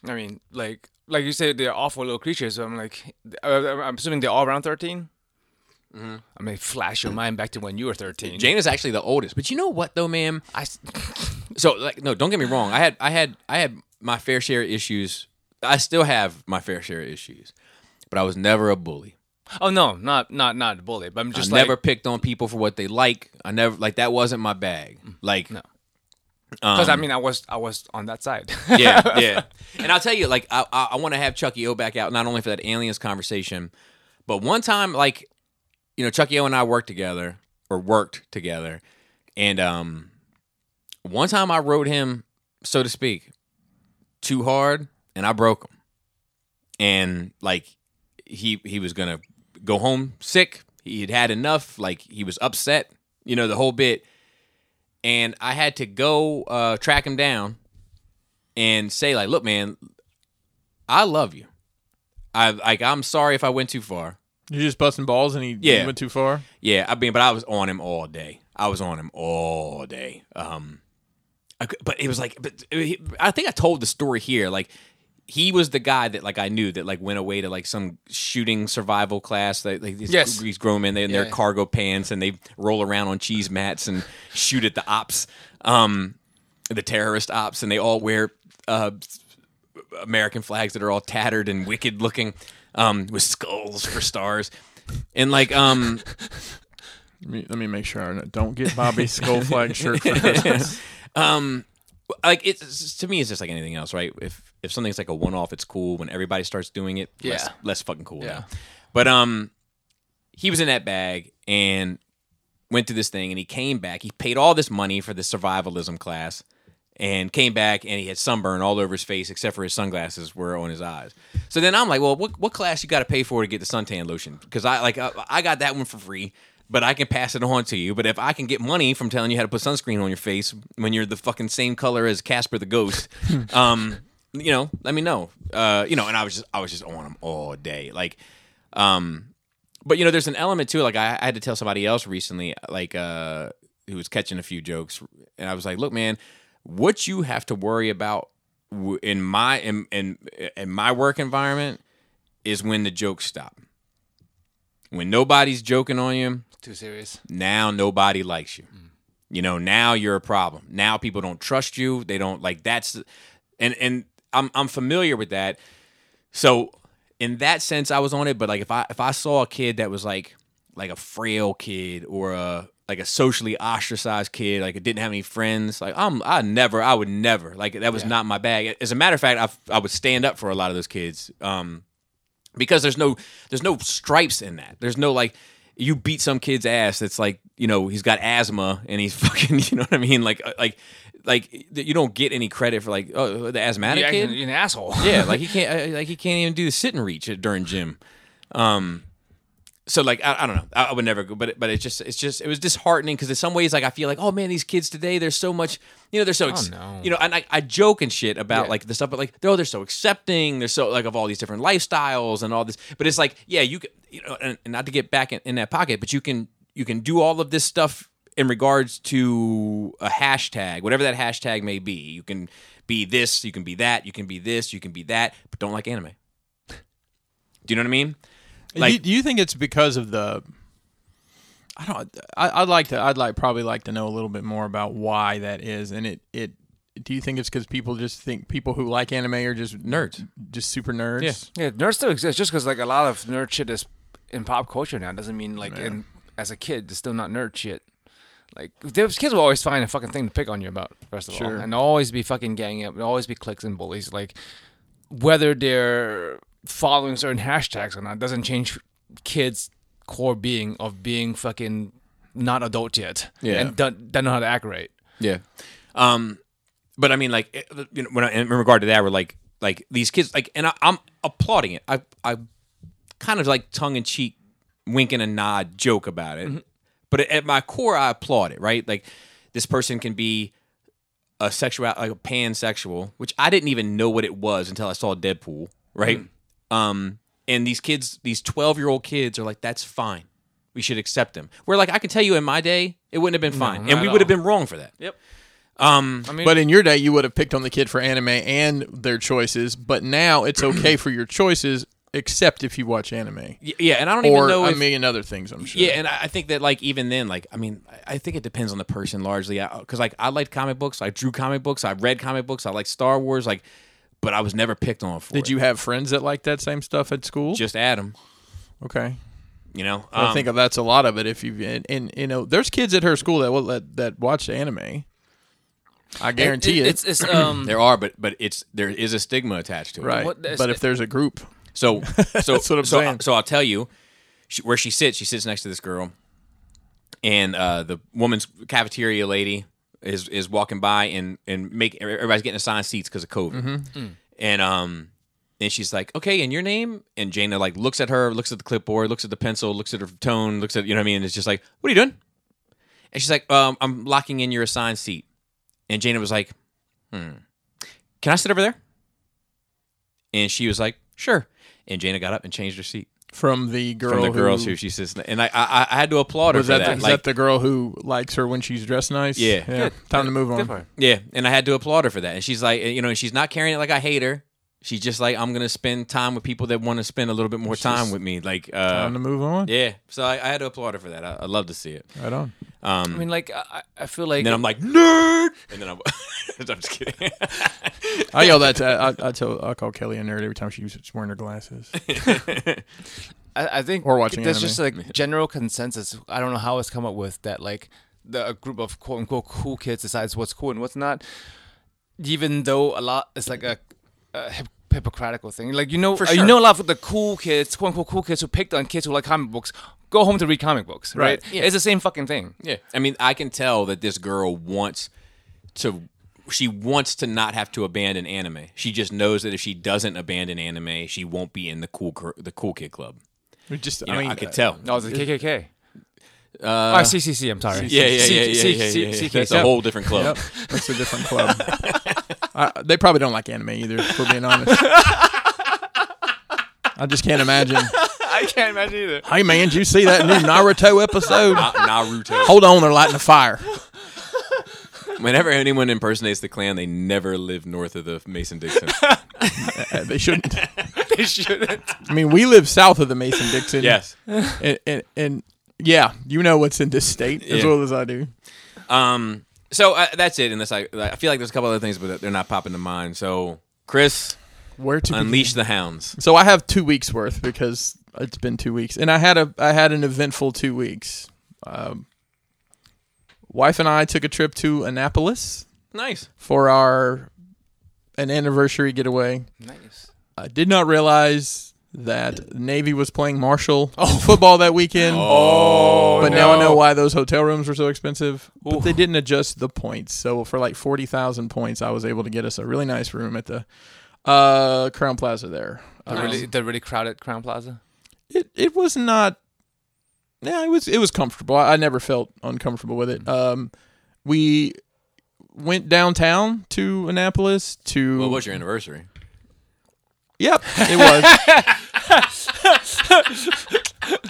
Speaker 3: I mean, like, like you said, they're awful little creatures. So I'm like, uh, I'm assuming they're all around 13. I mean, flash your mind back to when you were 13.
Speaker 1: Mm-hmm. Jane is actually the oldest, but you know what though, ma'am?
Speaker 3: I s-
Speaker 1: So like, no, don't get me wrong. I had, I had, I had my fair share of issues. I still have my fair share of issues, but I was never a bully.
Speaker 3: oh no, not not not a bullet, but I'm just
Speaker 1: I
Speaker 3: like,
Speaker 1: never picked on people for what they like. I never like that wasn't my bag. Like um,
Speaker 3: because Mm, I mean, I was I was on that side.
Speaker 1: yeah, yeah. And I'll tell you, like, I I, I want to have Chucky O back out not only for that aliens conversation, but one time, like, you know, Chucky O and I worked together or worked together, and um, one time I rode him, so to speak, too hard, and I broke him, and like, he he was gonna go home sick. He had had enough. Like, he was upset. You know, the whole bit. And I had to go uh, track him down and say like, "Look, man, I love you. I like I'm sorry if I went too far.
Speaker 2: You're just busting balls and he, he
Speaker 1: Yeah.
Speaker 2: went too far?
Speaker 1: Yeah, I mean, but I was on him all day. I was on him all day. Um, I cou- but it was like, but uh, he- I think I told the story here. Like, he was the guy that like I knew that like went away to like some shooting survival class. Like, like these,
Speaker 3: Yes.
Speaker 1: these grown men, they in their
Speaker 3: Yeah.
Speaker 1: cargo pants and they roll around on cheese mats and shoot at the ops, um, the terrorist ops, and they all wear uh, American flags that are all tattered and wicked looking, um, with skulls for stars. And like um
Speaker 2: Let me, let me make sure. I Don't get Bobby's skull flag shirt for Christmas.
Speaker 1: um like it's to me it's just like anything else right if if something's like a one-off it's cool when everybody starts doing it less,
Speaker 3: Yeah.
Speaker 1: less fucking cool
Speaker 3: Yeah.
Speaker 1: now. but um he was in that bag and went through this thing and he came back he paid all this money for the survivalism class and came back and he had sunburn all over his face except for his sunglasses were on his eyes so then i'm like well what, what class you got to pay for to get the suntan lotion because i like I, I got that one for free but i can pass it on to you but if i can get money from telling you how to put sunscreen on your face when you're the fucking same color as casper the ghost um you know let me know uh you know and i was just i was just on him all day like um but you know, there's an element too. Like I, I had to tell somebody else recently, like uh, who was catching a few jokes, and I was like, "Look, man, what you have to worry about w- in my in in, in my work environment is when the jokes stop. When nobody's joking on you,
Speaker 3: Too serious.
Speaker 1: now nobody likes you. You know, now you're a problem. Now people don't trust you. They don't like that's and and I'm I'm familiar with that. So in that sense I was on it, but like if I if I saw a kid that was like like a frail kid or a like a socially ostracized kid, like it didn't have any friends, like I'm I never I would never like that was not my bag. As a matter of fact, I I would stand up for a lot of those kids. Um because there's no there's no stripes in that. There's no like you beat some kid's ass that's like you know he's got asthma and he's fucking you know what I mean like uh, like like th- you don't get any credit for like oh the asthmatic
Speaker 3: You're
Speaker 1: kid
Speaker 3: acting- you're an asshole.
Speaker 1: yeah like he can't uh, like he can't even do the sit and reach at- during gym um so like I, I don't know I, I would never go but it- but it's just it's just it was disheartening because in some ways like I feel like oh man these kids today they're so much you know they're so ex-
Speaker 3: no.
Speaker 1: you know and I, I joke and shit about like the stuff but like oh they're so accepting they're so like of all these different lifestyles and all this but it's like yeah you can you know and, and not to get back in, in that pocket but you can you can do all of this stuff in regards to a hashtag whatever that hashtag may be you can be this you can be that you can be this you can be that but don't like anime do you know what I mean? Like-
Speaker 2: do, you, do you think it's because of the? I don't. I, I'd like to. I'd like probably like to know a little bit more about why that is. And it it. Do you think it's because people just think people who like anime are just
Speaker 1: Nerds.
Speaker 2: just super nerds?
Speaker 1: Yeah.
Speaker 3: Yeah, nerd still exists just because like a lot of nerd shit is in pop culture now doesn't mean like in, as a kid it's still not nerd shit. Like those kids will always find a fucking thing to pick on you about first of all,
Speaker 2: Sure.
Speaker 3: and they'll always be fucking ganging up, they'll always be cliques and bullies. Like whether they're following certain hashtags or not doesn't change kids' core being of being fucking not adult yet
Speaker 1: Yeah.
Speaker 3: and don't, don't know how to act right.
Speaker 1: Yeah. Um, but I mean, like, it- you know, when I, in regard to that, we're like, like these kids, like, and I, I'm applauding it. I, I kind of like tongue in cheek, wink and a nod joke about it.
Speaker 3: Mm-hmm.
Speaker 1: But at my core, I applaud it, right? Like, this person can be a sexual, like a pansexual, which I didn't even know what it was until I saw Deadpool, right?
Speaker 3: Mm-hmm.
Speaker 1: Um, and these kids, these 12 year old kids are like, that's fine. We should accept them. We're like, I can tell you in my day, it wouldn't have been fine. and
Speaker 3: not
Speaker 1: we
Speaker 3: at
Speaker 1: would have
Speaker 3: all.
Speaker 1: been wrong for that.
Speaker 2: But in your day, you would have picked on the kid for anime and their choices. But now it's okay for your choices, except if you watch anime
Speaker 1: Y- Yeah, and I don't even
Speaker 2: or
Speaker 1: know
Speaker 2: a
Speaker 1: if
Speaker 2: million other things. I'm sure.
Speaker 1: yeah, and I I think that like even then, like I mean, I- I think it depends on the person largely. Because like I liked comic books, I drew comic books, I read comic books, I like Star Wars, like, but I was never picked on for
Speaker 2: Did
Speaker 1: it.
Speaker 2: you have friends that liked that same stuff at school?
Speaker 1: Just Adam,
Speaker 2: okay.
Speaker 1: you know.
Speaker 2: I
Speaker 1: Um,
Speaker 2: think that's a lot of it. If you and, and you know, there's kids at her school that will that, that watch anime. I guarantee it.
Speaker 3: It's it's um
Speaker 1: there are, but but it's there is a stigma attached to it,
Speaker 2: right.
Speaker 3: what-
Speaker 2: but if there's a group,
Speaker 1: So so
Speaker 2: That's what I'm
Speaker 1: so,
Speaker 2: saying.
Speaker 1: so I'll tell you she, where she sits. She sits next to this girl, and uh, the woman's cafeteria lady is is walking by and and make everybody's getting assigned seats because of COVID.
Speaker 2: Mm-hmm.
Speaker 1: Mm. And um and she's like, "Okay, and your name?" And Jana like looks at her, looks at the clipboard, looks at the pencil, looks at her tone, looks at you know what I mean. And it's just like, "What are you doing?" And she's like, um, "I'm locking in your assigned seat." And Jana was like, "Hmm, can I sit over there?" And she was like, "Sure." And Jana got up and changed her seat
Speaker 2: from the girl
Speaker 1: from the girls who
Speaker 2: who
Speaker 1: she sits. And I, I, I had to applaud her
Speaker 2: was
Speaker 1: for
Speaker 2: that,
Speaker 1: that.
Speaker 2: the, is that the girl who likes her when she's dressed nice?
Speaker 1: Yeah.
Speaker 2: yeah. Time to move on.
Speaker 3: for her.
Speaker 1: Yeah, and I had to applaud her for that. And she's like, you know, and she's not carrying it like I hate her. She's just like, I'm gonna spend time with people that want to spend a little bit more time with me. Like, uh,
Speaker 2: Time to move on.
Speaker 1: yeah. So I, I had to applaud her for that. I, I love to see it.
Speaker 2: Right on.
Speaker 3: I mean like I, I feel like
Speaker 1: And then I'm like, nerd. And then I'm, I'm just kidding.
Speaker 2: I yell that. To, I, I tell. I call Kelly a nerd every time she's wearing her glasses.
Speaker 3: I, I think
Speaker 2: Or watching
Speaker 3: there's
Speaker 2: anime.
Speaker 3: just like general consensus. I don't know how it's come up with that like the a group of quote unquote cool kids decides what's cool and what's not, even though a lot it's like a, a hip, hypocritical thing. Like you know, uh, you
Speaker 1: sure.
Speaker 3: know a lot of the cool kids, quote unquote cool kids who picked on kids who like comic books. Go home to read comic books, right?
Speaker 1: Right. Yeah.
Speaker 3: It's the same fucking thing.
Speaker 1: yeah. I mean, I can tell that this girl wants to. She wants to not have to abandon anime. She just knows that if she doesn't abandon anime, she won't be in the cool cur- the cool kid club.
Speaker 2: We just.
Speaker 1: You know,
Speaker 2: I
Speaker 1: I,
Speaker 2: mean, uh,
Speaker 1: could tell.
Speaker 3: No, Oh, it's the KKK. Uh, oh, CCC. I'm sorry.
Speaker 1: Yeah, yeah, yeah, yeah,
Speaker 3: C-
Speaker 1: yeah,
Speaker 3: C-
Speaker 1: yeah, yeah.
Speaker 3: CKK.
Speaker 1: That's a whole different club.
Speaker 2: Yep, that's a different club. I, they probably don't like anime either. If we're being honest. I just can't imagine.
Speaker 3: I can't imagine either.
Speaker 2: Hey man, did you see that new Naruto episode?
Speaker 1: Na- Naruto.
Speaker 2: Hold on, they're lighting a fire.
Speaker 1: Whenever anyone impersonates the Klan, they never live north of the Mason Dixon.
Speaker 2: Uh, They shouldn't.
Speaker 3: They shouldn't.
Speaker 2: I mean, we live south of the Mason Dixon.
Speaker 1: yes.
Speaker 2: and, and and yeah, you know what's in this state as
Speaker 1: Yeah.
Speaker 2: well as I do.
Speaker 1: Um. So uh, that's it. Unless I, I feel like there's a couple other things, but they're not popping to mind. So Chris,
Speaker 2: Where to begin?
Speaker 1: unleash the hounds.
Speaker 2: So I have two weeks worth because it's been two weeks, and I had a I had an eventful two weeks. Um, wife and I took a trip to Annapolis
Speaker 1: Nice.
Speaker 2: for our an anniversary getaway.
Speaker 3: Nice.
Speaker 2: I did not realize that Navy was playing Marshall football that weekend.
Speaker 1: Oh,
Speaker 2: but now I know why those hotel rooms were so expensive. But they
Speaker 3: Oof.
Speaker 2: didn't adjust the points. So for like forty thousand points, I was able to get us a really nice room at the uh, Crown Plaza there.
Speaker 3: The
Speaker 2: Um,
Speaker 3: really, the really crowded Crown Plaza.
Speaker 2: it it was not. Yeah, it was it was comfortable. I, I never felt uncomfortable with
Speaker 3: Mm.
Speaker 2: it. Um, we went downtown to Annapolis to.
Speaker 1: Well, what's your anniversary?
Speaker 2: Yep, it was.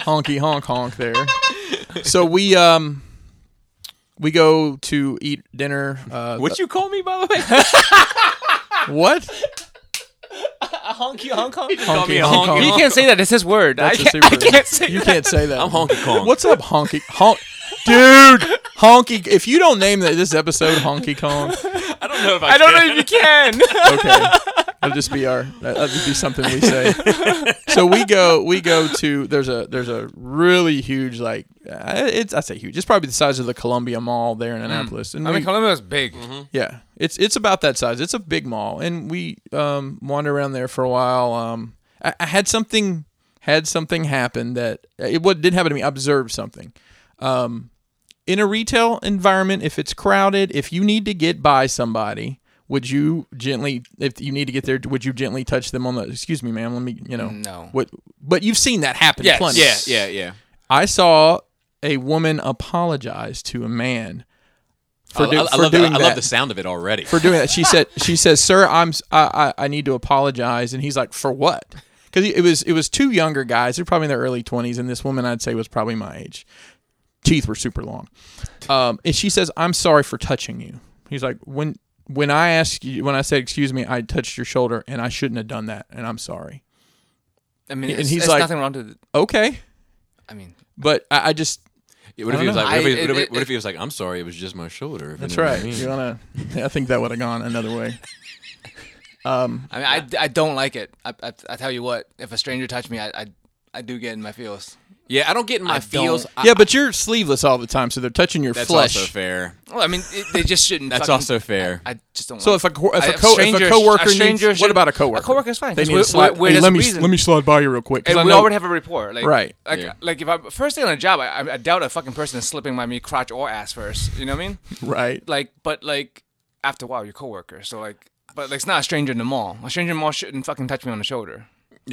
Speaker 2: Honky honk honk there. So we um we go to eat dinner. Uh,
Speaker 1: What you call me, by the way?
Speaker 2: what?
Speaker 3: Honky Hong Kong.
Speaker 1: Call me a
Speaker 2: honky,
Speaker 1: honky
Speaker 3: You
Speaker 1: honk.
Speaker 3: can't say that. It's his word.
Speaker 2: That's
Speaker 3: I,
Speaker 2: a
Speaker 3: can't, I
Speaker 2: super-
Speaker 3: can't say
Speaker 2: You
Speaker 3: that.
Speaker 2: can't say that.
Speaker 1: I'm Oh, honky Kong.
Speaker 2: What's up, honky honk, dude? Honky. If you don't name that this episode honky Kong,
Speaker 1: I don't know if I,
Speaker 3: I don't
Speaker 1: can.
Speaker 3: know if you can.
Speaker 2: okay, that'll just be our. that- That'll just be something we say. So we go. We go to. There's a. There's a really huge like. uh, It's. I say huge. It's probably the size of the Columbia Mall there in Annapolis. And
Speaker 3: Mm. I
Speaker 2: we-
Speaker 3: mean, Columbia was big.
Speaker 2: Yeah, it's it's about that size. It's a big mall, and we um, wander around there for a while. Um, I, I had something had something happen that it what didn't happen to me. I observed something. Um, in a retail environment, if it's crowded, if you need to get by somebody, would you gently if you need to get there, would you gently touch them on the? Excuse me, ma'am. Let me you know
Speaker 3: No.
Speaker 2: what. But you've seen that happen
Speaker 3: Yes.
Speaker 2: plenty.
Speaker 1: Yeah, yeah, yeah.
Speaker 2: I saw a woman apologize to a man. For, do,
Speaker 1: I, I,
Speaker 2: for
Speaker 1: love the,
Speaker 2: doing
Speaker 1: I
Speaker 2: that
Speaker 1: love the sound of it already.
Speaker 2: for doing that. She said, she says, "Sir, I'm s- I, I- I need to apologize." And he's like, "For what?" Because it was it was two younger guys. They're probably in their early twenties, and this woman I'd say was probably my age. Teeth were super long, um, and she says, "I'm sorry for touching you." He's like, "When when I asked you when I said excuse me, I touched your shoulder, and I shouldn't have done that, and I'm sorry."
Speaker 3: I mean,
Speaker 2: And
Speaker 3: it's,
Speaker 2: he's
Speaker 3: it's
Speaker 2: like-
Speaker 3: nothing wrong to.
Speaker 2: Okay,
Speaker 3: I mean,
Speaker 2: but I, I just
Speaker 1: Yeah, what if
Speaker 2: I
Speaker 1: he was
Speaker 2: don't
Speaker 1: like? What if,
Speaker 3: know.
Speaker 1: he,
Speaker 3: I-
Speaker 1: what, if,
Speaker 3: it-
Speaker 1: he- what
Speaker 3: it-
Speaker 1: if he was like? I'm sorry, it was just my shoulder. if you
Speaker 2: that's
Speaker 1: know what I
Speaker 2: right.
Speaker 1: mean.
Speaker 2: You wanna? I think that would have gone another way. Um,
Speaker 3: I mean, I, I don't like it. I, I, I tell you what, if a stranger touched me, I, I, I do get in my feels.
Speaker 1: Yeah, I don't get in my
Speaker 3: I
Speaker 1: feels.
Speaker 3: don't-
Speaker 1: I-
Speaker 2: yeah, but you're sleeveless all the time, so they're touching your
Speaker 1: that's
Speaker 2: flesh.
Speaker 1: also fair.
Speaker 3: Well, I mean, it, they just shouldn't.
Speaker 1: That's
Speaker 3: fucking-
Speaker 1: also fair.
Speaker 3: I just don't.
Speaker 2: So
Speaker 3: want
Speaker 2: if a co- if
Speaker 3: I-
Speaker 2: a, co- if a
Speaker 3: stranger-
Speaker 2: coworker
Speaker 3: a stranger
Speaker 2: needs, what
Speaker 3: should-
Speaker 2: about a coworker?
Speaker 3: a coworker's fine.
Speaker 2: They
Speaker 3: 'cause
Speaker 2: need
Speaker 3: we're,
Speaker 2: to slide.
Speaker 3: we're, we're
Speaker 2: hey,
Speaker 3: this
Speaker 2: let me
Speaker 3: reason.
Speaker 2: let me slide by you real quick. 'cause
Speaker 3: and
Speaker 2: I
Speaker 3: we
Speaker 2: know-
Speaker 3: already have a rapport. Like,
Speaker 2: Right.
Speaker 3: Like,
Speaker 1: Yeah.
Speaker 3: like if I first day on a job, I, I, I doubt a fucking person is slipping by me crotch or ass first. You know what I mean?
Speaker 2: right.
Speaker 3: Like, but like after a while, your coworker. So like, but like, it's not a stranger in the mall. A stranger in the mall shouldn't fucking touch me on the shoulder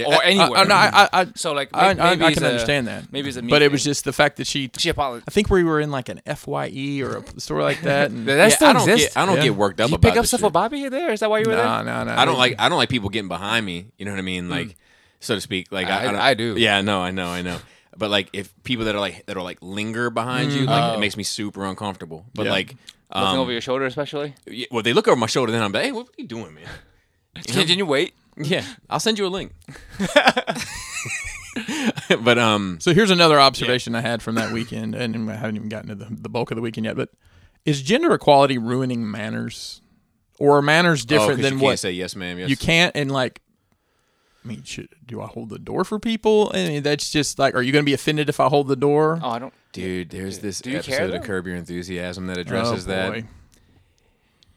Speaker 3: or anywhere.
Speaker 2: I, I, no, I, I, I-
Speaker 3: so like, may-
Speaker 2: I, I,
Speaker 3: maybe
Speaker 2: I
Speaker 3: it's
Speaker 2: can
Speaker 3: a-
Speaker 2: understand that.
Speaker 3: Maybe it's a.
Speaker 2: but
Speaker 3: me
Speaker 2: it was
Speaker 3: thing.
Speaker 2: just the fact that she.
Speaker 3: she apologized.
Speaker 2: I think we were in like an Fye or a store like that. And,
Speaker 3: That still
Speaker 1: I don't
Speaker 3: exists.
Speaker 1: get. I don't
Speaker 2: Yeah.
Speaker 1: get worked up
Speaker 3: you
Speaker 1: about
Speaker 3: pick up
Speaker 1: this
Speaker 3: stuff
Speaker 1: shit.
Speaker 3: for Bobby here there? Is that why you were there?
Speaker 2: no, no, no.
Speaker 1: I don't like I don't like people getting behind me. You know what I mean? Like so to speak. Like I,
Speaker 3: I-
Speaker 1: don't-
Speaker 3: I do.
Speaker 1: Yeah, no, I know, I know. But like if people that are like that are like linger behind you, like it makes me super uncomfortable. But
Speaker 2: Yeah.
Speaker 1: like,
Speaker 3: Looking
Speaker 1: um,
Speaker 3: over your shoulder, especially.
Speaker 1: yeah, well, they look over my shoulder, then I'm like, hey, what are you doing, man?
Speaker 3: Can, can you wait?
Speaker 1: yeah, I'll send you a link. but um,
Speaker 2: So here's another observation I had from that weekend, and I haven't even gotten to the, the bulk of the weekend yet. But is gender equality ruining manners, or are manners
Speaker 1: oh, 'cause
Speaker 2: different
Speaker 1: you
Speaker 2: than
Speaker 1: can't
Speaker 2: what
Speaker 1: Say yes, ma'am. Yes.
Speaker 2: you can't and like i mean should, do i hold the door for people i mean that's just like are you gonna be offended if i hold the door
Speaker 3: Oh, I don't.
Speaker 1: Dude, there's this
Speaker 3: Do you care,
Speaker 1: episode of
Speaker 3: though? Oh,
Speaker 1: Curb Your Enthusiasm that addresses that.
Speaker 2: Oh, boy.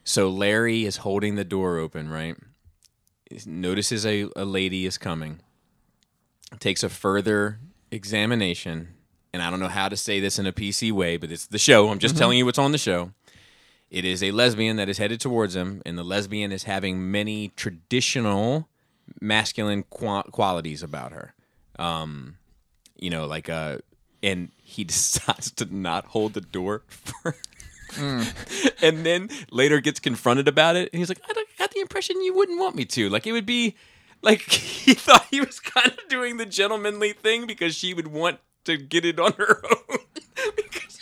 Speaker 1: So Larry is holding the door open, right? Notices a, a lady is coming, takes a further examination, and I don't know how to say this in a PC way, but it's the show. I'm just telling you what's on the show. It is a lesbian that is headed towards him, and the lesbian is having many traditional masculine qua- qualities about her. Um, you know, like uh, and he decides to not hold the door for and then later gets confronted about it and he's like I, don't- I got the impression you wouldn't want me to like it would be Like he thought he was kind of doing the gentlemanly thing because she would want to get it on her own. because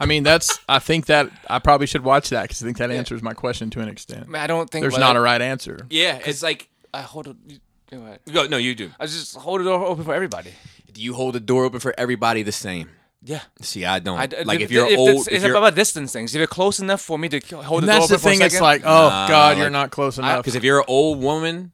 Speaker 2: I mean, that's. I think that I probably should watch that because I think that answers my question to an extent.
Speaker 3: I, mean, I don't think
Speaker 2: There's
Speaker 3: whether-
Speaker 2: not a right answer.
Speaker 1: yeah, it's like
Speaker 3: I hold it. You, you know what?
Speaker 1: go, no, you do.
Speaker 3: I just hold it o- open for everybody.
Speaker 1: You hold the door open for everybody the same.
Speaker 3: Yeah.
Speaker 1: See, I don't.
Speaker 3: I,
Speaker 1: like if
Speaker 3: it-
Speaker 1: you're
Speaker 3: it's-
Speaker 1: old,
Speaker 3: it's,
Speaker 1: if you're,
Speaker 3: about distance things. If you're close enough for me to k- hold
Speaker 2: And
Speaker 3: the
Speaker 2: that's
Speaker 3: door
Speaker 2: the
Speaker 3: open for a
Speaker 2: thing. It's
Speaker 3: second-
Speaker 2: like, oh God, you're not close enough.
Speaker 1: because if you're an old woman,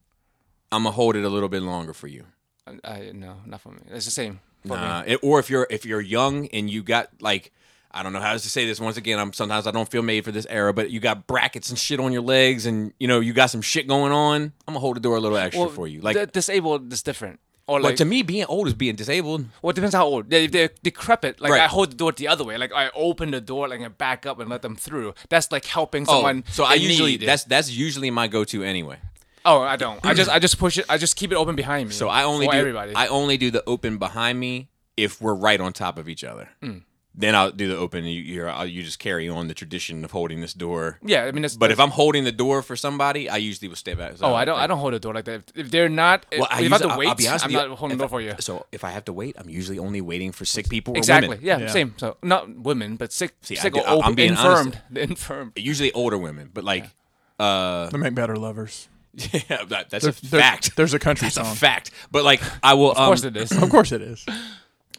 Speaker 1: I'm gonna hold it a little bit longer for you.
Speaker 3: I, I- no, not for me. It's the same. For me.
Speaker 1: Nah, Uh, it- or if you're if you're young and you got like I don't know how to say this. Once again, I'm sometimes I don't feel made for this era, but you got brackets and shit on your legs, and you know you got some shit going on. I'm gonna hold the door a little extra
Speaker 3: Well,
Speaker 1: for you. Like,
Speaker 3: di- disabled is different. Or
Speaker 1: but
Speaker 3: like,
Speaker 1: to me, being old is being disabled.
Speaker 3: well, it depends how old. They, they're decrepit. Like
Speaker 1: Right.
Speaker 3: I hold the door the other way. Like I open the door, like I back up and let them through. That's like helping someone.
Speaker 1: Oh, so I
Speaker 3: in
Speaker 1: usually
Speaker 3: Oh, need.
Speaker 1: that's that's usually my go-to anyway.
Speaker 3: oh I don't. I just I just push it. I just keep it open behind me.
Speaker 1: So I only
Speaker 3: for
Speaker 1: do
Speaker 3: everybody.
Speaker 1: I only do the open behind me if we're right on top of each other.
Speaker 3: Hmm.
Speaker 1: Then I'll do the open. And you you're, I'll- you just carry on the tradition of holding this door.
Speaker 3: yeah, I mean, it's,
Speaker 1: But if I'm holding the door for somebody, I usually will step out.
Speaker 3: oh I don't I don't hold the door like that. If, if they're not, if,
Speaker 1: Well, I
Speaker 3: you have
Speaker 1: usually-
Speaker 3: to
Speaker 1: I'll-
Speaker 3: wait.
Speaker 1: I'll be honest
Speaker 3: am
Speaker 1: with you,
Speaker 3: not holding
Speaker 1: if
Speaker 3: the door
Speaker 1: I-
Speaker 3: for you.
Speaker 1: So if I have to wait, I'm usually only waiting for sick people or
Speaker 3: Exactly.
Speaker 1: women.
Speaker 3: Yeah,
Speaker 2: Yeah.
Speaker 3: Same. So not women, but sick.
Speaker 1: I
Speaker 3: sick
Speaker 1: do-
Speaker 3: or
Speaker 1: I- I'm
Speaker 3: old,
Speaker 1: being honest.
Speaker 3: infirmed. Infirmed.
Speaker 1: Usually older women, but like,
Speaker 2: They make better lovers.
Speaker 1: yeah, that, that's a
Speaker 2: There's- there's-
Speaker 1: fact.
Speaker 2: There's a country
Speaker 1: That's a
Speaker 2: song.
Speaker 1: fact. But like, I will.
Speaker 3: Of course
Speaker 1: um,
Speaker 3: it is.
Speaker 2: Of course it is.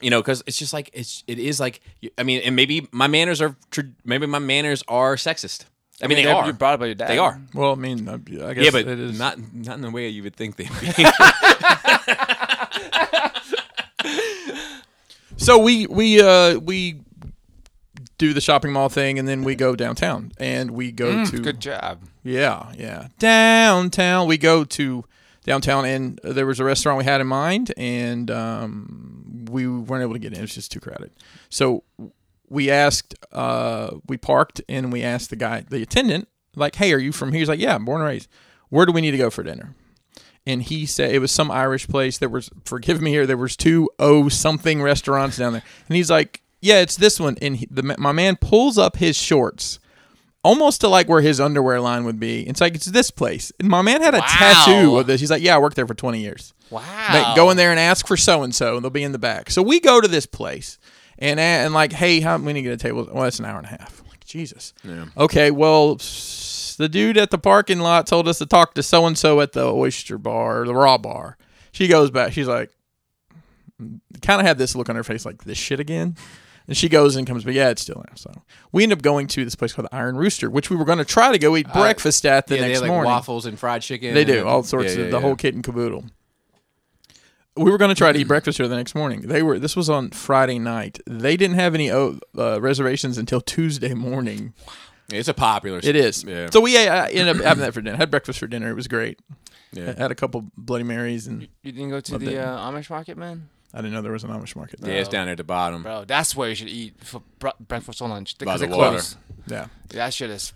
Speaker 1: you know, because it's just like it's it is like I mean, and maybe my manners are tr- maybe my manners are sexist. I mean, they
Speaker 3: They're-
Speaker 1: are.
Speaker 3: You're brought up by your dad.
Speaker 1: They are.
Speaker 2: Well, I mean, I I guess
Speaker 1: Yeah, but
Speaker 2: it is.
Speaker 1: not not in the way you would think they'd be.
Speaker 2: so we we uh we do the shopping mall thing, and then we go downtown, and we go to
Speaker 3: Good job.
Speaker 2: Yeah, yeah. Downtown. We go to downtown, and there was a restaurant we had in mind, and um, we weren't able to get in. It was just too crowded. So we asked, uh, we parked, and we asked the guy, the attendant, like, hey, are you from here? He's like, yeah, I'm born and raised. Where do we need to go for dinner? And he said it was some Irish place. There was, forgive me here, there was two oh something restaurants down there. And he's like, yeah, it's this one. And he, the, ma- my man pulls up his shorts almost to like where his underwear line would be. It's like it's this place. And my man had a tattoo of this. He's like, yeah, I worked there for twenty years.
Speaker 3: Wow.
Speaker 2: Ma- go in there and ask for so and so, and they'll be in the back. So we go to this place, and a- and like, hey, how many get a table? Well, that's an hour and a half. I'm like, Jesus. Okay. Well, s- the dude at the parking lot told us to talk to so and so at the oyster bar, or the raw bar. She goes back. She's like, kind of had this look on her face, like this shit again. And she goes and comes, but yeah, it's still there. So we end up going to this place called the Iron Rooster, which we were going to try to go eat breakfast at the
Speaker 1: yeah, they
Speaker 2: next
Speaker 1: have, like
Speaker 2: morning.
Speaker 1: waffles and fried chicken.
Speaker 2: They do
Speaker 1: and-
Speaker 2: all sorts
Speaker 1: Yeah,
Speaker 2: of
Speaker 1: yeah,
Speaker 2: the
Speaker 1: yeah.
Speaker 2: whole kit and caboodle. We were going to try to eat breakfast here the next morning. They were. This was on Friday night. They didn't have any uh, uh, reservations until Tuesday morning.
Speaker 1: It's a popular.
Speaker 2: It is.
Speaker 1: Yeah.
Speaker 2: So we ate, I ended up having that for dinner. Had breakfast for dinner. It was great.
Speaker 1: Yeah.
Speaker 2: had a couple Bloody Marys, and
Speaker 3: You didn't go to
Speaker 2: Love
Speaker 3: the
Speaker 2: that.
Speaker 3: uh, Amish market, man?
Speaker 2: I didn't know there was an Amish market.
Speaker 1: yeah,
Speaker 2: There.
Speaker 1: it's down there at the bottom.
Speaker 3: Bro, that's where you should eat for br- breakfast or lunch.
Speaker 1: By
Speaker 3: Because
Speaker 1: the
Speaker 3: it
Speaker 1: water.
Speaker 3: close.
Speaker 2: yeah.
Speaker 3: That shit is.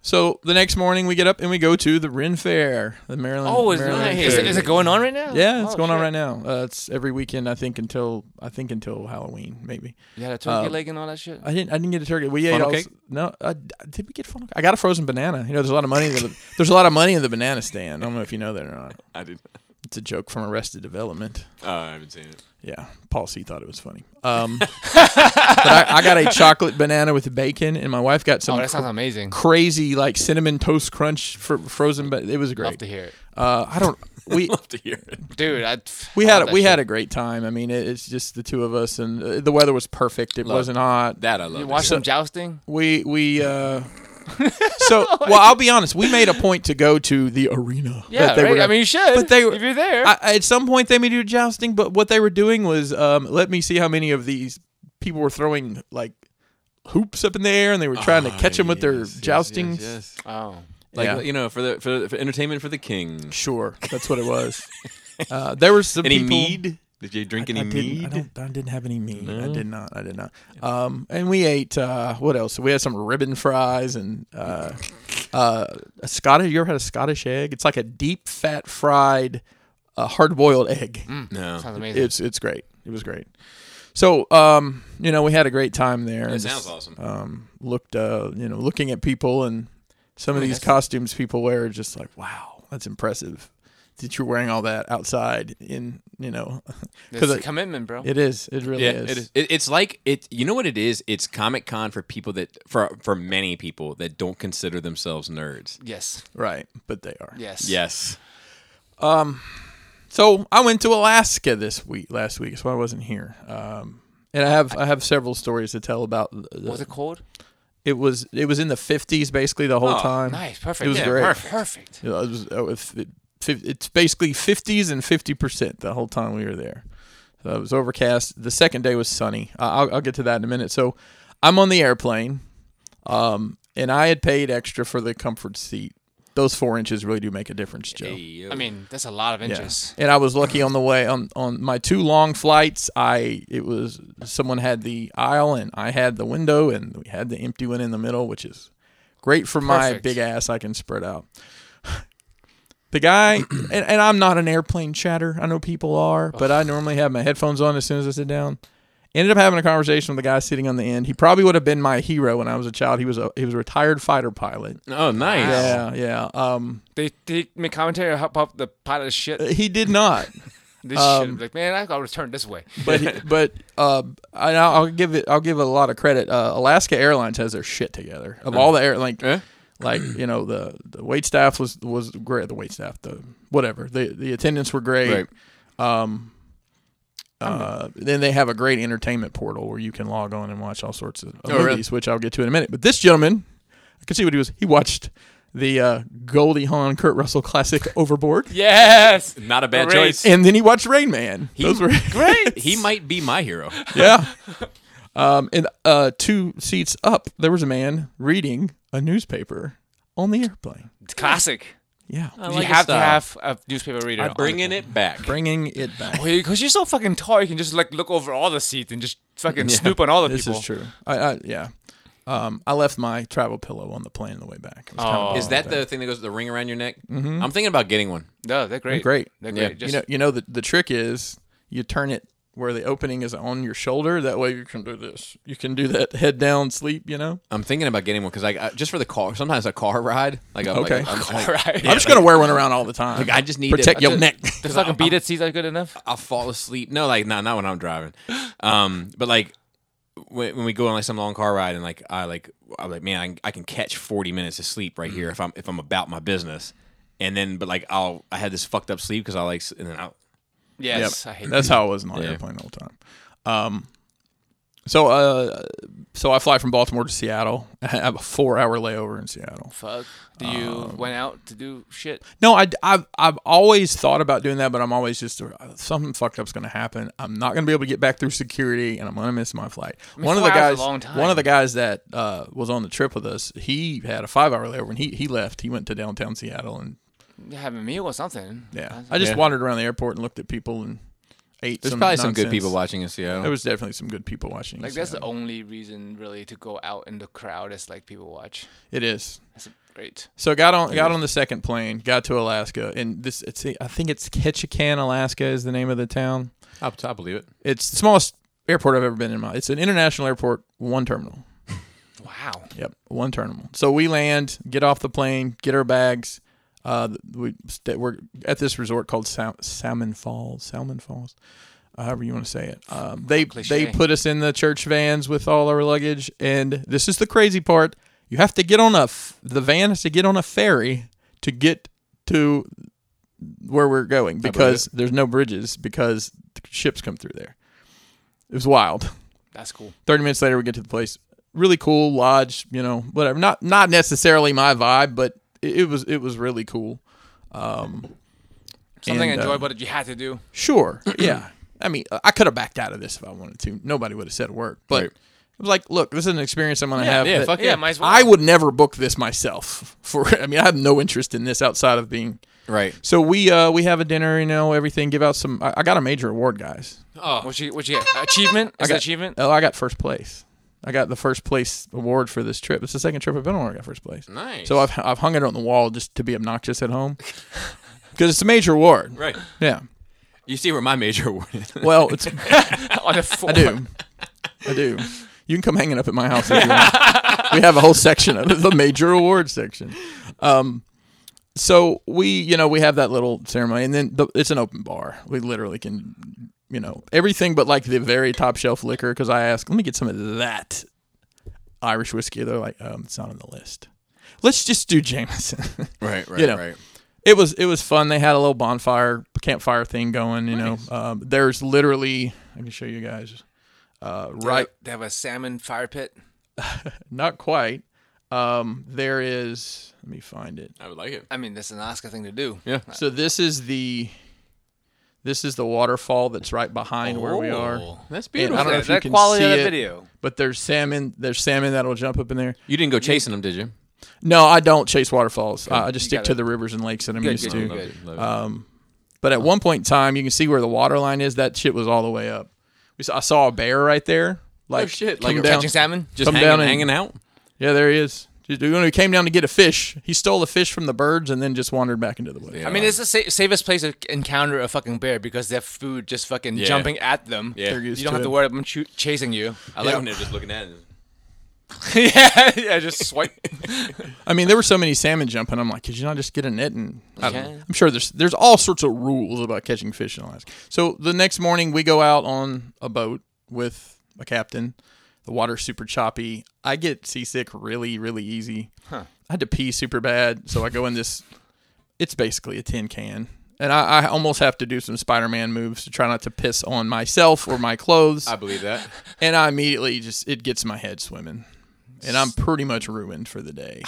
Speaker 2: So the next morning we get up and we go to the Ren Fair, the Maryland.
Speaker 3: Oh, is,
Speaker 2: Maryland
Speaker 3: is,
Speaker 2: Fair.
Speaker 3: it, is it going on right now?
Speaker 2: Yeah, it's
Speaker 3: Oh,
Speaker 2: going on
Speaker 3: shit.
Speaker 2: right now. Uh, it's every weekend, I think, until I think until Halloween, maybe.
Speaker 3: You had a turkey
Speaker 2: Um,
Speaker 3: leg and all that shit? Oh,
Speaker 2: I didn't. I didn't get a turkey. We ate
Speaker 1: Funnel
Speaker 2: all,
Speaker 1: cake?
Speaker 2: No, uh, d- did we get funnel? I got a frozen banana. You know, there's a lot of money. In the, there's a lot of money in the banana stand. I don't know if you know that or not.
Speaker 1: I did.
Speaker 2: It's a joke from Arrested Development.
Speaker 1: Uh, I haven't seen it.
Speaker 2: Yeah, Paul C thought it was funny. Um, but I, I got a chocolate banana with bacon, and my wife got
Speaker 3: oh,
Speaker 2: some
Speaker 3: that sounds amazing.
Speaker 2: crazy like cinnamon toast crunch for frozen. But it was
Speaker 3: Love
Speaker 2: great.
Speaker 3: to hear it.
Speaker 2: Uh, I don't. We
Speaker 1: Love to hear it.
Speaker 3: Dude, I. oh,
Speaker 2: we had we had a great time. I mean, it, it's just the two of us, and uh, the weather was perfect. It wasn't hot.
Speaker 1: That I love.
Speaker 3: You
Speaker 1: to
Speaker 3: watched
Speaker 1: hear.
Speaker 3: some jousting?
Speaker 2: we we uh so well i'll be honest we made a point to go to the arena
Speaker 3: Yeah,
Speaker 2: that they
Speaker 3: right?
Speaker 2: were
Speaker 3: I mean, you should.
Speaker 2: but they were-
Speaker 3: If you're there.
Speaker 2: I, I- at some point they made you do jousting but what they were doing was um let me see how many of these people were throwing like hoops up in the air and they were trying to catch
Speaker 1: Ah,
Speaker 2: them with their jousting
Speaker 3: oh.
Speaker 1: Like
Speaker 2: Yeah.
Speaker 1: you know, for the for, the- for entertainment for the king.
Speaker 2: sure that's what it was uh there was some
Speaker 1: Any
Speaker 2: people,
Speaker 1: mead? Did you drink any
Speaker 2: I didn't,
Speaker 1: mead?
Speaker 2: I, don't, I didn't have any meat. I did not. I did not. Um, and we ate uh, what else? We had some ribbon fries and uh, uh, a Scottish. You ever had a Scottish egg? It's like a deep fat fried, uh, hard boiled egg.
Speaker 1: no.
Speaker 3: Sounds amazing.
Speaker 2: It's it's great. It was great. So um, you know, we had a great time there.
Speaker 1: That
Speaker 2: and
Speaker 1: sounds
Speaker 2: just,
Speaker 1: awesome.
Speaker 2: Um, looked uh, you know, looking at people and some of these costumes people wear are just like, wow, that's impressive. that you're wearing all that outside in you know
Speaker 3: It's
Speaker 2: because
Speaker 3: a commitment, bro.
Speaker 2: it is it really
Speaker 1: Yeah,
Speaker 2: is.
Speaker 1: it is. It, it's like it. You know what it is? It's Comic Con for people that for for many people that don't consider themselves nerds.
Speaker 3: yes.
Speaker 2: right but they are
Speaker 3: Yes.
Speaker 1: Yes.
Speaker 2: so I went to Alaska this week last week so I wasn't here um and I have I have several stories to tell about the,
Speaker 3: Was it cold?
Speaker 2: it was it was in the 50s basically the whole
Speaker 1: Oh,
Speaker 2: time
Speaker 3: Nice. Perfect.
Speaker 2: Um, it was
Speaker 3: yeah,
Speaker 2: great
Speaker 3: Perfect. perfect.
Speaker 2: You know, it was, oh, if it, fif- it's basically 50s and 50% the whole time we were there. So it was overcast. The second day was sunny. I- I'll, I'll get to that in a minute. So I'm on the airplane, um, and I had paid extra for the comfort seat. Those four inches really do make a difference, Joe.
Speaker 1: Hey,
Speaker 3: I mean, that's a lot of inches.
Speaker 2: And I was lucky on the way on on my two long flights. I it was someone had the aisle and I had the window and we had the empty one in the middle, which is great for my
Speaker 3: Perfect.
Speaker 2: big ass. I can spread out. The guy and, and I'm not an airplane chatter. I know people are, but I normally have my headphones on as soon as I sit down. Ended up having a conversation with the guy sitting on the end. He probably would have been my hero when I was a child. He was a he was a retired fighter pilot.
Speaker 1: oh, nice.
Speaker 2: Yeah, yeah. Um,
Speaker 3: They they make commentary about the pilot shit.
Speaker 2: he did not.
Speaker 3: This
Speaker 2: Um,
Speaker 3: shit. Like, man, I got to turn this way.
Speaker 2: but but uh, I, I'll give it. I'll give it a lot of credit. Uh, Alaska Airlines has their shit together. Of all the air, like
Speaker 1: Eh?
Speaker 2: like you know the the wait staff was was great. The wait staff, the whatever. The the attendants were great.
Speaker 1: Right.
Speaker 2: Um, Uh, then they have a great entertainment portal where you can log on and watch all sorts of
Speaker 1: Oh, really?
Speaker 2: movies, which I'll get to in a minute. But this gentleman, I could see what he was. He watched the uh, Goldie Hawn Kurt Russell classic Overboard,
Speaker 3: Yes.
Speaker 1: Not a bad
Speaker 3: Great.
Speaker 1: choice.
Speaker 2: and then he watched Rain Man. Those were
Speaker 3: Great.
Speaker 1: He might be my hero.
Speaker 2: yeah. Um, and uh, two seats up, there was a man reading a newspaper on the airplane.
Speaker 3: It's classic.
Speaker 2: Yeah,
Speaker 3: you have to have a newspaper reader. on.
Speaker 1: Bringing it back.
Speaker 2: bringing it back.
Speaker 3: Because you're so fucking tall, you can just like look over all the seats and just fucking snoop on all the
Speaker 2: This
Speaker 3: people.
Speaker 2: is true. I, I yeah. Um, I left my travel pillow on the plane on the way back. Mm-hmm. It was
Speaker 3: Oh.
Speaker 1: Is that the thing that goes the ring around your neck? I'm thinking about getting one.
Speaker 3: No, they're great.
Speaker 2: great?
Speaker 3: They're
Speaker 1: Yeah.
Speaker 3: great. Just,
Speaker 2: you know, you know the the trick is you turn it where the opening is on your shoulder. That way you can do this. You can do that head down sleep. You know.
Speaker 1: I'm thinking about getting one because I I- just for the car. Sometimes a car ride, like a, like
Speaker 2: Okay.
Speaker 1: a- I'm-
Speaker 3: all right.
Speaker 2: I'm just gonna wear one around all the time.
Speaker 1: I just need to- I
Speaker 2: protect your
Speaker 1: just-
Speaker 2: neck.
Speaker 3: The fucking beat it seats are good enough.
Speaker 1: I'll fall asleep. No, like not not when I'm driving. Um, but like when, when we go on like some long car ride and like I like I'm like man, I can, I can catch 40 minutes of sleep right here if I'm if I'm about my business. And then, but like I'll I had this fucked up sleep because I like s- and then I
Speaker 3: Yes, I hate that.
Speaker 2: That's how I was on the
Speaker 1: Yeah.
Speaker 2: airplane the whole time. Um, so uh, so I fly from Baltimore to Seattle. I have a four hour layover in Seattle.
Speaker 3: Fuck. Do you
Speaker 2: Um,
Speaker 3: went out to do shit?
Speaker 2: No, I have I've always thought about doing that, but I'm always just uh, something fucked up's going to happen. I'm not going to be able to get back through security, and I'm going to miss my flight. one of the
Speaker 3: four hours
Speaker 2: guys,
Speaker 3: is a long time.
Speaker 2: one of the guys that uh, was on the trip with us, he had a five hour layover, and he he left. He went to downtown Seattle, and
Speaker 3: You have a meal or something?
Speaker 2: yeah,
Speaker 3: That's-
Speaker 2: I just
Speaker 1: Yeah.
Speaker 2: wandered around the airport and looked at people and ate.
Speaker 1: there's
Speaker 2: some
Speaker 1: probably some good
Speaker 2: nonsense.
Speaker 1: people watching in
Speaker 2: There
Speaker 1: Seattle.
Speaker 2: was definitely some good people watching. in
Speaker 3: Like that's the
Speaker 2: Seattle.
Speaker 3: only reason really to go out in the crowd is like people watch.
Speaker 2: it is.
Speaker 3: That's great.
Speaker 2: So got on got on the second plane, got to Alaska, and this it's I think it's Ketchikan, Alaska is the name of the town.
Speaker 1: I, I believe it.
Speaker 2: It's the smallest airport I've ever been in. My it's an international airport, one terminal.
Speaker 3: Wow.
Speaker 2: Yep, one terminal. So we land, get off the plane, get our bags. Uh, we st- we're at this resort called Sal- Salmon Falls, Salmon Falls, uh, however you want to say it. Um, they
Speaker 3: Cliche.
Speaker 2: they put us in the church vans with all our luggage, and this is the crazy part. You have to get on a f- the van has to get on a ferry to get to where we're going because there's no bridges because the ships come through there. It was wild.
Speaker 3: That's cool.
Speaker 2: 30 minutes later we get to the place really cool lodge you know whatever not not necessarily my vibe but it, it was it was really cool
Speaker 3: Something
Speaker 2: And, uh,
Speaker 3: enjoyable that you had to do.
Speaker 2: sure yeah i mean i could have backed out of this if i wanted to nobody would have said a word but
Speaker 1: Right.
Speaker 2: it was like look this is an experience i'm gonna have
Speaker 1: yeah,
Speaker 2: that-
Speaker 1: fuck
Speaker 3: Yeah, might as well.
Speaker 2: i would never book this myself for i mean i have no interest in this outside of being
Speaker 1: Right.
Speaker 2: so we uh we have a dinner you know everything give out some i, I got a major award guys
Speaker 1: Oh,
Speaker 3: What you what you get? Achievement? Is
Speaker 2: got-
Speaker 3: it achievement?
Speaker 2: oh i got first place i got the first place award for this trip it's the second trip i've been on where i got first place
Speaker 1: nice.
Speaker 2: So I've I've hung it on the wall just to be obnoxious at home because it's a major award.
Speaker 1: right.
Speaker 2: Yeah.
Speaker 1: You see where my major award is.
Speaker 2: Well, it's I
Speaker 3: On the floor.
Speaker 2: do, I do. You can come hanging up at my house if you want. we have a whole section of it, the major award section. Um, so we you know we have that little ceremony and then the, it's an open bar we literally can you know everything but like the very top shelf liquor because i asked let me get some of that irish whiskey they're like um it's not on the list let's just do jameson
Speaker 1: Right, right,
Speaker 2: You know.
Speaker 1: right.
Speaker 2: it was it was fun they had a little bonfire campfire thing going you know um, there's literally i can show you guys uh, right
Speaker 3: They have a salmon fire pit.
Speaker 2: not quite um, there is let me find it
Speaker 1: I would like it.
Speaker 3: I mean, that's an Oscar thing to do.
Speaker 1: Yeah.
Speaker 2: So this is the this is the waterfall that's right behind where we are.
Speaker 1: That's
Speaker 2: And
Speaker 1: beautiful.
Speaker 2: I don't know
Speaker 3: Oh. That-
Speaker 2: if you
Speaker 3: that
Speaker 2: can
Speaker 3: quality
Speaker 2: see
Speaker 3: of the
Speaker 2: it,
Speaker 3: video.
Speaker 2: but there's salmon. There's salmon that'll jump up in there.
Speaker 1: You didn't go chasing them, did you?
Speaker 2: No, I don't chase waterfalls. Uh, I just stick
Speaker 3: got
Speaker 2: to
Speaker 3: it.
Speaker 2: the rivers and lakes that I'm
Speaker 3: Good,
Speaker 2: used
Speaker 3: good,
Speaker 2: to.
Speaker 3: good,
Speaker 1: Love
Speaker 3: good.
Speaker 1: it, love it.
Speaker 2: But at one point in time, you can see where the water line is. That shit was all the way up. We saw, I saw a bear right there. Like,
Speaker 1: Oh, shit,
Speaker 2: come
Speaker 1: like
Speaker 2: down.
Speaker 3: Catching salmon?
Speaker 1: Just
Speaker 2: come
Speaker 1: hanging,
Speaker 2: down and-
Speaker 1: hanging out.
Speaker 2: Yeah, there he is. Just- When he came down to get a fish, he stole a fish from the birds and then just wandered back into the woods.
Speaker 1: Yeah.
Speaker 3: I mean, it's the sa- safest place to encounter a fucking bear because their food just fucking
Speaker 1: Yeah.
Speaker 3: jumping at them.
Speaker 1: Yeah. They're
Speaker 3: You
Speaker 2: used
Speaker 3: don't
Speaker 2: to
Speaker 3: have
Speaker 2: it.
Speaker 3: to worry about them choo- chasing you.
Speaker 1: I like when they're just looking at it.
Speaker 3: yeah, yeah, just swipe.
Speaker 2: I mean, there were so many salmon jumping. I'm like, could you not just get a net? And I don't
Speaker 3: Yeah.
Speaker 2: know. I'm sure there's there's all sorts of rules about catching fish in Alaska. So the next morning, we go out on a boat with a captain. The water's super choppy. I get seasick really, really easy. I had to pee super bad, so I go in this. It's basically a tin can, and I, I almost have to do some Spider-Man moves to try not to piss on myself or my clothes.
Speaker 1: I believe that.
Speaker 2: and I immediately just it gets my head swimming, and I'm pretty much ruined for the day.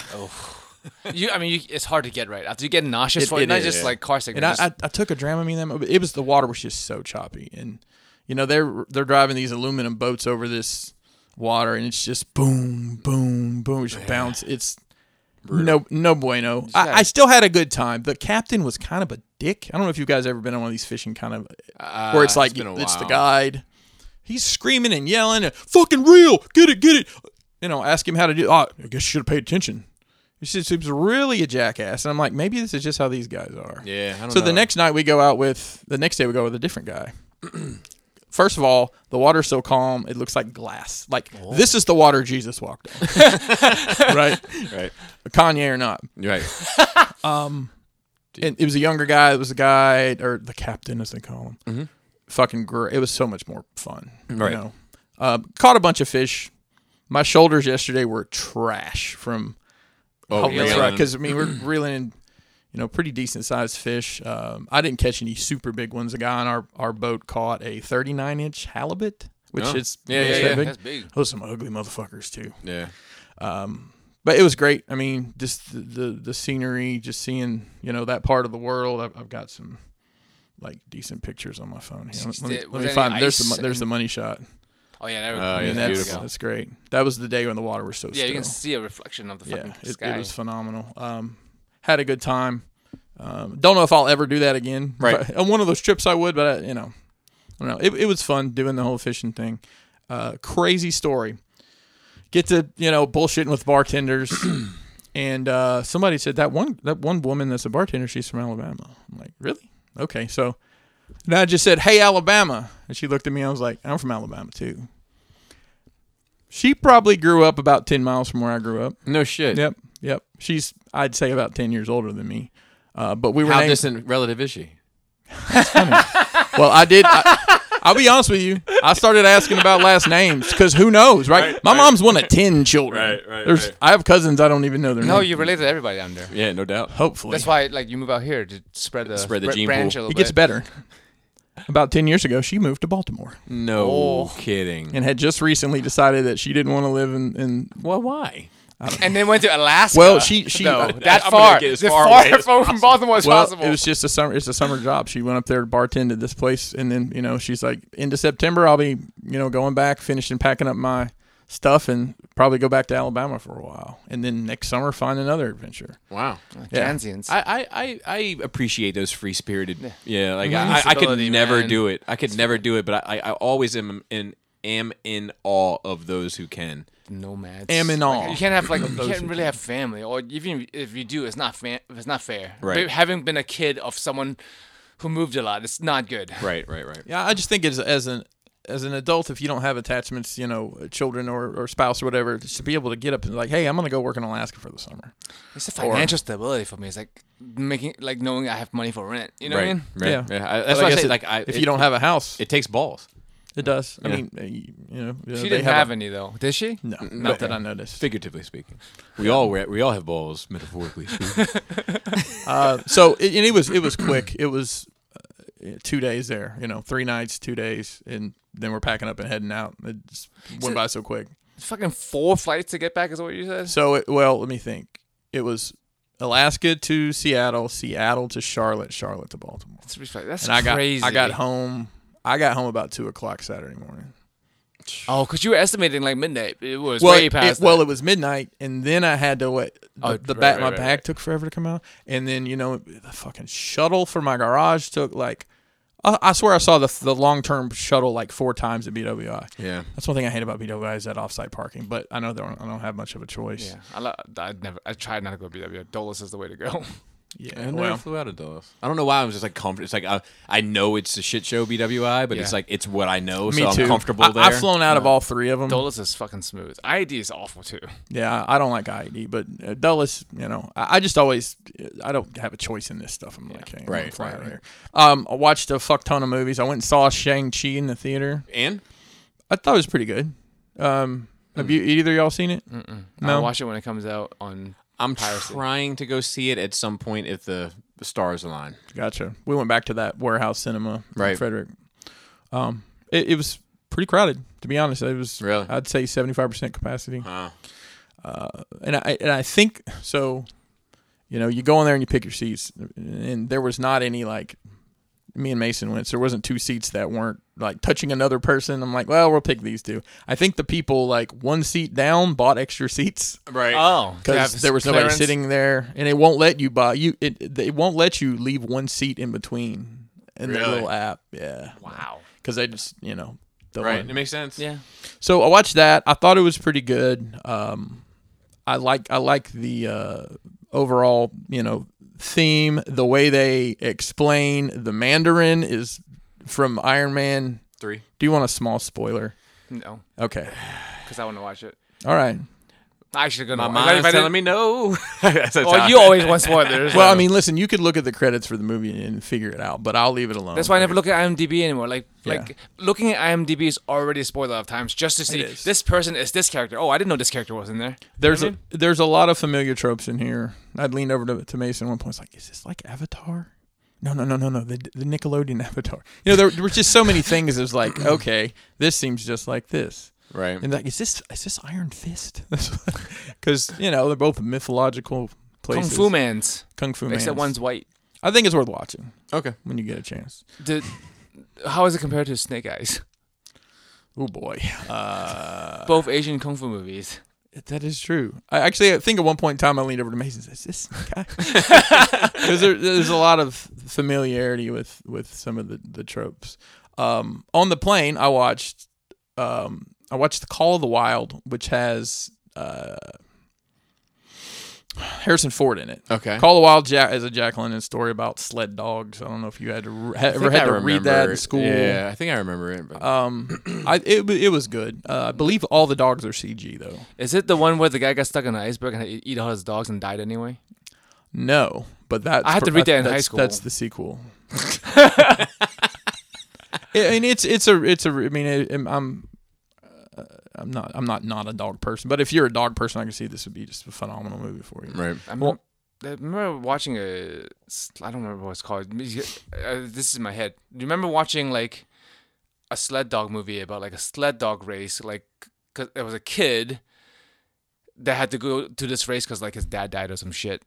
Speaker 3: You, I mean, you, it's hard to get right after you get nauseous
Speaker 2: It-
Speaker 3: for it.
Speaker 2: it
Speaker 3: Not
Speaker 2: is.
Speaker 3: just like car sickness.
Speaker 2: And I,
Speaker 3: just-
Speaker 2: I, I took a Dramamine. That mo- it was the water was just so choppy, and you know they're they're driving these aluminum boats over this water, and it's just boom, boom, boom, just bounce. It's no no bueno. I, I still had a good time. The captain was kind of a dick. I don't know if you guys ever been on one of these fishing kind of where it's
Speaker 1: Uh,
Speaker 2: like
Speaker 1: it's been a
Speaker 2: it's, the
Speaker 1: while.
Speaker 2: guide. He's screaming and yelling, and, "Fucking real, get it, get it!" You know, ask him how to do. Oh, I guess you should have paid attention. He just seems really a jackass, and I'm like, maybe this is just how these guys are.
Speaker 1: Yeah. I don't
Speaker 2: So
Speaker 1: know.
Speaker 2: the next night we go out with the next day we go with a different guy. First of all, the water's so calm it looks like glass. Like this is the water Jesus walked on, right?
Speaker 1: Right.
Speaker 2: Kanye or not,
Speaker 1: Right.
Speaker 2: and it was a younger guy. It was a guy or the captain, as they call him. Fucking great. It was so much more fun.
Speaker 1: Right.
Speaker 2: You know? Uh, caught a bunch of fish. My shoulders yesterday were trash from
Speaker 1: Oh,
Speaker 2: Oh, that's
Speaker 1: yeah.
Speaker 2: right. Because I mean, we're reeling in, you know, pretty decent sized fish. Um, I didn't catch any super big ones. A guy on our, our boat caught a 39 inch halibut, which
Speaker 1: Oh.
Speaker 2: is
Speaker 1: Yeah,
Speaker 2: it's
Speaker 1: yeah,
Speaker 2: that
Speaker 1: yeah.
Speaker 2: big.
Speaker 3: That's big.
Speaker 2: Those some ugly motherfuckers too.
Speaker 1: Yeah.
Speaker 2: But it was great. I mean, just the the, the scenery, just seeing you know that part of the world. I've, I've got some like decent pictures on my phone here. Let, me,
Speaker 3: Did-
Speaker 2: let
Speaker 3: was
Speaker 2: me
Speaker 3: there
Speaker 2: find.
Speaker 3: any
Speaker 2: There's the
Speaker 3: ice
Speaker 2: mo- there's the money shot.
Speaker 3: Oh yeah, there we
Speaker 1: Oh,
Speaker 3: go.
Speaker 2: I mean,
Speaker 1: yeah,
Speaker 2: Uh, that's
Speaker 1: beautiful.
Speaker 2: that's great. That was the day when the water was so
Speaker 3: Yeah,
Speaker 2: still
Speaker 3: you can see a reflection of the fucking
Speaker 2: yeah, it,
Speaker 3: sky.
Speaker 2: it was phenomenal. Um, had a good time. Um, don't know if I'll ever do that again.
Speaker 1: Right.
Speaker 2: But on one of those trips, I would, but I, you know, I don't know. It, it was fun doing the whole fishing thing. Uh, crazy story. Get to you know bullshitting with bartenders, and uh, somebody said that one that one woman that's a bartender, she's from Alabama. I'm like, really? Okay, so. And I just said, "Hey, Alabama," and she looked at me. I was like, "I'm from Alabama too." She probably grew up about ten miles from where I grew up.
Speaker 1: No shit.
Speaker 2: Yep, yep. She's I'd say about ten years older than me. Uh, but we were
Speaker 1: How
Speaker 2: named,
Speaker 1: distant relative is she?
Speaker 2: well. I did. I, I'll be honest with you. I started asking about last names because who knows, right?
Speaker 4: Right,
Speaker 2: My
Speaker 4: right.
Speaker 2: mom's one of ten children.
Speaker 4: Right, right,
Speaker 2: There's
Speaker 4: right.
Speaker 2: I have cousins I don't even know their
Speaker 3: no,
Speaker 2: name.
Speaker 3: you related to everybody down there.
Speaker 1: Yeah, no doubt.
Speaker 2: Hopefully,
Speaker 3: That's why, like, you move out here to spread the
Speaker 1: Spread the
Speaker 3: br-
Speaker 1: gene
Speaker 3: branch
Speaker 1: pool.
Speaker 3: a
Speaker 2: it
Speaker 3: little
Speaker 2: gets
Speaker 3: bit.
Speaker 2: better. About ten years ago, she moved to Baltimore
Speaker 1: No
Speaker 3: Oh.
Speaker 1: kidding.
Speaker 2: and had just recently decided that she didn't want to live in. in
Speaker 1: well, why?
Speaker 3: and then went to Alaska.
Speaker 2: well, she she
Speaker 3: no,
Speaker 2: uh,
Speaker 3: that
Speaker 1: I'm gonna
Speaker 3: far,
Speaker 1: get as
Speaker 3: the
Speaker 1: far
Speaker 3: far,
Speaker 1: away as
Speaker 3: from Baltimore as
Speaker 2: well,
Speaker 3: possible.
Speaker 2: it was just a summer. It's a summer job. She went up there, bartended this place, and then you know she's like, into September, I'll be you know going back, finishing packing up my stuff, and probably go back to Alabama for a while, and then next summer find another adventure.
Speaker 1: Wow.
Speaker 2: yeah.
Speaker 3: Transients.
Speaker 1: I, I, I, I appreciate those free spirited. Yeah. like I, I could
Speaker 3: Flexibility,
Speaker 1: never
Speaker 3: man.
Speaker 1: do it. I could never do it, but I, I, I always am in am in awe of those who can.
Speaker 3: nomads.
Speaker 2: Am in
Speaker 3: Like,
Speaker 2: awe
Speaker 3: you can't have like you can't really have family, or even if you do, it's not fa- it's not fair.
Speaker 1: Right.
Speaker 3: But having been a kid of someone who moved a lot, it's not good.
Speaker 1: Right, right, right.
Speaker 2: Yeah, I just think as as an as an adult, if you don't have attachments, you know, children or, or spouse or whatever, to be able to get up and like, hey, I'm gonna go work in Alaska for the summer.
Speaker 3: It's the financial stability for me. It's like making, like knowing I have money for rent. You know
Speaker 1: right,
Speaker 3: what I mean?
Speaker 1: right.
Speaker 2: Yeah.
Speaker 1: Yeah, I, that's
Speaker 2: But
Speaker 1: why I
Speaker 2: guess
Speaker 1: say
Speaker 2: it-
Speaker 1: like I,
Speaker 2: if
Speaker 1: it-
Speaker 2: you don't have a house, it,
Speaker 1: it takes balls.
Speaker 2: does. I
Speaker 1: Yeah.
Speaker 2: mean, uh, you you know,
Speaker 3: She didn't have, any though, did she?
Speaker 2: No, not that I noticed.
Speaker 1: Figuratively speaking, we all wear, we all have balls, metaphorically. speaking.
Speaker 2: Uh, so it, and it was it was quick. It was uh, two days there. You know, three nights, two days, and then we're packing up and heading out. It just went
Speaker 3: So-
Speaker 2: by so quick.
Speaker 3: Fucking four flights to get back is what you said.
Speaker 2: So it, well, let me think. It was Alaska to Seattle, Seattle to Charlotte, Charlotte to Baltimore.
Speaker 3: That's pretty fuck- That's
Speaker 2: and I got
Speaker 3: crazy.
Speaker 2: I got home. I got home about two o'clock Saturday morning.
Speaker 3: Oh, because you were estimating like midnight. It was
Speaker 2: Well,
Speaker 3: way
Speaker 2: it-
Speaker 3: past.
Speaker 2: it, well,
Speaker 3: that.
Speaker 2: it was midnight, and then I had to wait. The,
Speaker 3: Oh,
Speaker 2: the
Speaker 3: right,
Speaker 2: back,
Speaker 3: right,
Speaker 2: my
Speaker 3: right,
Speaker 2: bag
Speaker 3: right.
Speaker 2: took forever to come out, and then you know the fucking shuttle for my garage took like. I I swear I saw the the long term shuttle like four times at BWI.
Speaker 1: yeah,
Speaker 2: That's one thing I hate about BWI is that offsite parking. But I know they don't, I don't have much of a choice.
Speaker 3: yeah, I, lo- I never. I tried not to go BW. Dollars is the way to go.
Speaker 2: Yeah,
Speaker 1: I never
Speaker 2: well,
Speaker 1: flew out of Dulles. I don't know why I'm just like comfortable. It's like I, I know it's a shit show, BWI, but it's
Speaker 3: Yeah.
Speaker 1: like it's what I know,
Speaker 2: me
Speaker 1: so I'm
Speaker 2: too.
Speaker 1: comfortable
Speaker 2: I,
Speaker 1: there.
Speaker 2: I've flown out of all three of them.
Speaker 3: Dollars is fucking smooth. ID is awful too.
Speaker 2: Yeah, I I don't like IED, but uh, Dulles, you know, I, I just always, I don't have a choice in this stuff. I'm like, hey, I'm
Speaker 1: Right,
Speaker 2: gonna fly
Speaker 1: right,
Speaker 2: out
Speaker 1: right.
Speaker 2: here. Um, I watched a fuck ton of movies. I went and saw Shang Chi in the theater.
Speaker 1: and
Speaker 2: I thought it was pretty good. Um, have
Speaker 1: Hmm.
Speaker 2: you either of y'all seen it? No.
Speaker 3: I'll watch it when it comes out on.
Speaker 1: I'm
Speaker 3: Piracy.
Speaker 1: trying to go see it at some point if the the stars align.
Speaker 2: Gotcha. We went back to that warehouse cinema, in
Speaker 1: Right.
Speaker 2: Frederick. Um, it, it was pretty crowded, to be honest. It was,
Speaker 1: Really?
Speaker 2: I'd say, seventy five percent capacity.
Speaker 1: Wow.
Speaker 2: Uh, and I and I think so. You know, you go in there and you pick your seats, and there was not any like me and Mason went. So there wasn't two seats that weren't like touching another person. I'm like, well, we'll pick these two. I think the people like one seat down bought extra seats
Speaker 1: Right.
Speaker 3: Oh,
Speaker 2: because there was nobody sitting there, and it won't let you buy you. It they won't let you leave one seat in between in their
Speaker 1: Really?
Speaker 2: little app. Yeah,
Speaker 3: Wow.
Speaker 2: because they just you know don't
Speaker 1: right.
Speaker 2: want-
Speaker 1: It makes sense.
Speaker 3: Yeah.
Speaker 2: so I watched that. I thought it was pretty good. Um, I like I like the uh, overall you know theme. The way they explain the Mandarin is from Iron Man.
Speaker 1: Three.
Speaker 2: Do you want a small spoiler?
Speaker 3: No,
Speaker 2: Okay.
Speaker 3: because I want to watch it.
Speaker 2: All right.
Speaker 3: I actually gonna.
Speaker 1: My
Speaker 3: watch it. If I
Speaker 1: mind's
Speaker 3: didn't-
Speaker 1: telling me no. That's how-
Speaker 3: Well, you always want spoilers.
Speaker 2: Well, I mean, listen, you could look at the credits for the movie and figure it out, but I'll leave it alone.
Speaker 3: That's why I never look at IMDb anymore. Like,
Speaker 2: Yeah.
Speaker 3: like looking at IMDb is already a spoiler of times just to see
Speaker 2: is.
Speaker 3: this person is this character. Oh, I didn't know this character was in there.
Speaker 2: There's
Speaker 3: I
Speaker 2: a,
Speaker 3: mean-
Speaker 2: there's a lot of familiar tropes in here. I'd leaned over to, to Mason at one point. It's like, is this like Avatar? No, no, no, no, no. The, the Nickelodeon Avatar. You know, there, there were just so many things. It was like, okay, this seems just like this.
Speaker 1: Right.
Speaker 2: And like, is this is this Iron Fist? Because you know they're both mythological
Speaker 3: Kung
Speaker 2: places.
Speaker 3: Fu Man's.
Speaker 2: Kung Fu Man.
Speaker 3: Except one's white.
Speaker 2: I think it's worth watching
Speaker 1: Okay.
Speaker 2: when you get a chance.
Speaker 3: The, how is it compared to Snake Eyes?
Speaker 2: Oh boy, uh,
Speaker 3: Both Asian kung fu movies.
Speaker 2: that is true. I actually I think at one point in time I leaned over to Mason. and said, Is this guy? because there, there's a lot of familiarity with with some of the the tropes. Um, on the plane, I watched um, I watched The Call of the Wild, which has uh, Harrison Ford in it.
Speaker 1: Okay.
Speaker 2: Call of the Wild ja- is a Jack London story about sled dogs. I don't know if you had to re- ha-
Speaker 1: I
Speaker 2: ever
Speaker 1: think
Speaker 2: had
Speaker 1: I
Speaker 2: to read that
Speaker 1: remember
Speaker 2: in
Speaker 1: it.
Speaker 2: school.
Speaker 1: Yeah, I think I remember it. But
Speaker 2: Um, I it, wa- it was good. Uh, I believe all the dogs are CG though.
Speaker 3: Is it the one where the guy got stuck in an iceberg and he- eat all his dogs and died anyway?
Speaker 2: No, but that's uh,
Speaker 3: I had to read that in high
Speaker 2: that's-
Speaker 3: school.
Speaker 2: That's the sequel. I mean, it's it's a it's a. I mean, it, I'm I'm, uh, I'm not I'm not not a dog person, but if you're a dog person, I can see this would be just a phenomenal movie for you.
Speaker 1: right.
Speaker 3: I remember,
Speaker 2: Well-
Speaker 3: I remember watching a. s- I don't remember what it's called. Uh, this is in my head. Do you remember watching like a sled dog movie about like a sled dog race? Like, cause there was a kid that had to go to this race because like his dad died or some shit,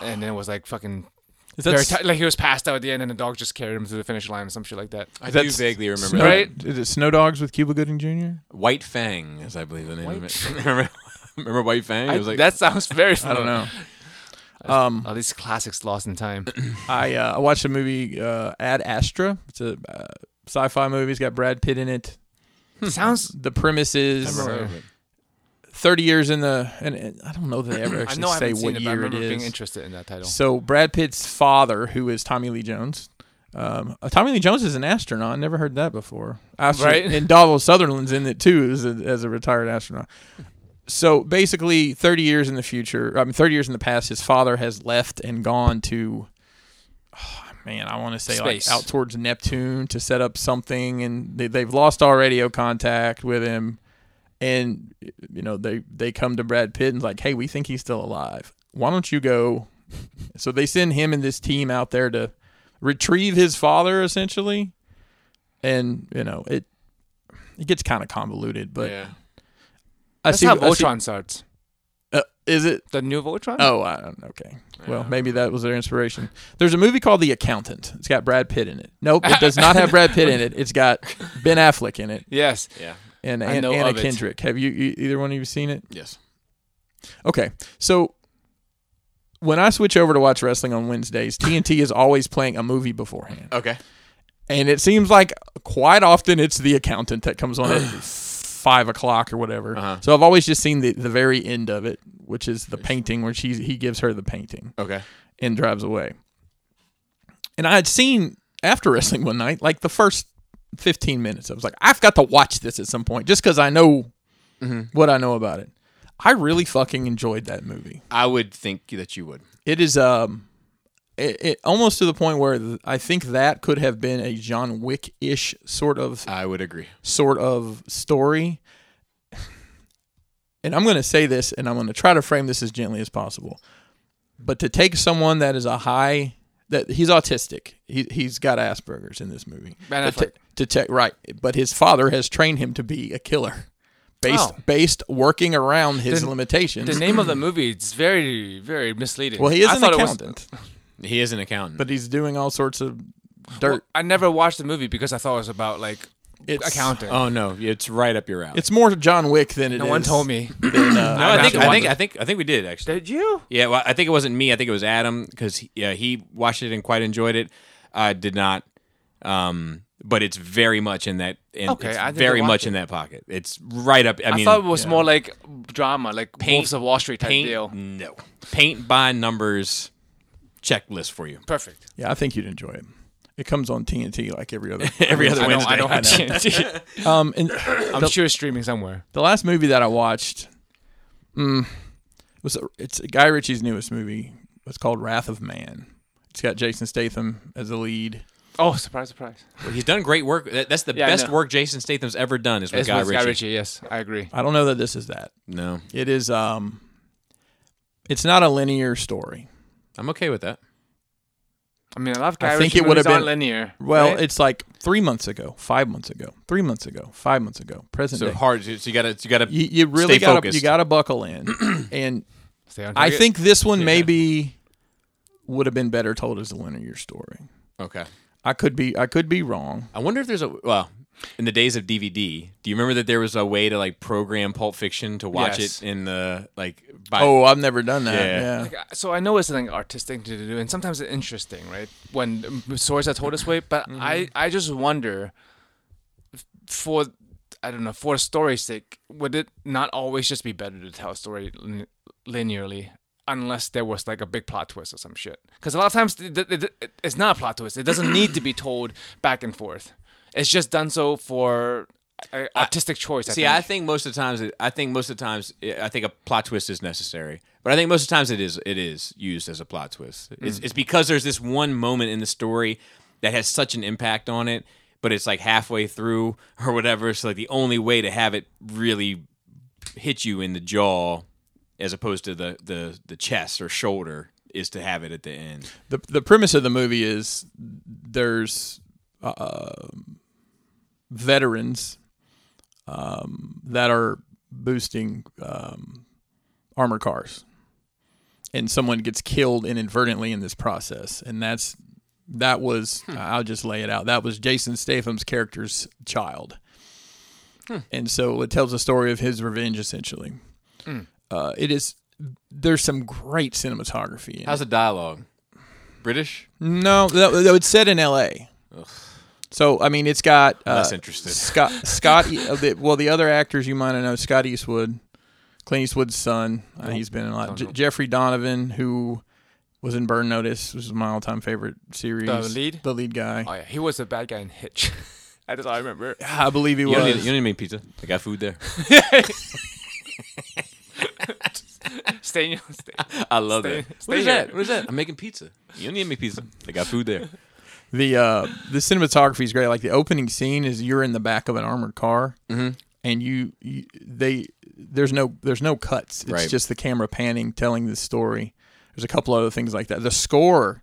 Speaker 3: and then it was like fucking.
Speaker 2: Is that
Speaker 3: very
Speaker 2: s-
Speaker 3: ti- like he was passed out at the end, and the dog just carried him to the finish line or some shit like that.
Speaker 1: I do
Speaker 2: That's-
Speaker 1: vaguely remember
Speaker 2: Snow,
Speaker 1: that.
Speaker 3: Right?
Speaker 2: Is it Snow Dogs with Cuba Gooding Jr.?
Speaker 1: White Fang, is I believe the name of
Speaker 3: White-
Speaker 1: it. remember, remember White Fang?
Speaker 3: I-
Speaker 1: it was like
Speaker 3: that sounds very.
Speaker 2: I don't
Speaker 3: familiar.
Speaker 2: know. Um,
Speaker 3: Oh, these classics lost in time.
Speaker 2: I uh, I watched a movie uh, Ad Astra. It's a uh, sci-fi movie. It's got Brad Pitt in it.
Speaker 3: sounds.
Speaker 2: The premise
Speaker 1: I
Speaker 2: is
Speaker 1: remember
Speaker 3: Sorry.
Speaker 1: it.
Speaker 2: 30 years in the and, and I don't know that they ever
Speaker 3: I
Speaker 2: actually
Speaker 3: know I
Speaker 2: say
Speaker 3: haven't seen
Speaker 2: what
Speaker 3: it, but I
Speaker 2: year it
Speaker 3: remember being
Speaker 2: is.
Speaker 3: interested in that title.
Speaker 2: So Brad Pitt's father, who is Tommy Lee Jones, Um, uh, Tommy Lee Jones is an astronaut. Never heard that before. Astro-
Speaker 3: Right.
Speaker 2: And Donald Sutherland's in it too as a, as a retired astronaut. So basically, 30 years in the future, I mean, 30 years in the past, his father has left and gone to, oh, man, I want to say
Speaker 3: Space.
Speaker 2: like out towards Neptune to set up something. And they, they've lost all radio contact with him. And, you know, they, they come to Brad Pitt and like, hey, we think he's still alive. Why don't you go so they send him and this team out there to retrieve his father, essentially. And you know it, it gets kind of convoluted, but
Speaker 3: yeah.
Speaker 2: I
Speaker 3: That's
Speaker 2: see
Speaker 3: how
Speaker 2: I see-
Speaker 3: Voltron starts.
Speaker 2: uh, is it?
Speaker 3: The new Voltron.
Speaker 2: Oh, I don't. Okay. Well, maybe that was their inspiration. There's a movie called The Accountant. It's got Brad Pitt in it. Nope, it does not have Brad Pitt in it. It's got Ben Affleck in it
Speaker 3: Yes.
Speaker 1: Yeah.
Speaker 2: and
Speaker 3: I
Speaker 2: An-
Speaker 3: know
Speaker 2: Anna
Speaker 3: of it.
Speaker 2: Kendrick. Have you, you either one of you seen it?
Speaker 1: Yes.
Speaker 2: Okay. So when I switch over to watch wrestling on Wednesdays, TNT is always playing a movie beforehand.
Speaker 1: Okay.
Speaker 2: and it seems like quite often it's the accountant that comes on at five o'clock or whatever.
Speaker 1: Uh-huh.
Speaker 2: So I've always just seen the, the very end of it, which is the painting where she's he gives her the painting
Speaker 1: Okay.
Speaker 2: and drives away. And I had seen after wrestling one night, like the first fifteen minutes, I was like, I've got to watch this at some point, just because I know what I know about it. I really fucking enjoyed that movie.
Speaker 1: I would think that you would.
Speaker 2: It is um, it, it almost to the point where th- I think that could have been a John Wick ish sort of
Speaker 1: I would agree.
Speaker 2: sort of story. And I'm going to say this, and I'm going to try to frame this as gently as possible. But to take someone that is a high that he's autistic, he he's got Asperger's in this movie.
Speaker 3: Ben
Speaker 2: to,
Speaker 3: Affleck.
Speaker 2: to take right, but his father has trained him to be a killer, based
Speaker 3: Oh.
Speaker 2: based working around his
Speaker 3: The-
Speaker 2: limitations.
Speaker 3: The name of the movie is very, very misleading.
Speaker 2: well, he is
Speaker 3: I
Speaker 2: an
Speaker 3: thought it was-
Speaker 2: accountant,
Speaker 1: He is an accountant.
Speaker 2: but he's doing all sorts of dirt.
Speaker 3: I never watched the movie because I thought it was about like
Speaker 2: It's-
Speaker 3: accounting.
Speaker 1: oh no, it's right up your alley.
Speaker 2: it's more John Wick than it is.
Speaker 3: no one told me.
Speaker 2: than, uh,
Speaker 1: no, I
Speaker 3: I
Speaker 1: think
Speaker 3: have to
Speaker 1: I think
Speaker 3: watch
Speaker 1: I think I think we did actually.
Speaker 3: Did you?
Speaker 1: Yeah, well, I think it wasn't me. I think it was Adam because yeah, he watched it and quite enjoyed it. I did not, um, but it's very much in that. In,
Speaker 3: Okay,
Speaker 1: it's
Speaker 3: I need to
Speaker 1: very
Speaker 3: watch
Speaker 1: much
Speaker 3: it.
Speaker 1: in that pocket. It's right up. I,
Speaker 3: I,
Speaker 1: mean,
Speaker 3: thought it was more like drama, like
Speaker 1: Paint-
Speaker 3: Wolves of Wall Street type
Speaker 1: paint.
Speaker 3: deal.
Speaker 1: No, paint by numbers checklist for you.
Speaker 3: Perfect.
Speaker 2: Yeah, I think you'd enjoy it. It comes on TNT like every other
Speaker 1: Every other
Speaker 3: I don't,
Speaker 1: Wednesday.
Speaker 3: I don't have TNT.
Speaker 2: Um, and
Speaker 3: I'm sure it's streaming somewhere.
Speaker 2: the last movie that I watched, mm, was it's Guy Ritchie's newest movie. It's called Wrath of Man. It's got Jason Statham as the lead.
Speaker 3: Oh, surprise, surprise.
Speaker 1: Well, He's done great work. That- That's the
Speaker 3: Yeah, I
Speaker 1: best
Speaker 3: know.
Speaker 1: work Jason Statham's ever done. Is with
Speaker 3: It's
Speaker 1: Guy
Speaker 3: with
Speaker 1: Ritchie.
Speaker 3: Guy Ritchie, yes, I agree.
Speaker 2: I don't know that this is that.
Speaker 1: No,
Speaker 2: It is um, it's not a linear story.
Speaker 1: I'm okay with that.
Speaker 3: I mean, I love Guy
Speaker 2: I think
Speaker 3: Ritchie
Speaker 2: it would've
Speaker 3: movies aren't
Speaker 2: been-
Speaker 3: linear.
Speaker 2: Well,
Speaker 3: right?
Speaker 2: it's like three months ago, five months ago, three months ago, five months ago, present
Speaker 1: So
Speaker 2: day.
Speaker 1: hard. So you got to. You got to.
Speaker 2: You, you really
Speaker 1: Stay
Speaker 2: got
Speaker 1: focused.
Speaker 2: you got to buckle in, and
Speaker 3: Stay on
Speaker 2: I
Speaker 3: target.
Speaker 2: think this one maybe would have been better told as a linear story.
Speaker 1: Okay.
Speaker 2: I could be I could be wrong.
Speaker 1: I wonder if there's a well. In the days of DVD, do you remember that there was a way to like program Pulp Fiction to watch
Speaker 3: Yes.
Speaker 1: it in the like? By,
Speaker 2: Oh, I've never done that.
Speaker 1: Yeah.
Speaker 2: Yeah.
Speaker 3: Like, uh, so I know it's something artistic to do, and sometimes it's interesting, right? When um, stories are told this way, but
Speaker 2: Mm-hmm.
Speaker 3: I, I just wonder, f- for I don't know, for story's sake, would it not always just be better to tell a story lin- linearly, unless there was like a big plot twist or some shit? Because a lot of times th- th- th- it- it's not a plot twist; it doesn't need to be told back and forth. It's just done so for uh, artistic choice. I
Speaker 1: See,
Speaker 3: think.
Speaker 1: I think most of the times, it- I think most of the times, I I think a plot twist is necessary. But I think most of the times it is it is used as a plot twist. It's, it's because there's this one moment in the story that has such an impact on it, but it's like halfway through or whatever. So like the only way to have it really hit you in the jaw, as opposed to the the the chest or shoulder, is to have it at the end.
Speaker 2: The the premise of the movie is there's uh, veterans um, that are boosting um, armored cars, and someone gets killed inadvertently in this process, and that's that was I'll just lay it out. That was Jason Statham's character's child, and so it tells the story of his revenge essentially. Uh, it is. There's some great cinematography. In it.
Speaker 1: How's the dialogue? British?
Speaker 2: No, no, no, it's set in L.A. So I mean, it's got uh,
Speaker 1: Less interested.
Speaker 2: Scott Scott. E- uh, the, well, the other actors you might know: Scott Eastwood, Clint Eastwood's son. Uh, he's been in a lot. J- Jeffrey Donovan, who was in Burn Notice, which is my all-time favorite series.
Speaker 3: The lead?
Speaker 2: the lead guy.
Speaker 3: Oh yeah, he was a bad guy in Hitch. That's all I remember.
Speaker 2: I believe he
Speaker 1: You don't, need,
Speaker 2: was.
Speaker 1: you don't need to make pizza. I got food there.
Speaker 3: Stay in stay.
Speaker 1: I love
Speaker 3: Stay-
Speaker 1: that.
Speaker 3: stay
Speaker 1: What is
Speaker 3: here.
Speaker 1: that? What is that? I'm making pizza. You don't need to make pizza. I got food there.
Speaker 2: the uh, the cinematography is great. Like the opening scene is you're in the back of an armored car,
Speaker 1: Mm-hmm.
Speaker 2: and you, you they there's no there's no cuts. It's
Speaker 1: Right.
Speaker 2: just the camera panning, telling the story. There's a couple other things like that. The score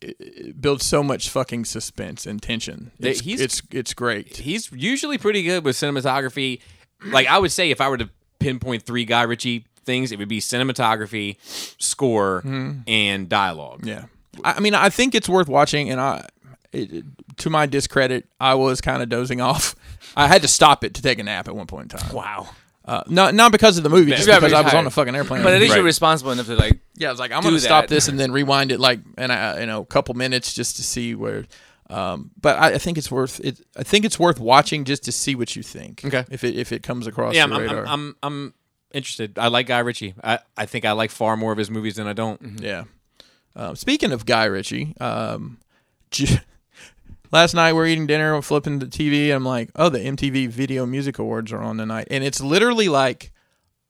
Speaker 2: it, it builds so much fucking suspense and tension.
Speaker 1: They-
Speaker 2: It's
Speaker 1: he's-
Speaker 2: it's, it's great.
Speaker 1: He's usually pretty good with cinematography. Like I would say, if I were to pinpoint three Guy Ritchie things, it would be cinematography, score, and dialogue.
Speaker 2: Yeah, I, I mean, I think it's worth watching, and I. It, it- to my discredit, I was kind of dozing off. I had to stop it to take a nap at one point in time.
Speaker 3: Wow.
Speaker 2: Uh, not not because of the movie, just
Speaker 3: Yeah,
Speaker 2: because
Speaker 3: but
Speaker 2: I was
Speaker 3: tired.
Speaker 2: on a fucking airplane.
Speaker 3: But at least
Speaker 1: Right.
Speaker 3: you're responsible enough to like.
Speaker 2: Yeah, I was like, I'm
Speaker 3: do
Speaker 2: gonna stop
Speaker 3: that.
Speaker 2: this and then rewind it like in a you know couple minutes just to see where. Um, but I, I think it's worth it. I think it's worth watching just to see what you think.
Speaker 1: Okay.
Speaker 2: If it if it comes across
Speaker 1: Yeah, I'm,
Speaker 2: your
Speaker 1: I'm,
Speaker 2: radar.
Speaker 1: I'm, I'm, I'm interested. I like Guy Ritchie. I, I think I like far more of his movies than I don't.
Speaker 2: yeah. Um, speaking of Guy Ritchie, um, j- last night we're eating dinner, we're flipping the TV. And I'm like, oh, the MTV Video Music Awards are on tonight, and it's literally like,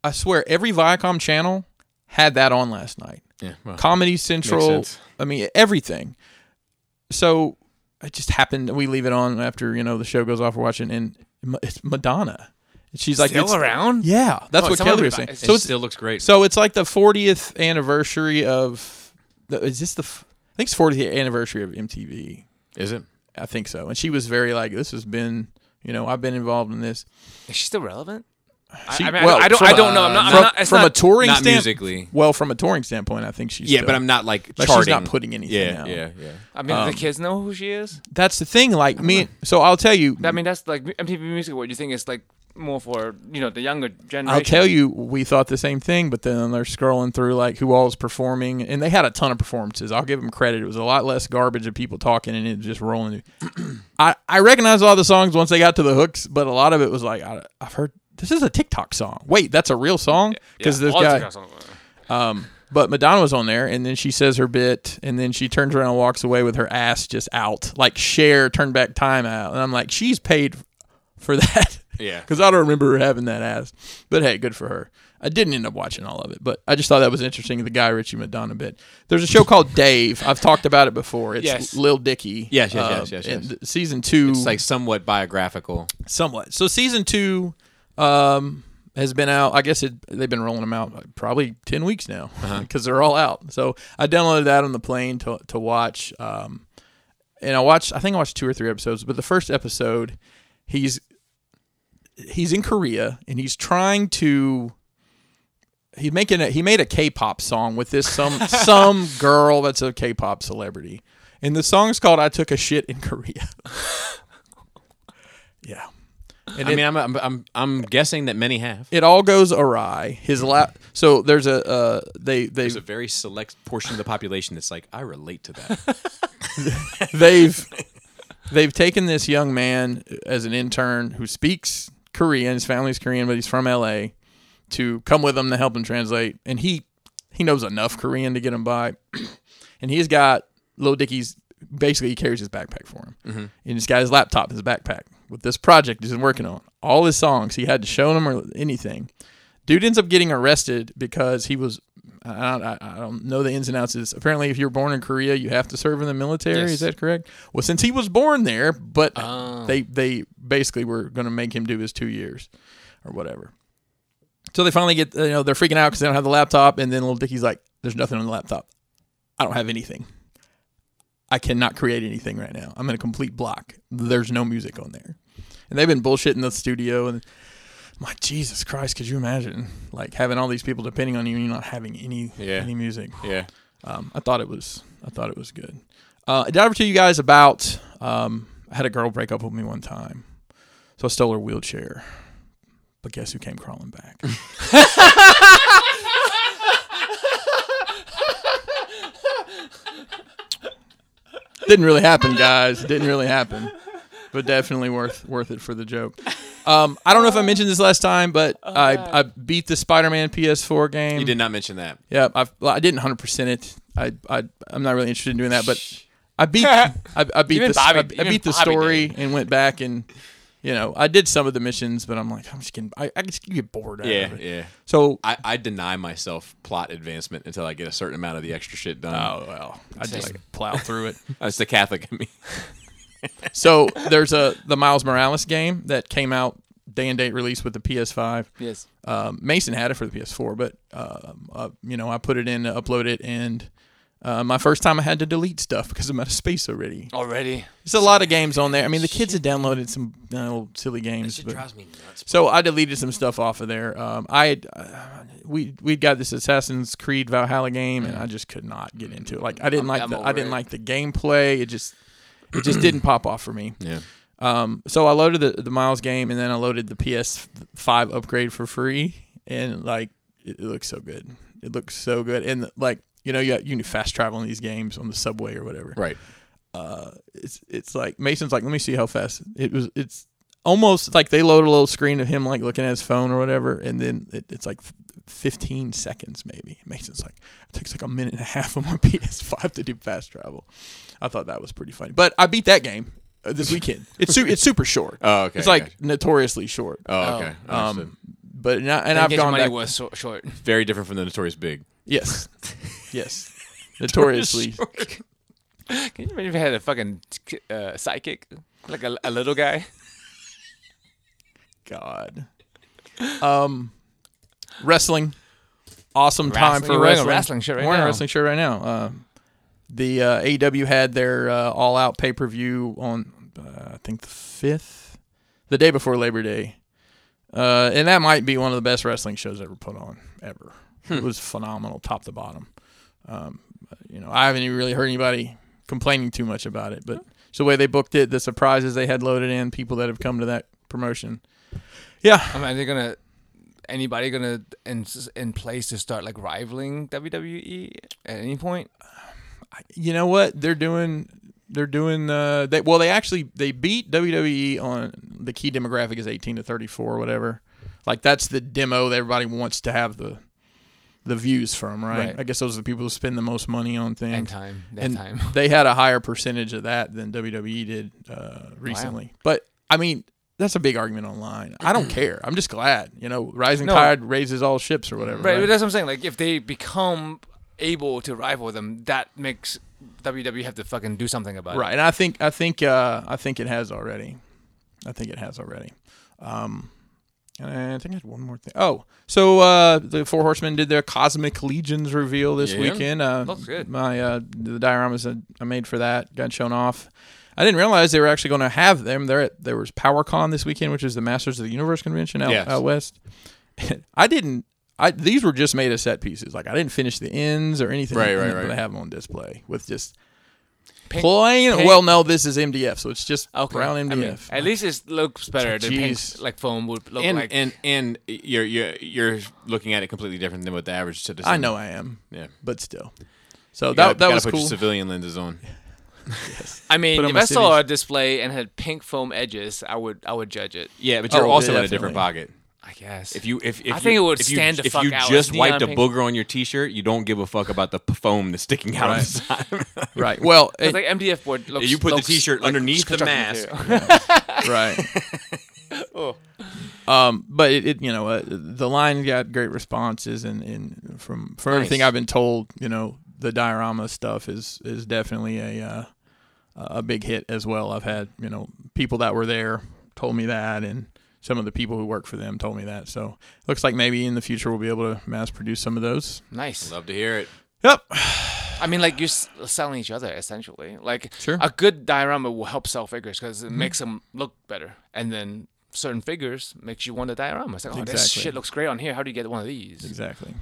Speaker 2: I swear, every Viacom channel had that on last night.
Speaker 1: Yeah, well,
Speaker 2: Comedy Central.
Speaker 1: sense.
Speaker 2: I mean, everything. So it just happened. We leave it on after you know the show goes off. We're watching, and Ma- it's Madonna. And She's like,
Speaker 3: Still
Speaker 2: it's-
Speaker 3: around?
Speaker 2: Yeah, that's
Speaker 3: Oh,
Speaker 2: what
Speaker 3: someone
Speaker 2: Kelly was
Speaker 3: revi-
Speaker 2: saying.
Speaker 3: it's
Speaker 1: it
Speaker 2: So it's
Speaker 1: still looks great.
Speaker 2: so it's like the 40th anniversary of. The, is this the? f- I think it's 40th anniversary of MTV.
Speaker 1: Is it?
Speaker 2: I think so. And she was very like, this has been. You know, I've been involved in this.
Speaker 3: Is she still relevant?
Speaker 2: She-
Speaker 3: I mean, I
Speaker 2: well,
Speaker 3: don't- I don't.
Speaker 2: from
Speaker 3: I
Speaker 2: a-
Speaker 3: don't know. I'm not.
Speaker 2: from,
Speaker 3: I'm not it's
Speaker 2: from a
Speaker 3: not,
Speaker 2: touring
Speaker 1: Not
Speaker 2: stamp-
Speaker 1: musically.
Speaker 2: Well, from a touring standpoint, I think she's
Speaker 1: Yeah,
Speaker 2: still-
Speaker 1: but I'm not like
Speaker 2: Like, she's
Speaker 1: charting.
Speaker 2: not putting anything
Speaker 1: Yeah,
Speaker 2: out.
Speaker 1: yeah, yeah.
Speaker 3: I mean, do the kids know who she is.
Speaker 2: that's the thing. Like me, so I'll tell you.
Speaker 3: I mean, that's like MTV Music. What you think is like more for you know the younger generation.
Speaker 2: I'll tell you, we thought the same thing, but then they're scrolling through like who all is performing, and they had a ton of performances. I'll give them credit; it was a lot less garbage of people talking and it just rolling. I I recognized all the songs once they got to the hooks, but a lot of it was like I, I've heard this is a TikTok song. Wait, that's a real song because
Speaker 3: Yeah,
Speaker 2: this
Speaker 3: all
Speaker 2: guy.
Speaker 3: TikToks on-
Speaker 2: Um, but Madonna was on there, and then she says her bit, and then she turns around and walks away with her ass just out, like share turn back time out. And I'm like, she's paid for that.
Speaker 1: Yeah.
Speaker 2: Because I don't remember her having that ass. But hey, good for her. I didn't end up watching all of it, but I just thought that was interesting. The guy Richie Madonna bit. There's a show called Dave. I've talked about it before. It's
Speaker 3: Yes.
Speaker 2: Lil Dicky. Um,
Speaker 1: Yes, yes, yes, yes,
Speaker 2: and
Speaker 1: yes.
Speaker 2: th- Season two.
Speaker 1: It's like somewhat biographical.
Speaker 2: somewhat. So season two um, has been out. I guess it, they've been rolling them out like, probably ten weeks now because they're all out. So I downloaded that on the plane to to watch. Um, and I watched. I think I watched two or three episodes. But the first episode, he's he's in Korea and he's trying to. He's making a, he made a K-pop song with this some some girl that's a K-pop celebrity, and the song's called "I Took a Shit in Korea." yeah,
Speaker 1: I mean, I'm, I'm, I'm, I'm guessing that many have.
Speaker 2: it all goes awry. His la- so there's a uh, they they
Speaker 1: There's a very select portion of the population that's like, I relate to that.
Speaker 2: they've they've taken this young man as an intern who speaks Korean. His family's Korean, but he's from L.A. to come with them to help him translate, and he he knows enough Korean to get him by, and he's got Lil Dicky's basically he carries his backpack for him,
Speaker 1: Mm-hmm.
Speaker 2: and he's got his laptop in his backpack with this project he's been working on. All his songs he had to show them or anything. Dude ends up getting arrested because he was. I don't, I- I don't know the ins and outs. of this. Apparently, if you're born in Korea, you have to serve in the military. Is that correct? Well, since he was born there, but they they basically were going to make him do his two years or whatever. So they finally get, you know, they're freaking out because they don't have the laptop. And then little Dickie's like, there's nothing on the laptop. I don't have anything. I cannot create anything right now. I'm in a complete block. There's no music on there. And they've been bullshitting the studio. And I'm like, Jesus Christ, could you imagine like having all these people depending on you and you're not having any,
Speaker 1: Yeah.
Speaker 2: any music?
Speaker 1: yeah.
Speaker 2: Um, I thought it was, I thought it was good. Uh, did I ever tell you guys about, um, I had a girl break up with me one time. So I stole her wheelchair. But guess who came crawling back? Didn't really happen, guys. Didn't really happen. But definitely worth worth it for the joke. Um, I don't know if I mentioned this last time, but I, I beat the Spider-Man PS4 game.
Speaker 1: You did not mention that.
Speaker 2: Yeah, I've, well, I didn't 100 percent it. I, I I'm not really interested in doing that, but I beat I, I beat
Speaker 3: Even
Speaker 2: the
Speaker 3: Bobby-
Speaker 2: I, I
Speaker 3: even
Speaker 2: beat the
Speaker 3: Bobby
Speaker 2: story and went back and you know I did some of the missions, but I'm like I'm just getting I, I just get bored. out
Speaker 1: Yeah,
Speaker 2: of it.
Speaker 1: yeah.
Speaker 2: So
Speaker 1: I, I deny myself plot advancement until I get a certain amount of the extra shit done.
Speaker 2: oh well, I just
Speaker 3: Same.
Speaker 2: plow through it.
Speaker 1: That's the Catholic in me.
Speaker 2: so there's a the Miles Morales game that came out day and date release with the PS5.
Speaker 3: Yes.
Speaker 2: um, Mason had it for the PS4, but um, uh, you know I put it in, to upload it, and uh, my first time I had to delete stuff because I'm out of space already.
Speaker 3: Already.
Speaker 2: There's a lot of games on there. I mean, the kids have downloaded some uh, old silly games. but-
Speaker 1: me nuts.
Speaker 2: so I deleted some stuff off of there. Um, I had, uh, we we got this Assassin's Creed Valhalla game, and I just could not get into it. Like I didn't like
Speaker 3: Mm. I'm
Speaker 2: the
Speaker 3: over
Speaker 2: I didn't
Speaker 3: it.
Speaker 2: like the gameplay. It just it just didn't pop off for me.
Speaker 1: Yeah.
Speaker 2: Um, so I loaded the, the Miles game, and then I loaded the PS5 upgrade for free, and like it, it looks so good. It looks so good, and like you know, you you can fast travel in these games on the subway or whatever.
Speaker 1: Right.
Speaker 2: uh, It's it's like Mason's like, let me see how fast it was. It's almost like they load a little screen of him like looking at his phone or whatever, and then it, it's like. 15 seconds maybe mason's like it takes like a minute and a half on my ps5 to do fast travel i thought that was pretty funny but i beat that game uh, this weekend it's, su- it's super short
Speaker 1: Oh, okay.
Speaker 2: it's like
Speaker 1: gotcha.
Speaker 2: notoriously short.
Speaker 1: Oh, okay. Understood.
Speaker 2: um, but and, I, and
Speaker 3: And
Speaker 2: I've
Speaker 3: Engage
Speaker 2: gone
Speaker 3: money
Speaker 2: back.
Speaker 3: was so short.
Speaker 1: Very different from the Notorious Big.
Speaker 2: Yes, yes, notoriously.
Speaker 3: Can you imagine if I had a fucking uh, psychic, like a, a little guy?
Speaker 2: God. Um, wrestling. Awesome time
Speaker 3: Wrestling.
Speaker 2: for
Speaker 3: You're wearing a
Speaker 2: wrestling.
Speaker 3: wrestling shirt right
Speaker 2: Wearing a
Speaker 3: now.
Speaker 2: wrestling shirt right now. Um, the uh, AEW had their uh, All Out pay per view on uh, I think the fifth, the day before Labor Day, uh, and that might be one of the best wrestling shows ever put on ever.
Speaker 3: Hmm.
Speaker 2: It was phenomenal, top to bottom. Um, you know, I haven't even really heard anybody complaining too much about it, but it's the way they booked it, the surprises they had loaded in, people that have come to that promotion. Yeah,
Speaker 3: I mean, are they gonna anybody gonna in in place to start like rivaling WWE at any point?
Speaker 2: you know what they're doing they're doing uh they well they actually they beat WWE on the key demographic is 18 to 34 or whatever like that's the demo that everybody wants to have the the views from right,
Speaker 3: Right.
Speaker 2: I guess those are the people who spend the most money on things
Speaker 3: And time, that
Speaker 2: and
Speaker 3: time.
Speaker 2: they had a higher percentage of that than WWE did uh recently but I mean that's a big argument online I don't care I'm just glad you know rising
Speaker 3: No.
Speaker 2: tide raises all ships or
Speaker 1: Mm-hmm.
Speaker 2: whatever
Speaker 3: Right,
Speaker 2: right?
Speaker 3: but that's what I'm saying. Like, if they become able to rival them, that makes WWE have to fucking do something about
Speaker 2: Right, and I think I think uh, I think it has already. I think it has already. Um, and I think I had one more thing. Oh, so uh, the Four Horsemen did their Cosmic Legions reveal this
Speaker 1: Yeah.
Speaker 2: weekend. Uh,
Speaker 3: Looks good.
Speaker 2: My uh, the dioramas that I made for that got shown off. I didn't realize they were actually going to have them. There at there was PowerCon this weekend, which is the Masters of the Universe convention out,
Speaker 1: Yes.
Speaker 2: out west. I didn't. I, these were just made as set pieces. Like I didn't finish the ends or anything.
Speaker 1: Right, right,
Speaker 2: but
Speaker 1: right.
Speaker 2: I have them on display with just
Speaker 3: Pink-
Speaker 2: plain.
Speaker 3: pink-
Speaker 2: Well, no, this is MDF, so it's just
Speaker 3: it. Okay.
Speaker 2: brown MDF.
Speaker 3: I mean, at least it looks better than pink,
Speaker 2: Jeez.
Speaker 3: like foam would look
Speaker 1: And
Speaker 3: like.
Speaker 1: and and you're you're you're looking at it completely different than what the average citizen.
Speaker 2: I know I am,
Speaker 1: Yeah.
Speaker 2: but still. So
Speaker 1: You gotta-
Speaker 2: that that
Speaker 1: gotta
Speaker 2: was
Speaker 1: put your
Speaker 2: cool.
Speaker 1: civilian lenses on.
Speaker 3: I mean,
Speaker 2: put on
Speaker 3: if
Speaker 2: my
Speaker 3: I saw a display and had pink foam edges, I would I would judge it.
Speaker 1: Yeah, but you're
Speaker 2: Oh,
Speaker 1: also in a
Speaker 2: definitely.
Speaker 1: different pocket.
Speaker 3: I guess.
Speaker 1: If you if, if
Speaker 3: I
Speaker 1: you-
Speaker 3: think it would
Speaker 1: if you-
Speaker 3: stand the
Speaker 1: if
Speaker 3: fuck
Speaker 1: you
Speaker 3: out.
Speaker 1: just
Speaker 3: It's
Speaker 1: wiped a
Speaker 3: neon pink.
Speaker 1: booger on your t-shirt, you don't give a fuck about the p- foam that's sticking out of the side.
Speaker 2: right. Well,
Speaker 3: it's
Speaker 2: it-
Speaker 3: like MDF board looks.
Speaker 1: you put the
Speaker 3: looks
Speaker 1: t-shirt
Speaker 3: like
Speaker 1: underneath the
Speaker 3: construction
Speaker 1: mask.
Speaker 3: material.
Speaker 2: right. Oh. Um, but it, it you know uh, the line got great responses and, and from from everything I've been told you know the diorama stuff is is definitely a uh, a big hit as well. I've had you know people that were there told me that and some of the people who work for them told me that. So looks like maybe in the future we'll be able to mass produce some of those.
Speaker 3: Nice.
Speaker 1: Love to hear it.
Speaker 2: Yep.
Speaker 3: I mean, like you're s- selling each other essentially. Like
Speaker 2: Sure. Mm-hmm.
Speaker 3: a good diorama will help sell figures because it makes them look better, and then certain figures makes you want a diorama. It's like, oh, this
Speaker 2: Exactly.
Speaker 3: shit looks great on here. How do you get one of these?
Speaker 2: Exactly.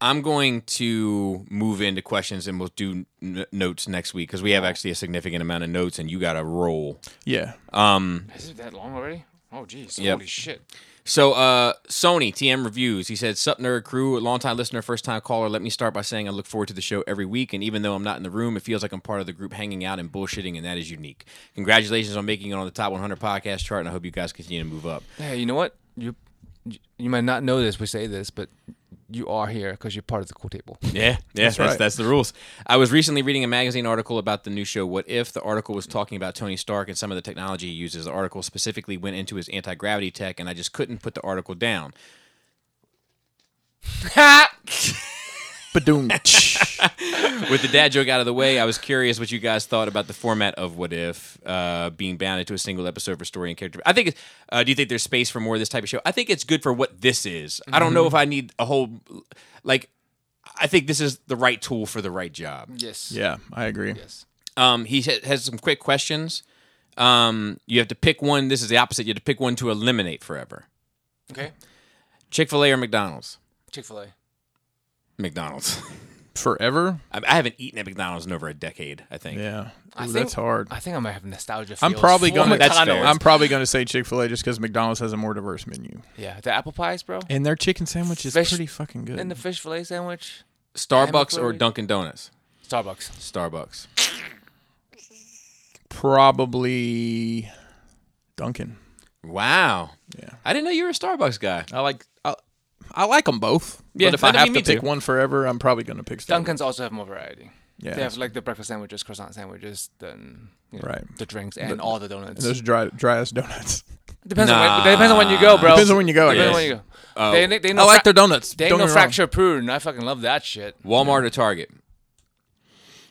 Speaker 1: I'm going to move into questions and we'll do n- notes next week because we
Speaker 3: Oh.
Speaker 1: have actually a significant amount of notes and you got to roll.
Speaker 2: Yeah.
Speaker 1: Um,
Speaker 3: Is it that long already? Oh, jeez.
Speaker 1: Yep.
Speaker 3: Holy shit.
Speaker 1: So uh, Sony TM reviews. He said, "Sup nerd crew, longtime listener, first time caller. Let me start by saying I look forward to the show every week, and even though I'm not in the room, it feels like I'm part of the group hanging out and bullshitting, and that is unique. Congratulations on making it on the top 100 podcast chart, and I hope you guys continue to move up.
Speaker 3: Hey, you know what? You you might not know this. We say this, but you are here because you're part of the cool table.
Speaker 1: Yeah, yeah, that's, that's,
Speaker 2: right.
Speaker 1: the rules. I was recently reading a magazine article about the new show What If. The article was talking about Tony Stark and some of the technology he uses. The article specifically went into his anti gravity tech, and I just couldn't put the article down.
Speaker 2: Badoom.
Speaker 1: With the dad joke out of the way, I was curious what you guys thought about the format of What If uh, being bounded to a single episode for story and character. I think. It's, uh, do you think there's space for more of this type of show? I think it's good for what this is. I don't know if I need a whole like. I think this is the right tool for the right job.
Speaker 3: yes.
Speaker 2: yeah, I agree.
Speaker 3: Yes.
Speaker 1: Um, he ha- has some quick questions. Um, you have to pick one. This is the opposite. You have to pick one to eliminate forever.
Speaker 3: Okay.
Speaker 1: Chick Fil A or McDonald's?
Speaker 3: Chick Fil A.
Speaker 1: McDonald's.
Speaker 2: Forever?
Speaker 1: I, I haven't eaten at MooDonald's in over a decade. I think.
Speaker 2: Yeah.
Speaker 3: I
Speaker 2: Ooh,
Speaker 3: think-
Speaker 2: that's hard.
Speaker 3: I think I might have nostalgia.
Speaker 2: I'm
Speaker 3: feels
Speaker 2: probably
Speaker 3: for
Speaker 2: gonna-
Speaker 1: That's fair.
Speaker 3: McDonald's.
Speaker 2: I'm probably going to say Chick Fil A just because McDonald's has a more diverse menu,
Speaker 3: Yeah, the apple pies, bro,
Speaker 2: and their chicken sandwich is
Speaker 3: Fish-
Speaker 2: pretty fucking good.
Speaker 3: and the fish fillet sandwich.
Speaker 1: Starbucks or
Speaker 3: McFlurry.
Speaker 1: Dunkin' Donuts?
Speaker 3: Starbucks.
Speaker 1: Starbucks.
Speaker 2: Probably Dunkin'.
Speaker 1: Wow.
Speaker 2: Yeah.
Speaker 1: I didn't know you were a Starbucks guy.
Speaker 2: I like I, I like them both.
Speaker 1: Yeah,
Speaker 2: but if
Speaker 1: I
Speaker 2: I
Speaker 1: mean,
Speaker 2: have
Speaker 1: me
Speaker 2: to pick
Speaker 1: too.
Speaker 2: one forever, I'm probably going to pick Starbucks.
Speaker 3: Dunkin's also have more variety.
Speaker 2: Yeah.
Speaker 3: They have like the breakfast sandwiches, croissant sandwiches, then you know,
Speaker 2: Right.
Speaker 3: the drinks and all the donuts.
Speaker 2: And those dry dry ass donuts.
Speaker 3: depends on
Speaker 1: Nah. Oh.
Speaker 3: when, depends on when you go, bro.
Speaker 2: Depends on when you go. I,
Speaker 3: Depends on
Speaker 2: guess.
Speaker 3: when you go. they, they, they know
Speaker 2: I like
Speaker 3: fra-
Speaker 2: their donuts.
Speaker 3: They
Speaker 2: Don't
Speaker 3: know
Speaker 2: get me wrong.
Speaker 3: fracture prune. I fucking love that shit.
Speaker 1: Walmart or Target?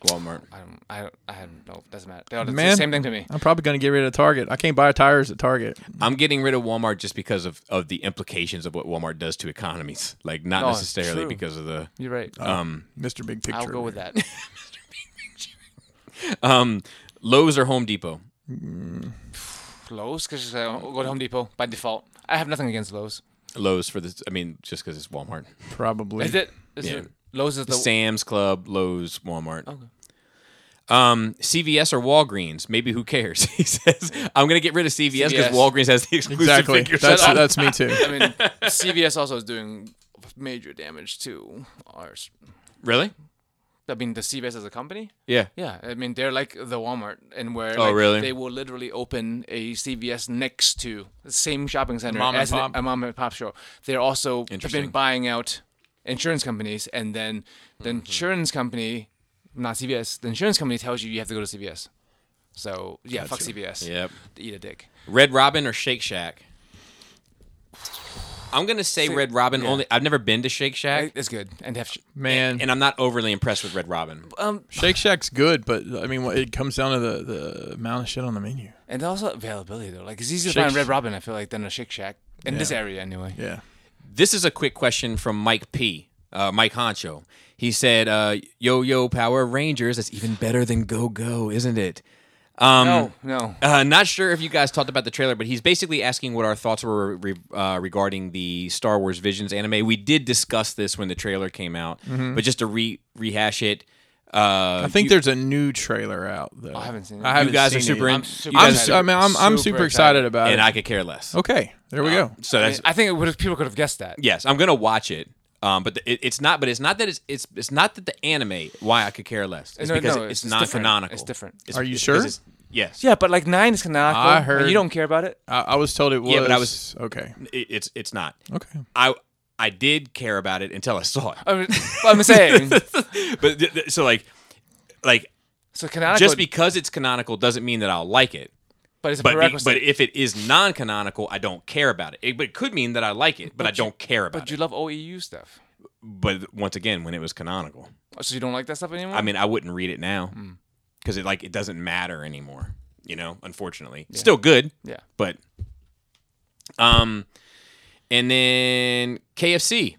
Speaker 1: Walmart.
Speaker 3: I don't. I don't. I don't know. Doesn't matter. They all do the
Speaker 2: Man.
Speaker 3: same thing to me.
Speaker 2: I'm probably going to get rid of Target. I can't buy tires at Target.
Speaker 1: I'm getting rid of Walmart just because of, of the implications of what Walmart does to economies. Like not
Speaker 3: Oh,
Speaker 1: necessarily
Speaker 3: true.
Speaker 1: because of the
Speaker 3: You're right.
Speaker 2: Oh,
Speaker 1: um
Speaker 2: Mr. Big Picture.
Speaker 3: I'll go with that.
Speaker 1: um Lowe's or Home Depot.
Speaker 3: Lowe's, because I go to Home Depot by default. I have nothing against Lowe's.
Speaker 1: Lowe's for this. I mean, just because it's Walmart.
Speaker 2: Probably.
Speaker 3: Is it? Is
Speaker 1: Yeah.
Speaker 3: it Lowe's is the
Speaker 1: Sam's Club, Lowe's, Walmart.
Speaker 3: Okay.
Speaker 1: Um, CVS or Walgreens? Maybe who cares? He says, "I'm gonna get rid of CVS because
Speaker 3: CVS.
Speaker 1: Walgreens has the exclusive
Speaker 2: Exactly.
Speaker 1: figures."
Speaker 2: That's
Speaker 1: out.
Speaker 2: that's me too.
Speaker 3: I mean, CVS also is doing major damage to ours.
Speaker 1: really?
Speaker 3: I mean, the CVS as a company.
Speaker 1: Yeah.
Speaker 3: Yeah, I mean, they're like the Walmart, and where
Speaker 1: Oh,
Speaker 3: like,
Speaker 1: really?
Speaker 3: they will literally open a CVS next to the same shopping center
Speaker 2: Mom and
Speaker 3: as an-
Speaker 2: pop.
Speaker 3: a mom and pop shop. They're also have
Speaker 1: Interesting.
Speaker 3: been buying out insurance companies, and then the
Speaker 1: Mm-hmm.
Speaker 3: insurance company, not CVS, the insurance company tells you you have to go to CVS. So yeah, fuck CVS.
Speaker 1: Yep.
Speaker 3: Eat a dick.
Speaker 1: Red Robin or Shake Shack? I'm gonna say Red Robin only. I've never been to Shake Shack,
Speaker 3: It's good, and they have. Sh-
Speaker 2: Man,
Speaker 1: and I'm not overly impressed with Red Robin.
Speaker 3: um,
Speaker 2: Shake Shack's good, but I mean, what- it comes down to the, the amount of shit on the menu.
Speaker 3: and also availability though. Like it's easier to
Speaker 2: Shake
Speaker 3: find Red
Speaker 2: Sh-
Speaker 3: Robin, I feel like, than a Shake Shack in this
Speaker 2: Yeah.
Speaker 3: area anyway.
Speaker 2: Yeah.
Speaker 1: This is a quick question from Mike P. Uh, Mike Honcho. He said, uh, "Yo, yo, Power Rangers. That's even better than Go Go, isn't it?" Um,
Speaker 3: No, no.
Speaker 1: Uh, not sure if you guys talked about the trailer, but he's basically asking what our thoughts were re- uh, regarding the Star Wars Visions anime. We did discuss this when the trailer came out, but just to re- rehash it, uh,
Speaker 2: I think
Speaker 1: you,
Speaker 2: there's a new trailer out though. I
Speaker 3: haven't seen it.
Speaker 2: I haven't
Speaker 1: you guys are
Speaker 2: seen
Speaker 1: super
Speaker 2: it.
Speaker 1: in.
Speaker 3: I'm super
Speaker 1: you
Speaker 2: I'm,
Speaker 1: guys
Speaker 2: s-
Speaker 1: are-
Speaker 2: I mean, I'm, I'm
Speaker 3: super
Speaker 2: super excited
Speaker 3: excited.
Speaker 2: about
Speaker 1: and
Speaker 2: it.
Speaker 1: I Um, could care less.
Speaker 2: Okay, there we go.
Speaker 1: So that's
Speaker 3: I think it would have, people could have guessed that.
Speaker 1: yes, I'm gonna watch it. Um, but the, it, it's not. But it's not that it's, it's it's not that the anime why I could care less. It's
Speaker 3: No,
Speaker 1: because
Speaker 3: no,
Speaker 1: it's,
Speaker 3: it's
Speaker 1: non
Speaker 3: different.
Speaker 1: canonical.
Speaker 3: It's different.
Speaker 2: Are you
Speaker 1: because
Speaker 2: sure?
Speaker 1: it's- Yes.
Speaker 3: Yeah, but like nine is canonical.
Speaker 2: I
Speaker 3: and
Speaker 2: heard-
Speaker 3: you don't care about it.
Speaker 2: I, I was told it was.
Speaker 1: Yeah, but I
Speaker 2: okay.
Speaker 1: It, it's it's not.
Speaker 2: Okay.
Speaker 1: I I did care about it until I saw it.
Speaker 3: I'm, I'm saying
Speaker 1: but th- th- so like like
Speaker 3: so canonical.
Speaker 1: just because it's canonical doesn't mean that I'll like it.
Speaker 3: but it's a
Speaker 1: But be-
Speaker 3: prerequisite.
Speaker 1: but if it is non-canonical, I don't care about it. it. But it could mean that I like it, but, I don't care about
Speaker 3: but you
Speaker 1: it.
Speaker 3: love OEU stuff,
Speaker 1: But once again, when it was canonical,
Speaker 3: Oh, so you don't like that stuff anymore.
Speaker 1: I mean, I wouldn't read it now
Speaker 3: Hmm.
Speaker 1: because it like it doesn't matter anymore. You know, unfortunately, It's still good,
Speaker 3: yeah.
Speaker 1: but um, and then KFC.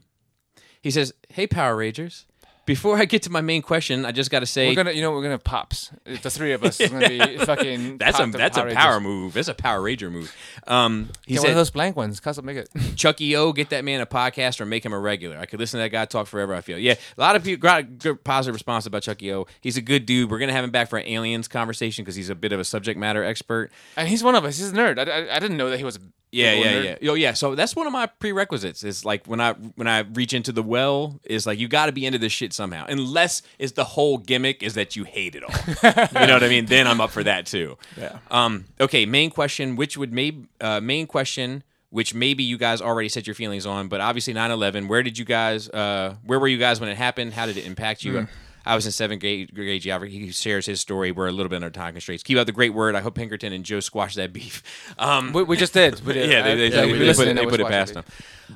Speaker 1: He says, "Hey, Power Rangers." Before I get to my main question, I just got to say
Speaker 3: We're gonna, you know, we're gonna have pops. The three of us is gonna be fucking.
Speaker 1: That's a
Speaker 3: popped
Speaker 1: that's
Speaker 3: Power
Speaker 1: a
Speaker 3: Rangers.
Speaker 1: power move. That's a Power Ranger move. Um, he
Speaker 3: Yeah, one of
Speaker 1: said,
Speaker 3: those blank ones. Custom make it.
Speaker 1: "Chucky E O, get that man a podcast or make him a regular." I could listen to that guy talk forever. I feel yeah. A lot of people got a good positive response about Chucky E O. He's a good dude. We're gonna have him back for an aliens conversation because he's a bit of a subject matter expert.
Speaker 3: And he's one of us. He's a nerd. I, I, I didn't know that he was
Speaker 1: Yeah,
Speaker 2: People in
Speaker 1: yeah,
Speaker 2: there.
Speaker 1: yeah. Oh, yeah. So that's one of my prerequisites. Is like when I when I reach into the well, is like you got to be into this shit somehow. Unless it's the whole gimmick is that you hate it all. you know what I mean? Then I'm up for that too.
Speaker 2: Yeah.
Speaker 1: Um. Okay. Main question, which would maybe uh, main question, which maybe you guys already said your feelings on, but obviously 9/11. Where did you guys? Uh, where were you guys when it happened? How did it impact you? I was in seventh grade. grade geography. He shares his story. We're a little bit under time constraints. Keep up the great word. I hope Pinkerton and Joe squash that beef. Um,
Speaker 3: We, we just did. We did.
Speaker 1: yeah, they,
Speaker 3: I-
Speaker 1: they,
Speaker 3: I-
Speaker 1: they,
Speaker 3: we
Speaker 1: they
Speaker 3: listened
Speaker 1: put,
Speaker 3: and
Speaker 1: they
Speaker 3: I was
Speaker 1: put it past
Speaker 3: watching
Speaker 1: them.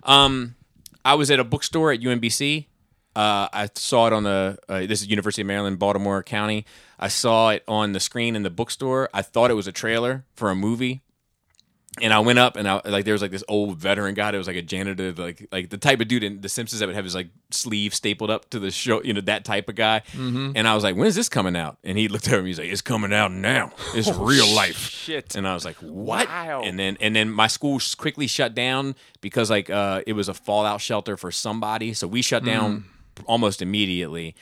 Speaker 1: Um, I was at a bookstore at UMBC. Uh, I saw it on the uh, this is University of Maryland, Baltimore County. I saw it on the screen in the bookstore. I thought it was a trailer for a movie, and I went up and I like there was like this old veteran guy that was like a janitor, like like the type of dude in The Simpsons that would have his like sleeve stapled up to the show, you know that type of guy.
Speaker 3: Mm-hmm.
Speaker 1: And I was like, "When is this coming out?" And he looked over me. He's like, "It's coming out now. It's real life." Shit. And I was like, "What?"
Speaker 3: Oh, Wow.
Speaker 1: And then and then my school s- quickly shut down because like uh, it was a fallout shelter for somebody, so we shut down almost immediately.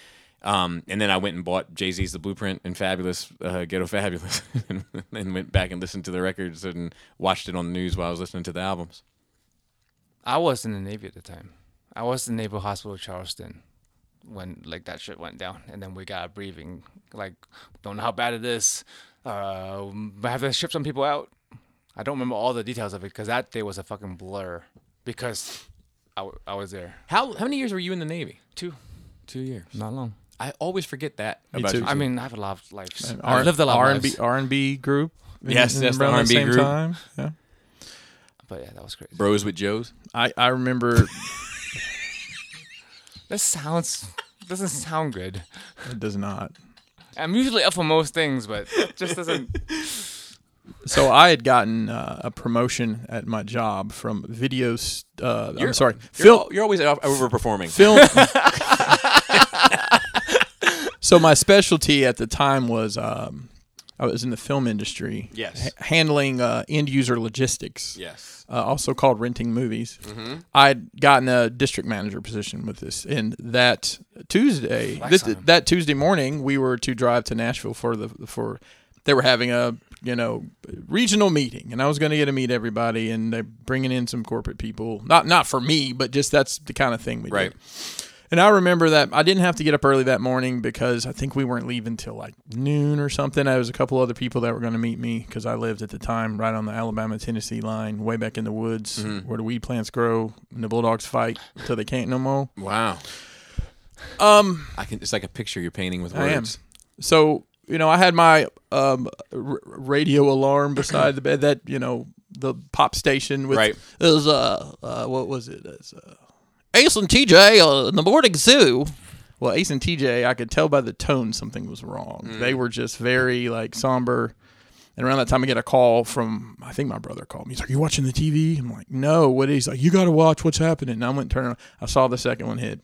Speaker 1: Um, and then I went and bought Jay Z's The Blueprint and Fabulous, uh, Ghetto Fabulous, and then went back and listened to the records and watched it on the news while I was listening to the albums.
Speaker 3: I was in the Navy at the time. I was in Naval Hospital Charleston when like that shit went down, and then we got a briefing like, don't know how bad it is. Uh, I have to ship some people out. I don't remember all the details of it because that day was a fucking blur because I, w- I was there
Speaker 1: How how many years were you in the Navy?
Speaker 3: two,
Speaker 1: Two years.
Speaker 3: not long.
Speaker 1: I always forget that.
Speaker 2: Me
Speaker 1: about
Speaker 2: too.
Speaker 1: you.
Speaker 3: I mean, I have a lot of lives.
Speaker 2: And
Speaker 3: I lived a lot
Speaker 2: R
Speaker 3: of
Speaker 2: and B
Speaker 3: lives,
Speaker 2: R and B group. in-
Speaker 1: Yes, that's the
Speaker 2: around
Speaker 1: R&B
Speaker 2: same
Speaker 1: group.
Speaker 2: Time. Yeah.
Speaker 3: but yeah, that was crazy.
Speaker 1: Bros with Joes.
Speaker 2: I I remember
Speaker 3: That sounds doesn't sound good.
Speaker 2: it does not.
Speaker 3: I'm usually up for most things, but it just doesn't.
Speaker 2: So I had gotten uh, a promotion at my job from videos. Uh, I'm sorry,
Speaker 1: You're,
Speaker 2: Phil.
Speaker 1: al- you're always out- overperforming.
Speaker 2: film. so my specialty at the time was um, I was in the film industry.
Speaker 1: Yes.
Speaker 2: h- handling uh, end user logistics.
Speaker 1: Yes.
Speaker 2: Uh, also called renting movies.
Speaker 1: Mm-hmm.
Speaker 2: I'd gotten a district manager position with this, and that Tuesday,
Speaker 3: Flex
Speaker 2: this,
Speaker 3: on 'em.
Speaker 2: that Tuesday morning, we were to drive to Nashville for the for they were having a you know regional meeting, and I was going to get to meet everybody, and they're bringing in some corporate people. Not not for me, but just that's the kind of thing we do.
Speaker 1: Right.
Speaker 2: And I remember that I didn't have to get up early that morning because I think we weren't leaving till like noon or something. There was a couple other people that were going to meet me because I lived at the time right on the Alabama Tennessee line, way back in the woods where the weed plants grow and the bulldogs fight till they can't no more.
Speaker 1: Wow.
Speaker 2: Um,
Speaker 1: I can. It's like a picture you're painting with
Speaker 2: I am.
Speaker 1: words.
Speaker 2: So you know, I had my um, r- radio alarm beside the bed. That you know, the pop station with
Speaker 1: Right.
Speaker 2: it was uh, uh what was it? It's, uh, Ace and TJ uh, in the morning zoo. Well, Ace and TJ, I could tell by the tone something was wrong. They were just very like somber. And around that time, I get a call from I think my brother called me. He's like, "You watching the TV?" I'm like, "No." What is? He's like, "You got to watch what's happening." And I went and turned. on- I saw the second one hit.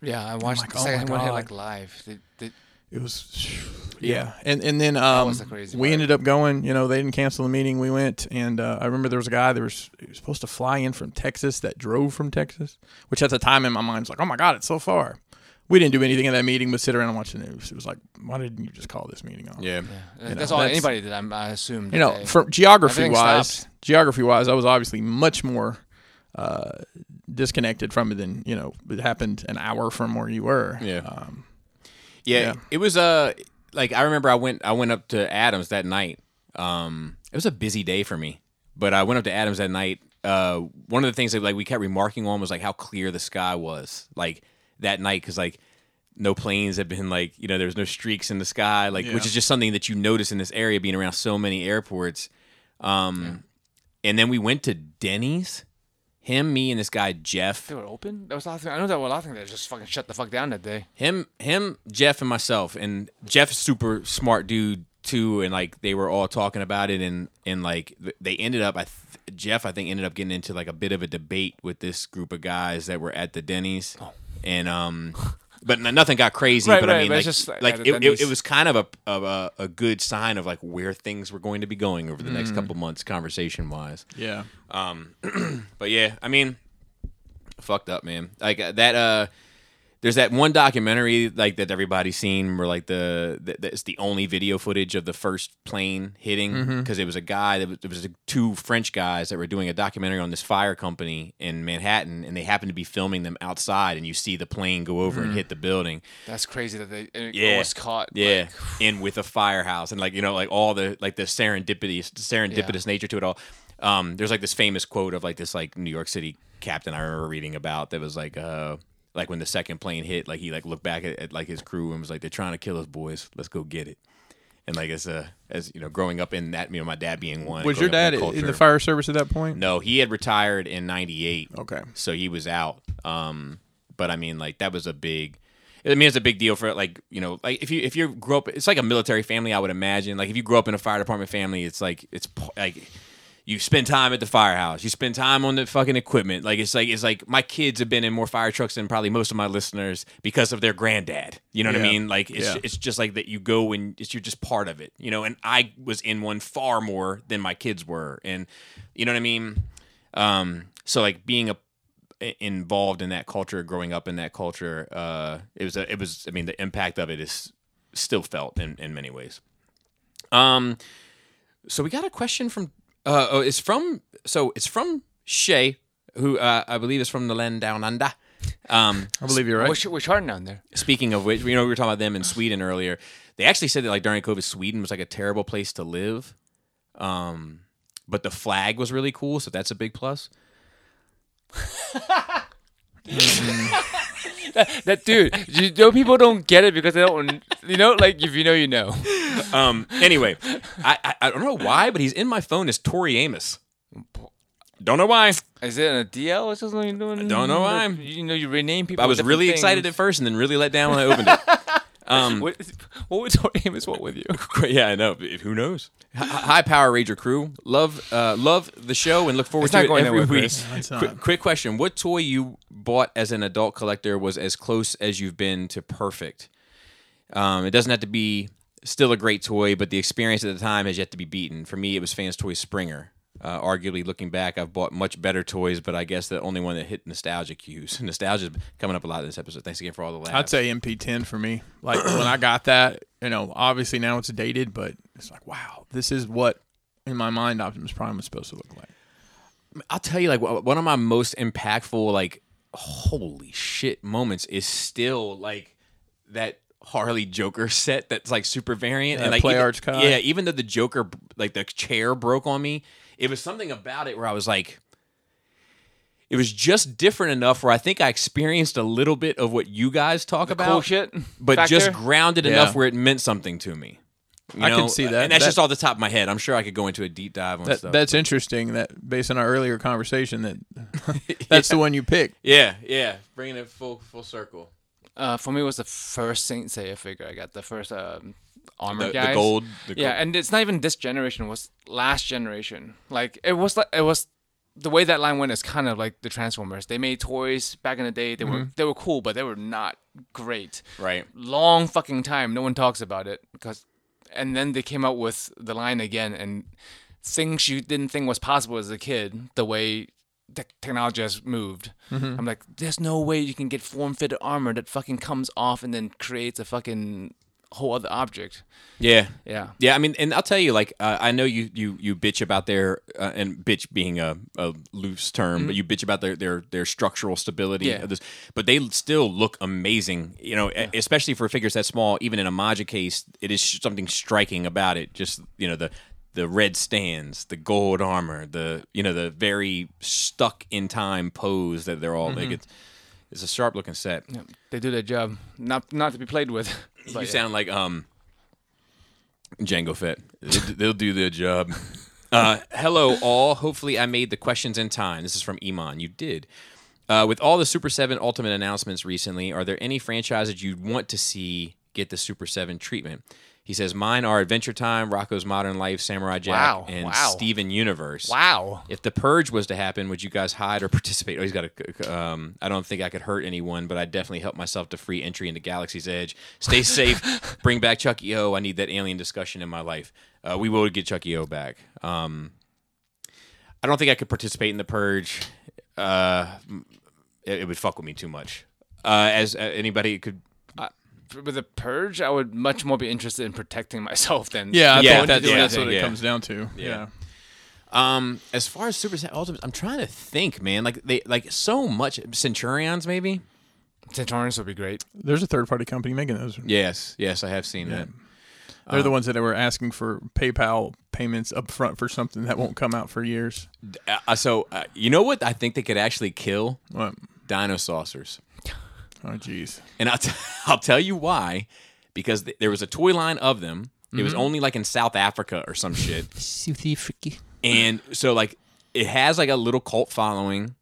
Speaker 3: Yeah, I watched
Speaker 2: like,
Speaker 3: the
Speaker 2: oh
Speaker 3: second
Speaker 2: my
Speaker 3: one hit
Speaker 2: God.
Speaker 3: like live. They- they-
Speaker 2: It was, yeah. And and then um,
Speaker 3: was the crazy
Speaker 2: we
Speaker 3: part.
Speaker 2: ended up going. You know, they didn't cancel the meeting. We went, and uh, I remember there was a guy that was, he was supposed to fly in from Texas that drove from Texas, which at the time in my mind was like, oh my god, it's so far. We didn't do anything in that meeting but sit around and watch the news. It was like, why didn't you just call this meeting off?
Speaker 1: Yeah.
Speaker 3: that's
Speaker 2: know,
Speaker 3: all
Speaker 2: that's-
Speaker 3: anybody did. I'm, I assumed.
Speaker 2: You
Speaker 3: that
Speaker 2: know,
Speaker 3: they-
Speaker 2: from geography
Speaker 3: Everything
Speaker 2: wise,
Speaker 3: stopped.
Speaker 2: geography wise, I was obviously much more uh, disconnected from it than you know it happened an hour from where you were.
Speaker 1: Yeah.
Speaker 2: Um,
Speaker 1: Yeah,
Speaker 2: Yeah.
Speaker 1: it was uh like I remember I went I went up to Adams that night. Um, it was a busy day for me, but I went up to Adams that night. Uh, one of the things that like we kept remarking on was like how clear the sky was like that night because like no planes had been like you know there was no streaks in the sky like which
Speaker 2: Yeah.
Speaker 1: is just something that you notice in this area being around so many airports. Um, and then we went to Denny's. Him, me, and this guy Jeff.
Speaker 3: they were open. There was a lot of things. I know there were a lot of things that just fucking shut the fuck down that day.
Speaker 1: him him jeff and myself and jeff's super smart dude too and like they were all talking about it and and like th- they ended up i th- jeff i think ended up getting into like a bit of a debate with this group of guys that were at the denny's and um but n- nothing got crazy
Speaker 3: Right,
Speaker 1: but i
Speaker 3: right,
Speaker 1: mean
Speaker 3: but
Speaker 1: like,
Speaker 3: it's just like
Speaker 1: like
Speaker 3: at the
Speaker 1: it, it,
Speaker 3: Denny's.
Speaker 1: it was kind of a, of a a good sign of like where things were going to be going over the
Speaker 3: Mm.
Speaker 1: next couple months conversation wise
Speaker 2: yeah.
Speaker 1: but yeah, I mean, fucked up, man. Like uh, that. Uh, There's that one documentary like that everybody's seen, where like the that- that's the only video footage of the first plane hitting because it was a guy that was, it was two French guys that were doing a documentary on this fire company in Manhattan, and they happened to be filming them outside, and you see the plane go over and hit the building,
Speaker 3: That's crazy that they it
Speaker 1: Yeah.
Speaker 3: was caught.
Speaker 1: yeah,
Speaker 3: like,
Speaker 1: and with a firehouse, and like you know, like all the like the serendipity, serendipitous nature to it all. Um, there's like this famous quote of like this like New York City captain I remember reading about that was like uh like when the second plane hit, like he like looked back at, at like his crew and was like, "They're trying to kill us, boys. Let's go get it." And like as uh as you know, growing up in that, you know, my dad being one.
Speaker 2: Was your
Speaker 1: growing up
Speaker 2: dad
Speaker 1: in that
Speaker 2: in the
Speaker 1: culture-
Speaker 2: fire service at that point?
Speaker 1: No, he had retired in '98.
Speaker 2: Okay.
Speaker 1: So he was out. Um, but I mean, like that was a big. I mean, it's a big deal for like you know, like if you if you grow up, it's like a military family. I would imagine, like if you grow up in a fire department family, it's like it's p- like you spend time at the firehouse, you spend time on the fucking equipment. Like it's like it's like my kids have been in more fire trucks than probably most of my listeners because of their granddad. You know what I
Speaker 2: Yeah.
Speaker 1: mean? Like it's
Speaker 2: Yeah.
Speaker 1: it's just like that you go and it's you're just part of it. You know, and I was in one far more than my kids were, and you know what I mean. Um, so like being a involved in that culture, growing up in that culture, uh, it was a, it was. I mean, the impact of it is still felt in, in many ways. Um, so we got a question from uh, oh, it's from so it's from Shay, who uh, I believe is from the land down under. Um,
Speaker 2: I believe you're right.
Speaker 3: Which which are down there?
Speaker 1: Speaking of which, you know, we were talking about them in Sweden earlier. They actually said that like during COVID, Sweden was like a terrible place to live. Um, but the flag was really cool, so that's a big plus.
Speaker 3: That dude, you know, people don't get it because they don't, you know, like if you know, you know.
Speaker 1: Um, anyway, I, I I don't know why, but he's in my phone as Tori Amos. Don't know why.
Speaker 3: Is it a DL or something you're doing?
Speaker 1: don't know why.
Speaker 3: You know, you rename people.
Speaker 1: I was really excited at first, and then really let down when I opened it. Um,
Speaker 3: What, what was your name? Is what with you?
Speaker 1: yeah, I know. but Who knows? Hi- Hi, Power Ranger crew. Love, uh, love the show, and look forward
Speaker 3: It's
Speaker 1: to
Speaker 3: not
Speaker 1: it
Speaker 3: going
Speaker 1: every
Speaker 3: nowhere,
Speaker 1: week.
Speaker 3: Chris.
Speaker 2: No, it's
Speaker 1: Quick,
Speaker 2: not.
Speaker 1: quick question: What toy you bought as an adult collector was as close as you've been to perfect? Um, it doesn't have to be still a great toy, but the experience at the time has yet to be beaten. For me, it was Fans Toy Springer. Uh, arguably, looking back, I've bought much better toys, but I guess the only one that hit nostalgia cues. Nostalgia's coming up a lot in this episode. Thanks again for all the laughs.
Speaker 2: I'd say MP10 for me. Like when I got that, you know, obviously now it's dated, but it's like, wow, this is what in my mind Optimus Prime was supposed to look like.
Speaker 1: I'll tell you, like wh- one of my most impactful, like holy shit moments is still like that Harley Joker set that's like super variant and
Speaker 2: Yeah,
Speaker 1: like
Speaker 2: Play
Speaker 1: even,
Speaker 2: Arts Con.
Speaker 1: Yeah, even though the Joker, b- like the chair broke on me, it was something about it where I was like. It was just different enough where I think I experienced a little bit of what you guys talk about,
Speaker 3: Cool shit.
Speaker 1: but
Speaker 3: factor?
Speaker 1: just grounded
Speaker 2: Yeah.
Speaker 1: enough where it meant something to me. You
Speaker 2: I can
Speaker 1: know?
Speaker 2: see that.
Speaker 1: and that's
Speaker 2: That-
Speaker 1: just all the top of my head. I'm sure I could go into a deep dive on
Speaker 2: That,
Speaker 1: stuff.
Speaker 2: That's interesting. That based on our earlier conversation, that that's the one you picked.
Speaker 1: yeah, yeah, bringing it full full circle.
Speaker 3: Uh, for me, it was the first Saint Seiya figure I got. The first um, armor
Speaker 1: the,
Speaker 3: guys.
Speaker 1: the gold. The
Speaker 3: yeah, and it's not even this generation. It was last generation. Like it was like it was the way that line went is kind of like the Transformers. They made toys back in the day. They were they were cool, but they were not great.
Speaker 1: gold. right.
Speaker 3: Long fucking time. No one talks about it because, and then they came out with the line again and things you didn't think was possible as a kid. The way the technology has moved, I'm like, there's no way you can get form fitted armor that fucking comes off and then creates a fucking whole other object.
Speaker 1: Yeah.
Speaker 3: Yeah.
Speaker 1: Yeah, I mean, and I'll tell you, like, uh, I know you you you bitch about their uh, and bitch being a, a loose term, but you bitch about their their their structural stability.
Speaker 3: Mm-hmm. Yeah.
Speaker 1: Of this, but they still look amazing, you know, e- especially for figures that small. Even in a Maja case, it is sh- something striking about it. Just you know the the red stands, the gold armor, the you know the very stuck in time pose that they're all
Speaker 3: Mm-hmm.
Speaker 1: like. It's it's a sharp looking set.
Speaker 3: Yeah, they do their job. Not not to be played with.
Speaker 1: you sound like um Django Fett. They'll, they'll do their job. Uh, hello, all. Hopefully, I made the questions in time. This is from Iman. You did. Uh, with all the Super 7 Ultimate announcements recently, are there any franchises you'd want to see get the Super 7 treatment? He says, Mine are Adventure Time, Rocco's Modern Life, Samurai Jack,
Speaker 3: Wow,
Speaker 1: and
Speaker 3: wow.
Speaker 1: Steven Universe.
Speaker 3: Wow.
Speaker 1: If the purge was to happen, would you guys hide or participate? Oh, he's got a. Um, I don't think I could hurt anyone, but I definitely help myself to free entry into Galaxy's Edge. Stay safe. Bring back Chucky O. I need that alien discussion in my life. Uh, we will get Chucky O back. Um, I don't think I could participate in the purge. Uh, it, it would fuck with me too much. uh, as uh, anybody could.
Speaker 3: With the purge, I would much more be interested in protecting myself than
Speaker 2: Yeah, I
Speaker 1: Yeah,
Speaker 2: think that's,
Speaker 1: yeah,
Speaker 2: that's what it
Speaker 1: yeah.
Speaker 2: comes down to. Yeah.
Speaker 1: Um, as far as Super Saiyan Ultimates, I'm trying to think, man. Like they like so much Centurions, maybe.
Speaker 3: Centaurans would be great.
Speaker 2: There's a third party company making those.
Speaker 1: Yes, yes, I have seen that.
Speaker 2: They're the ones that were asking for PayPal payments up front for something that won't come out for years.
Speaker 1: Uh, so uh, you know what? I think they could actually kill
Speaker 2: What?
Speaker 1: dino saucers,
Speaker 2: Oh, jeez.
Speaker 1: and I'll, t- I'll tell you why. Because th- there was a toy line of them. It was only like in South Africa or some shit. and so like it has like a little cult following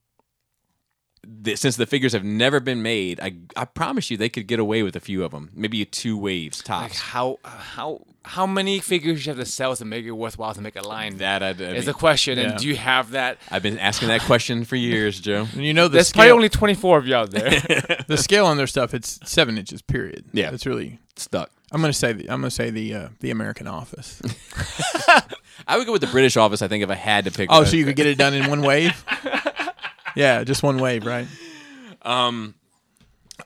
Speaker 1: that since the figures have never been made i i promise you they could get away with a few of them maybe two waves
Speaker 3: Like
Speaker 1: tops
Speaker 3: how how how many figures you have to sell to make it worthwhile to make a line?
Speaker 1: that I, I
Speaker 3: is
Speaker 1: mean,
Speaker 3: the question.
Speaker 2: yeah.
Speaker 3: And do you have that?
Speaker 1: i've been asking that question for years joe
Speaker 2: And you know the
Speaker 3: There's
Speaker 2: scale,
Speaker 3: probably only 24 of you out there.
Speaker 2: the scale on their stuff. It's seven inches. Period.
Speaker 1: Yeah.
Speaker 2: It's really.
Speaker 1: stuck
Speaker 2: I'm gonna say the I'm gonna say the uh, the American Office.
Speaker 1: i would go with the british office i think if i had to pick
Speaker 2: Oh,
Speaker 1: a-
Speaker 2: so you could get it done in one wave. Yeah, just one wave, right?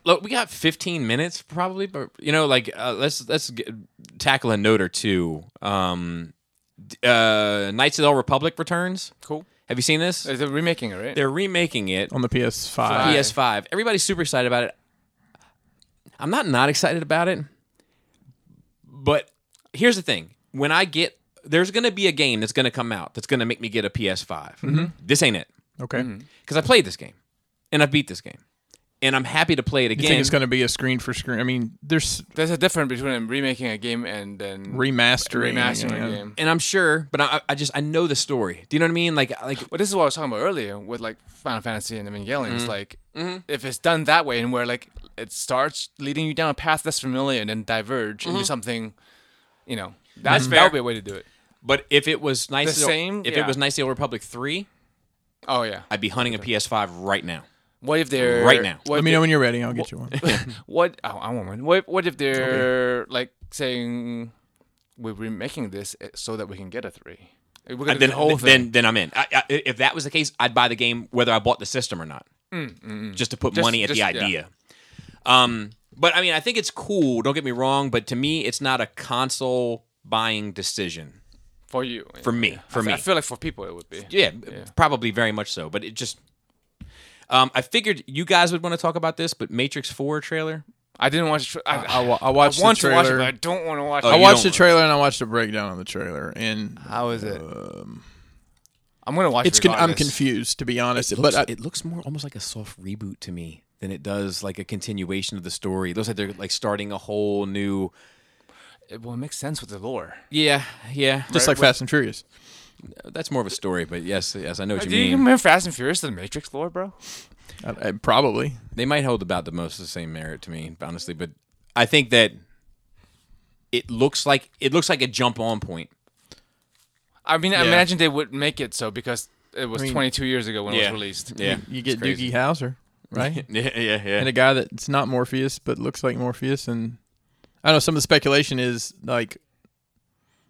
Speaker 1: look we got 15 minutes probably but you know like uh, let's let's get, tackle a note or two um d- uh knights of the old republic returns
Speaker 3: cool.
Speaker 1: have you seen this
Speaker 2: Uh,
Speaker 3: They're remaking it, right?
Speaker 1: they're remaking it
Speaker 2: On the PS5.
Speaker 3: Five.
Speaker 1: PS5. Everybody's super excited about it. I'm not not excited about it, but here's the thing: when I get there's going to be a game that's going to come out that's going to make me get a PS5.
Speaker 2: Mm-hmm.
Speaker 1: This ain't it
Speaker 2: Okay.
Speaker 1: because I played this game and I beat this game, and I'm happy to play it
Speaker 2: You
Speaker 1: again.
Speaker 2: think it's gonna be a screen for screen? I mean, there's
Speaker 3: There's a difference between remaking a game and then
Speaker 2: remastering.
Speaker 3: remastering
Speaker 2: yeah.
Speaker 3: a game.
Speaker 1: and I'm sure, but I, I just I know the story. Do you know what I mean? Like like
Speaker 3: Well, this is what I was talking about earlier with like Final Fantasy and Evangelion.
Speaker 1: Mm-hmm.
Speaker 3: It's like if it's done that way and where like it starts leading you down a path that's familiar and then diverge into something, you know, that's that
Speaker 1: Mm-hmm. fair.
Speaker 3: would be a way to do it.
Speaker 1: but if it was nice,
Speaker 3: The same?
Speaker 1: If it
Speaker 3: Yeah.
Speaker 1: was nice, the Old Republic three,
Speaker 3: Oh yeah.
Speaker 1: I'd be hunting a PS5 right now.
Speaker 3: What if they're
Speaker 1: Right now.
Speaker 3: What
Speaker 2: Let
Speaker 3: if
Speaker 2: me know when you're ready. I'll get you one.
Speaker 3: What oh, I want one. What what if they're like saying we're remaking this eh, so that we can get a three? We're gonna
Speaker 1: And
Speaker 3: do
Speaker 1: then
Speaker 3: the whole
Speaker 1: then,
Speaker 3: thing.
Speaker 1: then I'm in. I, I, if that was the case, I'd buy the game whether I bought the system or not, just to put
Speaker 3: Mm, Just-
Speaker 1: money at the
Speaker 3: just- yeah.
Speaker 1: idea. Um, but I mean, I think it's cool. Don't get me wrong, but to me, it's not a console buying decision
Speaker 3: for you.
Speaker 1: for me. For
Speaker 3: I
Speaker 1: me,
Speaker 3: feel like for people it would be.
Speaker 1: yeah, probably very much so. But it just, um, I figured you guys would want to talk about this, but Matrix Four trailer.
Speaker 3: I didn't watch. the Tra- I,
Speaker 2: I, wa- I watched
Speaker 3: want
Speaker 2: the
Speaker 3: to watch it,
Speaker 2: trailer.
Speaker 3: but I don't want to watch. Ah,
Speaker 1: Oh,
Speaker 2: I
Speaker 1: you
Speaker 3: it.
Speaker 2: watched the
Speaker 1: don't-
Speaker 2: trailer and I watched a breakdown on the trailer, and
Speaker 3: How is it? I'm gonna watch.
Speaker 2: it's con- I'm
Speaker 3: regardless.
Speaker 2: confused to be honest.
Speaker 1: It looks,
Speaker 2: but I,
Speaker 1: it looks more almost like a soft reboot to me than it does like a continuation of the story. It looks like they're like starting a whole new.
Speaker 3: It, well, it makes sense with the lore.
Speaker 1: Yeah, yeah.
Speaker 2: just like Fast and Furious.
Speaker 1: That's more of a story, but yes, yes, I know what you
Speaker 3: Do you
Speaker 1: mean.
Speaker 3: remember Fast and Furious, the Matrix lore, bro?
Speaker 2: I, I- probably.
Speaker 1: They might hold about the most the same merit to me, honestly, but I think that it looks like it looks like a jump on point.
Speaker 3: I mean, I
Speaker 2: Yeah.
Speaker 3: imagine they would make it so because it was
Speaker 2: I mean-
Speaker 3: 22 years ago when it was released.
Speaker 1: Yeah,
Speaker 2: You get
Speaker 1: It's crazy.
Speaker 2: Doogie Howser, right?
Speaker 1: Yeah, yeah, yeah.
Speaker 2: and a guy that's not Morpheus but looks like Morpheus, and I don't know some of the speculation is like,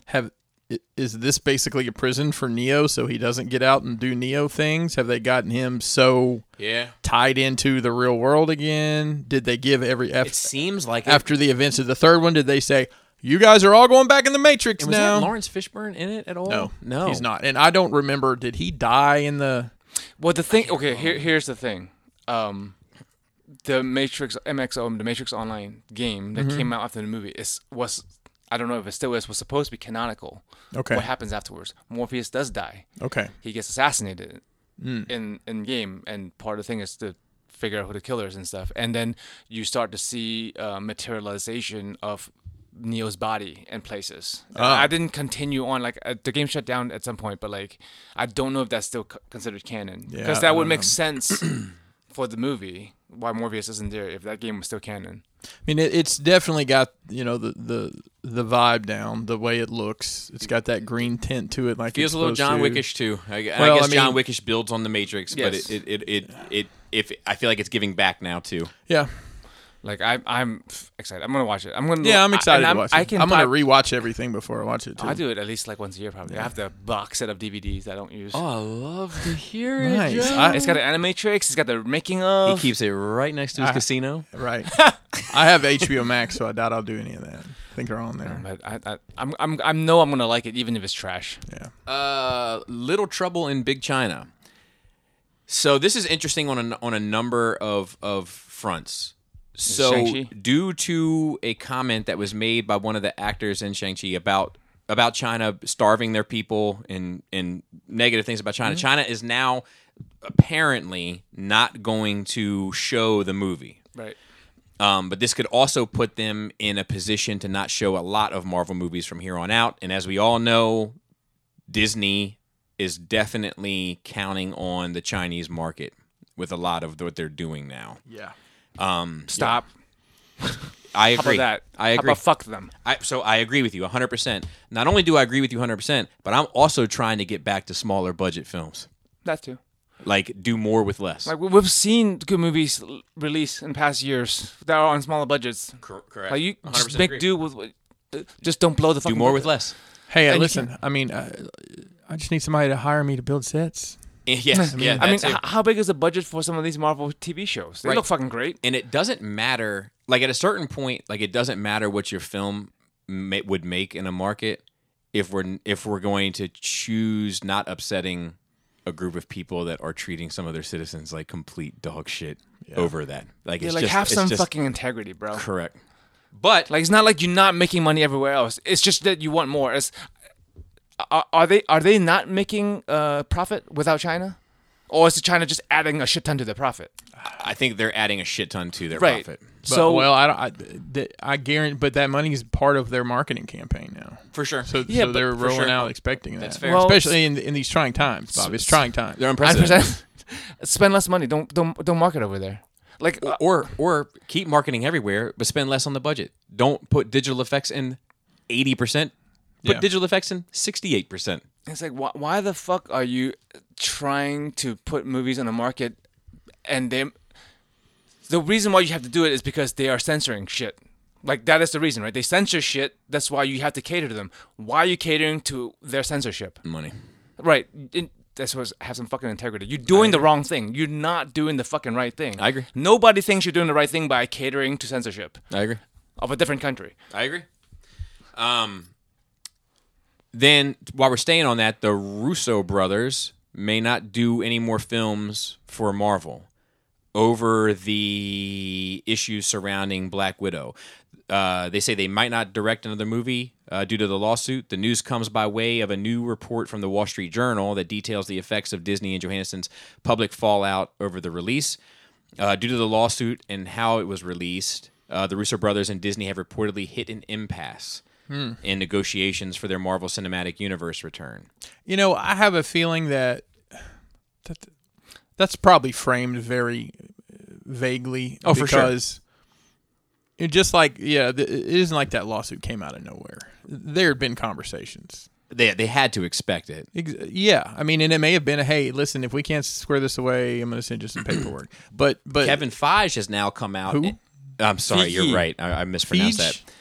Speaker 2: have i- is this basically a prison for Neo so he doesn't get out and do Neo things? Have they gotten him so
Speaker 1: yeah.
Speaker 2: tied into the real world again? Did they give every F
Speaker 1: It seems like it.
Speaker 2: after the events of the third one, did they say, "You guys are all going back in the Matrix
Speaker 1: And was
Speaker 2: now"?
Speaker 1: that Lawrence Fishburne in it at all?
Speaker 2: no,
Speaker 1: no,
Speaker 2: he's not. And I don't remember. Did he die in the?
Speaker 3: Well, the thing. Okay, here, here's the thing. Um, the Matrix MXO, the Matrix Online game
Speaker 2: Mm-hmm.
Speaker 3: that came out after the movie is was. I don't know if it still is. Was supposed to be canonical.
Speaker 2: Okay.
Speaker 3: What happens afterwards? Morpheus does die.
Speaker 2: Okay,
Speaker 3: he gets assassinated
Speaker 2: Hmm.
Speaker 3: in in game, and part of the thing is to figure out who the killer is and stuff. And then you start to see uh, materialization of Neo's body in places. And
Speaker 2: Ah.
Speaker 3: I didn't continue on like uh, the game shut down at some point, but like I don't know if that's still c- considered canon because
Speaker 2: Yeah, I
Speaker 3: that would
Speaker 2: don't
Speaker 3: make
Speaker 2: know.
Speaker 3: sense for the movie why Morpheus isn't there if that game was still canon.
Speaker 2: I mean it, it's definitely got you know the the the vibe down, the way it looks. It's got that green tint to it, like
Speaker 1: feels
Speaker 2: it's
Speaker 1: a little
Speaker 2: supposed
Speaker 1: John
Speaker 2: to.
Speaker 1: Wickish too. I, and
Speaker 2: Well,
Speaker 1: I guess
Speaker 2: I mean-
Speaker 1: John Wickish builds on the Matrix,
Speaker 3: Yes.
Speaker 1: but it it, it it it if I feel like it's giving back now too.
Speaker 2: Yeah,
Speaker 3: Like I, I'm excited. I'm gonna watch it. I'm gonna.
Speaker 2: Yeah, I'm excited
Speaker 3: I,
Speaker 2: to
Speaker 3: and I'm-
Speaker 2: watch it.
Speaker 3: I can.
Speaker 2: I'm gonna
Speaker 3: buy-
Speaker 2: rewatch everything before I watch it too.
Speaker 3: I do it at least like once a year, probably. I have the box set of DVDs I don't use.
Speaker 1: Oh, I love to hear
Speaker 2: Nice. I-
Speaker 3: It's got an animatrix. It's got the making of.
Speaker 1: Ah, He keeps it right next to his
Speaker 2: I-
Speaker 1: casino.
Speaker 2: right. I have HBO Max, so I doubt I'll do any of that. I think they're on there.
Speaker 3: But I, I, I'm, I'm, I know I'm gonna like it, even if it's trash.
Speaker 2: Yeah.
Speaker 1: Uh, Little Trouble in Big China. So this is interesting on a on a number of of fronts. So
Speaker 3: Shang-Chi?
Speaker 1: due to a comment that was made by one of the actors in Shang Chi about about China starving their people and and negative things about China, China is now apparently not going to show the movie.
Speaker 3: Right.
Speaker 1: Um, but this could also put them in a position to not show a lot of Marvel movies from here on out. And as we all know, Disney is definitely counting on the Chinese market with a lot of what they're doing now.
Speaker 2: Yeah.
Speaker 3: Stop.
Speaker 1: I
Speaker 3: How
Speaker 1: agree.
Speaker 3: about that?
Speaker 1: I agree.
Speaker 3: How about fuck them?
Speaker 1: I, so I agree with you 100%. Not only do I agree with you 100%, but I'm also trying to get back to smaller budget films.
Speaker 3: That too.
Speaker 1: Like do more with less.
Speaker 3: Like we- we've seen good movies l- release in past years that are on smaller budgets.
Speaker 1: correct.
Speaker 3: Like you just make do with, what- uh, just don't blow the
Speaker 1: do
Speaker 3: fucking
Speaker 1: more with
Speaker 3: budget.
Speaker 1: less.
Speaker 2: Hey,
Speaker 3: you
Speaker 2: listen. I mean, I, I just need somebody to hire me to build sets.
Speaker 1: yes. yeah,
Speaker 3: I
Speaker 1: that
Speaker 3: mean,
Speaker 1: too.
Speaker 3: h- how big is the budget for some of these Marvel TV shows? They
Speaker 1: Right.
Speaker 3: look fucking great.
Speaker 1: and it doesn't matter like at a certain point like it doesn't matter what your film ma- would make in a market if we're if we're going to choose not upsetting a group of people that are treating some of their citizens like complete dog shit over that like
Speaker 3: Yeah,
Speaker 1: it's
Speaker 3: like
Speaker 1: just
Speaker 3: have
Speaker 1: it's
Speaker 3: some
Speaker 1: just
Speaker 3: fucking integrity, bro.
Speaker 1: correct but
Speaker 3: Like it's not like you're not making money everywhere else. It's just that you want more. It's are, are they are they not making uh, profit without China, or is China just adding a shit ton to their profit?
Speaker 1: i think they're adding a shit ton to their
Speaker 3: Right.
Speaker 1: profit
Speaker 2: But,
Speaker 3: so
Speaker 2: well, I don't. I, th- I guarantee, but that money is part of their marketing campaign now.
Speaker 1: for sure
Speaker 2: So,
Speaker 3: Yeah,
Speaker 2: so
Speaker 3: but-
Speaker 2: they're
Speaker 1: for
Speaker 2: rolling
Speaker 1: sure.
Speaker 2: out expecting that.
Speaker 1: That's fair.
Speaker 3: Well,
Speaker 2: especially in, in these trying times, Bob. It's trying times.
Speaker 1: they're
Speaker 3: I
Speaker 1: unprecedented
Speaker 3: spend less money. Don't don't don't market over there. Like uh,
Speaker 1: or or keep marketing everywhere but spend less on the budget don't put digital effects in 80% put
Speaker 2: Yeah.
Speaker 1: digital effects in 68%
Speaker 3: it's like why, why the fuck are you trying to put movies on the market and they the reason why you have to do it is because they are censoring shit. Like that is the reason, right? They censor shit. That's why you have to cater to them. Why are you catering to their censorship?
Speaker 1: money
Speaker 3: Right. It, that's what have some fucking integrity. You're doing the wrong thing. You're not doing the fucking right thing.
Speaker 1: I agree.
Speaker 3: Nobody thinks you're doing the right thing by catering to censorship
Speaker 1: i agree
Speaker 3: of a different country.
Speaker 1: I agree. Um, then while we're staying on that, the Russo brothers may not do any more films for Marvel over the issues surrounding Black Widow. Uh, they say they might not direct another movie uh, due to the lawsuit. The news comes by way of a new report from the Wall Street Journal that details the effects of Disney and Johansson's public fallout over the release. Uh, due to the lawsuit and how it was released, uh, the Russo brothers and Disney have reportedly hit an impasse in negotiations for their Marvel Cinematic Universe return.
Speaker 2: You know, I have a feeling that, that that's probably framed very uh, vaguely.
Speaker 1: Oh, for sure.
Speaker 2: because It just like yeah, th- it isn't like that lawsuit came out of nowhere. There had been conversations.
Speaker 1: They they had to expect it.
Speaker 2: Ex- yeah, I mean, and it may have been a hey, listen, if we can't square this away, I'm going to send you some paperwork. But but
Speaker 1: Kevin Feige has now come out.
Speaker 2: Who?
Speaker 1: I'm sorry,
Speaker 2: Feige.
Speaker 1: you're right. I, I mispronounced
Speaker 2: Feige?
Speaker 1: that.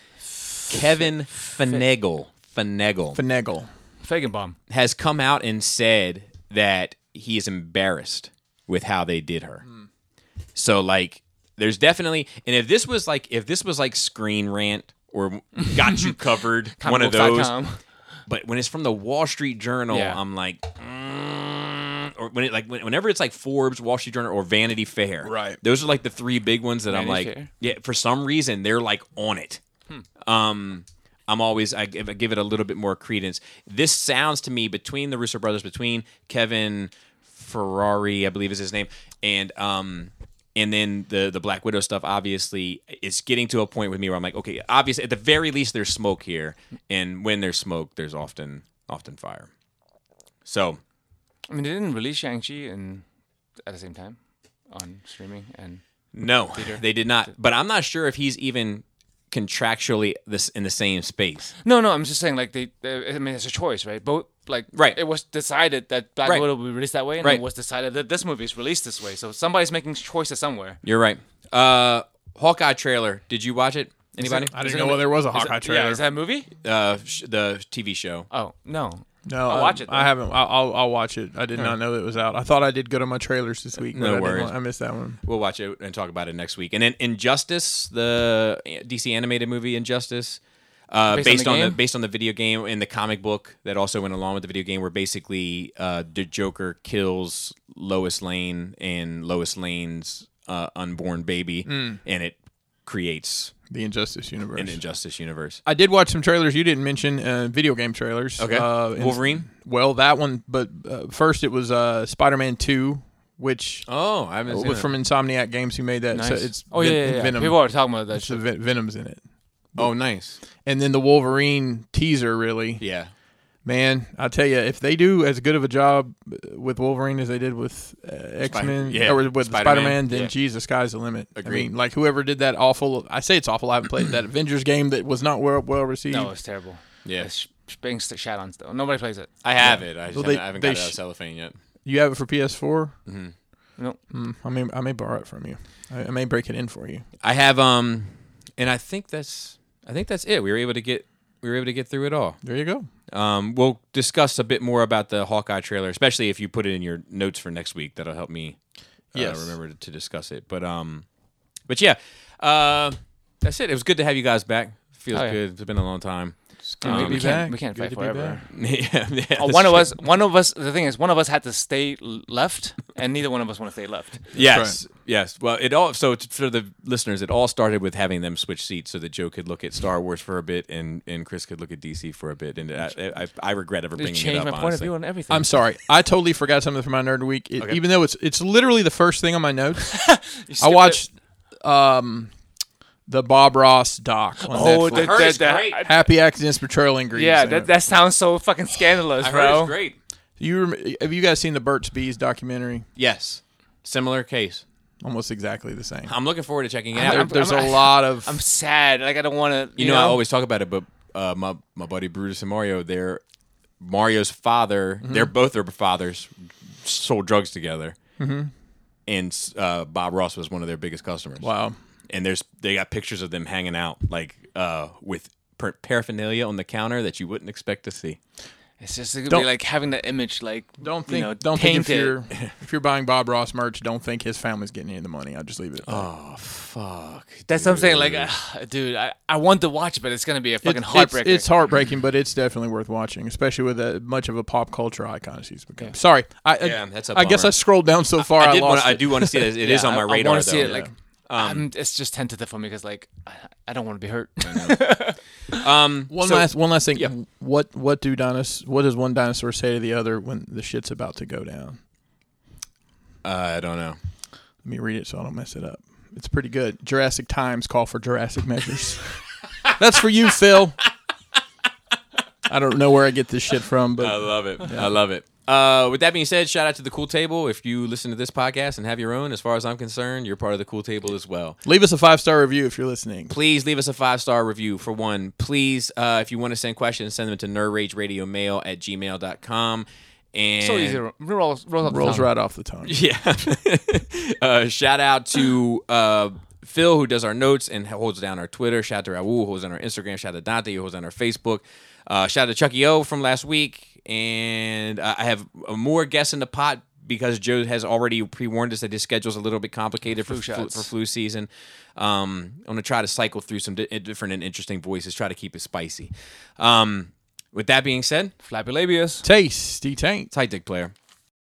Speaker 1: Kevin Finagle. Finagle.
Speaker 2: finagle.
Speaker 3: Fagin bomb.
Speaker 1: has come out and said that he is embarrassed with how they did her. So like there's definitely and if this was like if this was like screen rant or got you covered one of those
Speaker 3: Comicbooks.com.
Speaker 1: but when it's from the Wall Street Journal
Speaker 3: Yeah.
Speaker 1: I'm like mm, or when it like when- whenever it's like Forbes, Wall Street Journal or Vanity Fair.
Speaker 2: Right.
Speaker 1: Those are like the three big ones that I'm
Speaker 3: Vanity
Speaker 1: like
Speaker 3: Fair.
Speaker 1: yeah for some reason they're like on it. Um, I'm always I give, I give it a little bit more credence. This sounds to me between the Russo brothers, between Kevin Ferrari, I believe is his name, and um, and then the the Black Widow stuff. Obviously, it's getting to a point with me where I'm like, okay, obviously, at the very least, there's smoke here, and when there's smoke, there's often often fire. So
Speaker 3: I mean, they didn't release Shang Chi and at the same time on streaming, and
Speaker 1: no, they did not. But I'm not sure if he's even contractually this in the same space.
Speaker 3: no, no, I'm just saying like they. they I mean, it's a choice, right? Both like
Speaker 1: Right.
Speaker 3: It was decided that Black
Speaker 1: Right.
Speaker 3: Widow will be released that way, and
Speaker 1: Right.
Speaker 3: it was decided that this movie is released this way. So somebody's making choices somewhere.
Speaker 1: You're right. Uh, Hawkeye trailer. Did you watch it? Anybody?
Speaker 2: I
Speaker 3: Is
Speaker 2: didn't
Speaker 3: it
Speaker 2: know
Speaker 3: gonna-
Speaker 2: there was a
Speaker 3: is it-
Speaker 2: Hawkeye trailer.
Speaker 3: Yeah, is that a movie?
Speaker 1: Uh, sh- the TV show.
Speaker 3: Oh no.
Speaker 2: no,
Speaker 3: I'll
Speaker 2: I-
Speaker 3: watch it,
Speaker 2: I
Speaker 3: though.
Speaker 2: haven't. I'll, I'll, I'll watch it. I did not know it was out. I thought I did good on my trailers this week.
Speaker 1: No
Speaker 2: but I didn't
Speaker 1: worries.
Speaker 2: wa- I missed that one.
Speaker 1: We'll watch it and talk about it next week. And then Injustice, the DC animated movie Injustice, uh, based,
Speaker 3: Based on the
Speaker 1: on, the,
Speaker 3: game?
Speaker 1: based on the video game and the comic book that also went along with the video game, where basically uh, the Joker kills Lois Lane and Lois Lane's uh, unborn baby,
Speaker 3: Hmm.
Speaker 1: and it creates
Speaker 2: The Injustice Universe.
Speaker 1: an Injustice universe.
Speaker 2: I did watch some trailers you didn't mention. Uh, video game trailers.
Speaker 1: Okay,
Speaker 2: Uh, and-
Speaker 1: Wolverine.
Speaker 2: Well, that one. But uh, first, it was uh, Spider-Man Two, which
Speaker 1: Oh, I haven't seen
Speaker 2: was from Insomniac Games who made that. So it's
Speaker 3: oh yeah,
Speaker 2: Ven-
Speaker 3: yeah, yeah.
Speaker 2: Venom.
Speaker 3: People are talking about that
Speaker 2: So
Speaker 3: shit.
Speaker 2: Ven- Venom's in it.
Speaker 1: Oh, nice.
Speaker 2: And then the Wolverine teaser, really.
Speaker 1: Yeah.
Speaker 2: Man, I tell you, if they do as good of a job uh, with Wolverine as they did with uh, X Men
Speaker 1: yeah.
Speaker 2: or with
Speaker 1: Spider-Man,
Speaker 2: Spider Man, then
Speaker 1: yeah.
Speaker 2: geez, the sky's the limit. I
Speaker 1: Agreed.
Speaker 2: mean, like whoever did that awful, I say it's awful. I haven't played that Avengers game that was not well, well received.
Speaker 3: No, it's terrible.
Speaker 1: Yeah.
Speaker 3: It's sh- being st- shat on still. Nobody plays it.
Speaker 1: I have it. I, just
Speaker 2: Well,
Speaker 1: haven't,
Speaker 2: they-
Speaker 1: I haven't
Speaker 2: they
Speaker 1: got it out of
Speaker 2: sh-
Speaker 1: cellophane yet.
Speaker 2: You have it for PS4.
Speaker 3: No.
Speaker 2: Mm, I may, I may borrow it from you. I, I may break it in for you.
Speaker 1: I have um, and I think that's I think that's it. We were able to get we were able to get through it all.
Speaker 2: There you go.
Speaker 1: Um, we'll discuss a bit more about the Hawkeye trailer, especially if you put it in your notes for next week. That'll help me uh,
Speaker 2: Yes.
Speaker 1: remember to, to discuss it. But um, but yeah, uh, that's it. It was good to have you guys back. Feels
Speaker 3: Oh, yeah.
Speaker 1: good. It's been a long time.
Speaker 3: I mean,
Speaker 1: Um,
Speaker 3: we,
Speaker 1: Be
Speaker 3: can't, we can't
Speaker 2: Good
Speaker 3: fight
Speaker 2: to be
Speaker 3: forever.
Speaker 2: back.
Speaker 1: yeah, yeah,
Speaker 3: Uh, one of us, one of us. The thing is, one of us had to stay l- left, and neither one of us want to stay left.
Speaker 1: Yes. Yes. Well, it all so it's for the listeners, it all started with having them switch seats so that Joe could look at Star Wars for a bit and and Chris could look at DC for a bit. And I I, I regret ever
Speaker 3: It
Speaker 1: bringing it
Speaker 3: changed
Speaker 1: up.
Speaker 3: my
Speaker 1: honestly.
Speaker 3: point of view on everything.
Speaker 2: I'm sorry. I totally forgot something from my nerd week. It- Even though it's it's literally the first thing on my notes. I
Speaker 3: it.
Speaker 2: watched um the Bob Ross doc on
Speaker 3: Oh,
Speaker 2: Netflix.
Speaker 3: that,
Speaker 1: heard
Speaker 3: that,
Speaker 1: it's
Speaker 3: that,
Speaker 1: great.
Speaker 2: Happy Accidents Betrayal and Grease.
Speaker 3: yeah, that, that sounds so fucking scandalous,
Speaker 1: I heard
Speaker 3: bro.
Speaker 1: it's great.
Speaker 2: you rem- have you guys seen the Burt's Bees documentary?
Speaker 1: Yes. Similar case.
Speaker 2: Almost exactly the same.
Speaker 1: I'm looking forward to checking it
Speaker 2: There-
Speaker 1: out.
Speaker 2: there's
Speaker 3: I'm-
Speaker 2: a lot of
Speaker 3: I'm sad. Like I don't want to.
Speaker 1: You know, I always talk about it, but uh, my my buddy Brutus and Mario, they're Mario's father.
Speaker 3: Mm-hmm.
Speaker 1: They're both their fathers sold drugs together,
Speaker 3: Mm-hmm.
Speaker 1: and uh, Bob Ross was one of their biggest customers.
Speaker 2: wow.
Speaker 1: and there's they got pictures of them hanging out like uh with par- paraphernalia on the counter that you wouldn't expect to see.
Speaker 3: It's just it could
Speaker 2: Don't-
Speaker 3: be like having that image, like
Speaker 2: Don't
Speaker 3: you
Speaker 2: think
Speaker 3: know,
Speaker 2: don't think if
Speaker 3: tainted.
Speaker 2: you're if you're buying Bob Ross merch, don't think his family's getting any of the money. I'll just leave it. At that.
Speaker 3: Oh,
Speaker 1: Fuck.
Speaker 3: That's what I'm saying. Like, uh, dude, I, I want to watch, it, but it's gonna be a
Speaker 2: It-
Speaker 3: fucking
Speaker 2: it's,
Speaker 3: heartbreaker.
Speaker 2: it's heartbreaking, but it's definitely worth watching, especially with a, much of a pop culture icon she's become. Sorry, I, I-
Speaker 1: Yeah, that's a
Speaker 2: I guess
Speaker 1: bummer.
Speaker 2: I scrolled down so far. I,
Speaker 1: I, did wanna,
Speaker 2: lost.
Speaker 1: I
Speaker 2: it.
Speaker 1: do want to see it. It is
Speaker 3: Yeah,
Speaker 1: on my
Speaker 3: I- I
Speaker 1: radar
Speaker 3: wanna
Speaker 1: though.
Speaker 3: see it. Like, I'm- it's just tentative for me because like I, I don't want to be hurt.
Speaker 1: um
Speaker 2: One
Speaker 1: so-
Speaker 2: last one last thing. What what do dinos what does one dinosaur say to the other when the shit's about to go down?
Speaker 1: uh, I don't know.
Speaker 2: Let me read it so I don't mess it up. It's pretty good. Jurassic Times call for Jurassic measures. That's for you, Phil. I don't know where I get this shit from,
Speaker 1: I
Speaker 2: but
Speaker 1: love it. I love it. Uh, with that being said, shout out to the Cool Table. If you listen to this podcast and have your own, as far as I'm concerned, you're part of the Cool Table as well.
Speaker 2: leave us a five star review if you're listening.
Speaker 1: please leave us a five star review for one. Please, uh, if you want to send questions, send them to nerdrageradiomail at gmail.com. And
Speaker 3: so easy. Rolls rolls off the
Speaker 2: Rolls
Speaker 3: tongue.
Speaker 2: right off the tongue.
Speaker 1: yeah. uh, shout out to uh, Phil, who does our notes and holds down our Twitter. Shout out to Raul, who holds down our Instagram. Shout out to Dante, who holds down our Facebook. Uh, shout out to Chucky O from last week. And uh, I have uh, more guests in the pot because Joe has already pre warned us that his schedule's a little bit complicated for flu,
Speaker 3: shots.
Speaker 1: for flu season. Um, I'm going to try to cycle through some di- different and interesting voices, try to keep it spicy. Um, with that being said,
Speaker 3: Flappy labius.
Speaker 2: Tasty taint.
Speaker 1: tight dick player.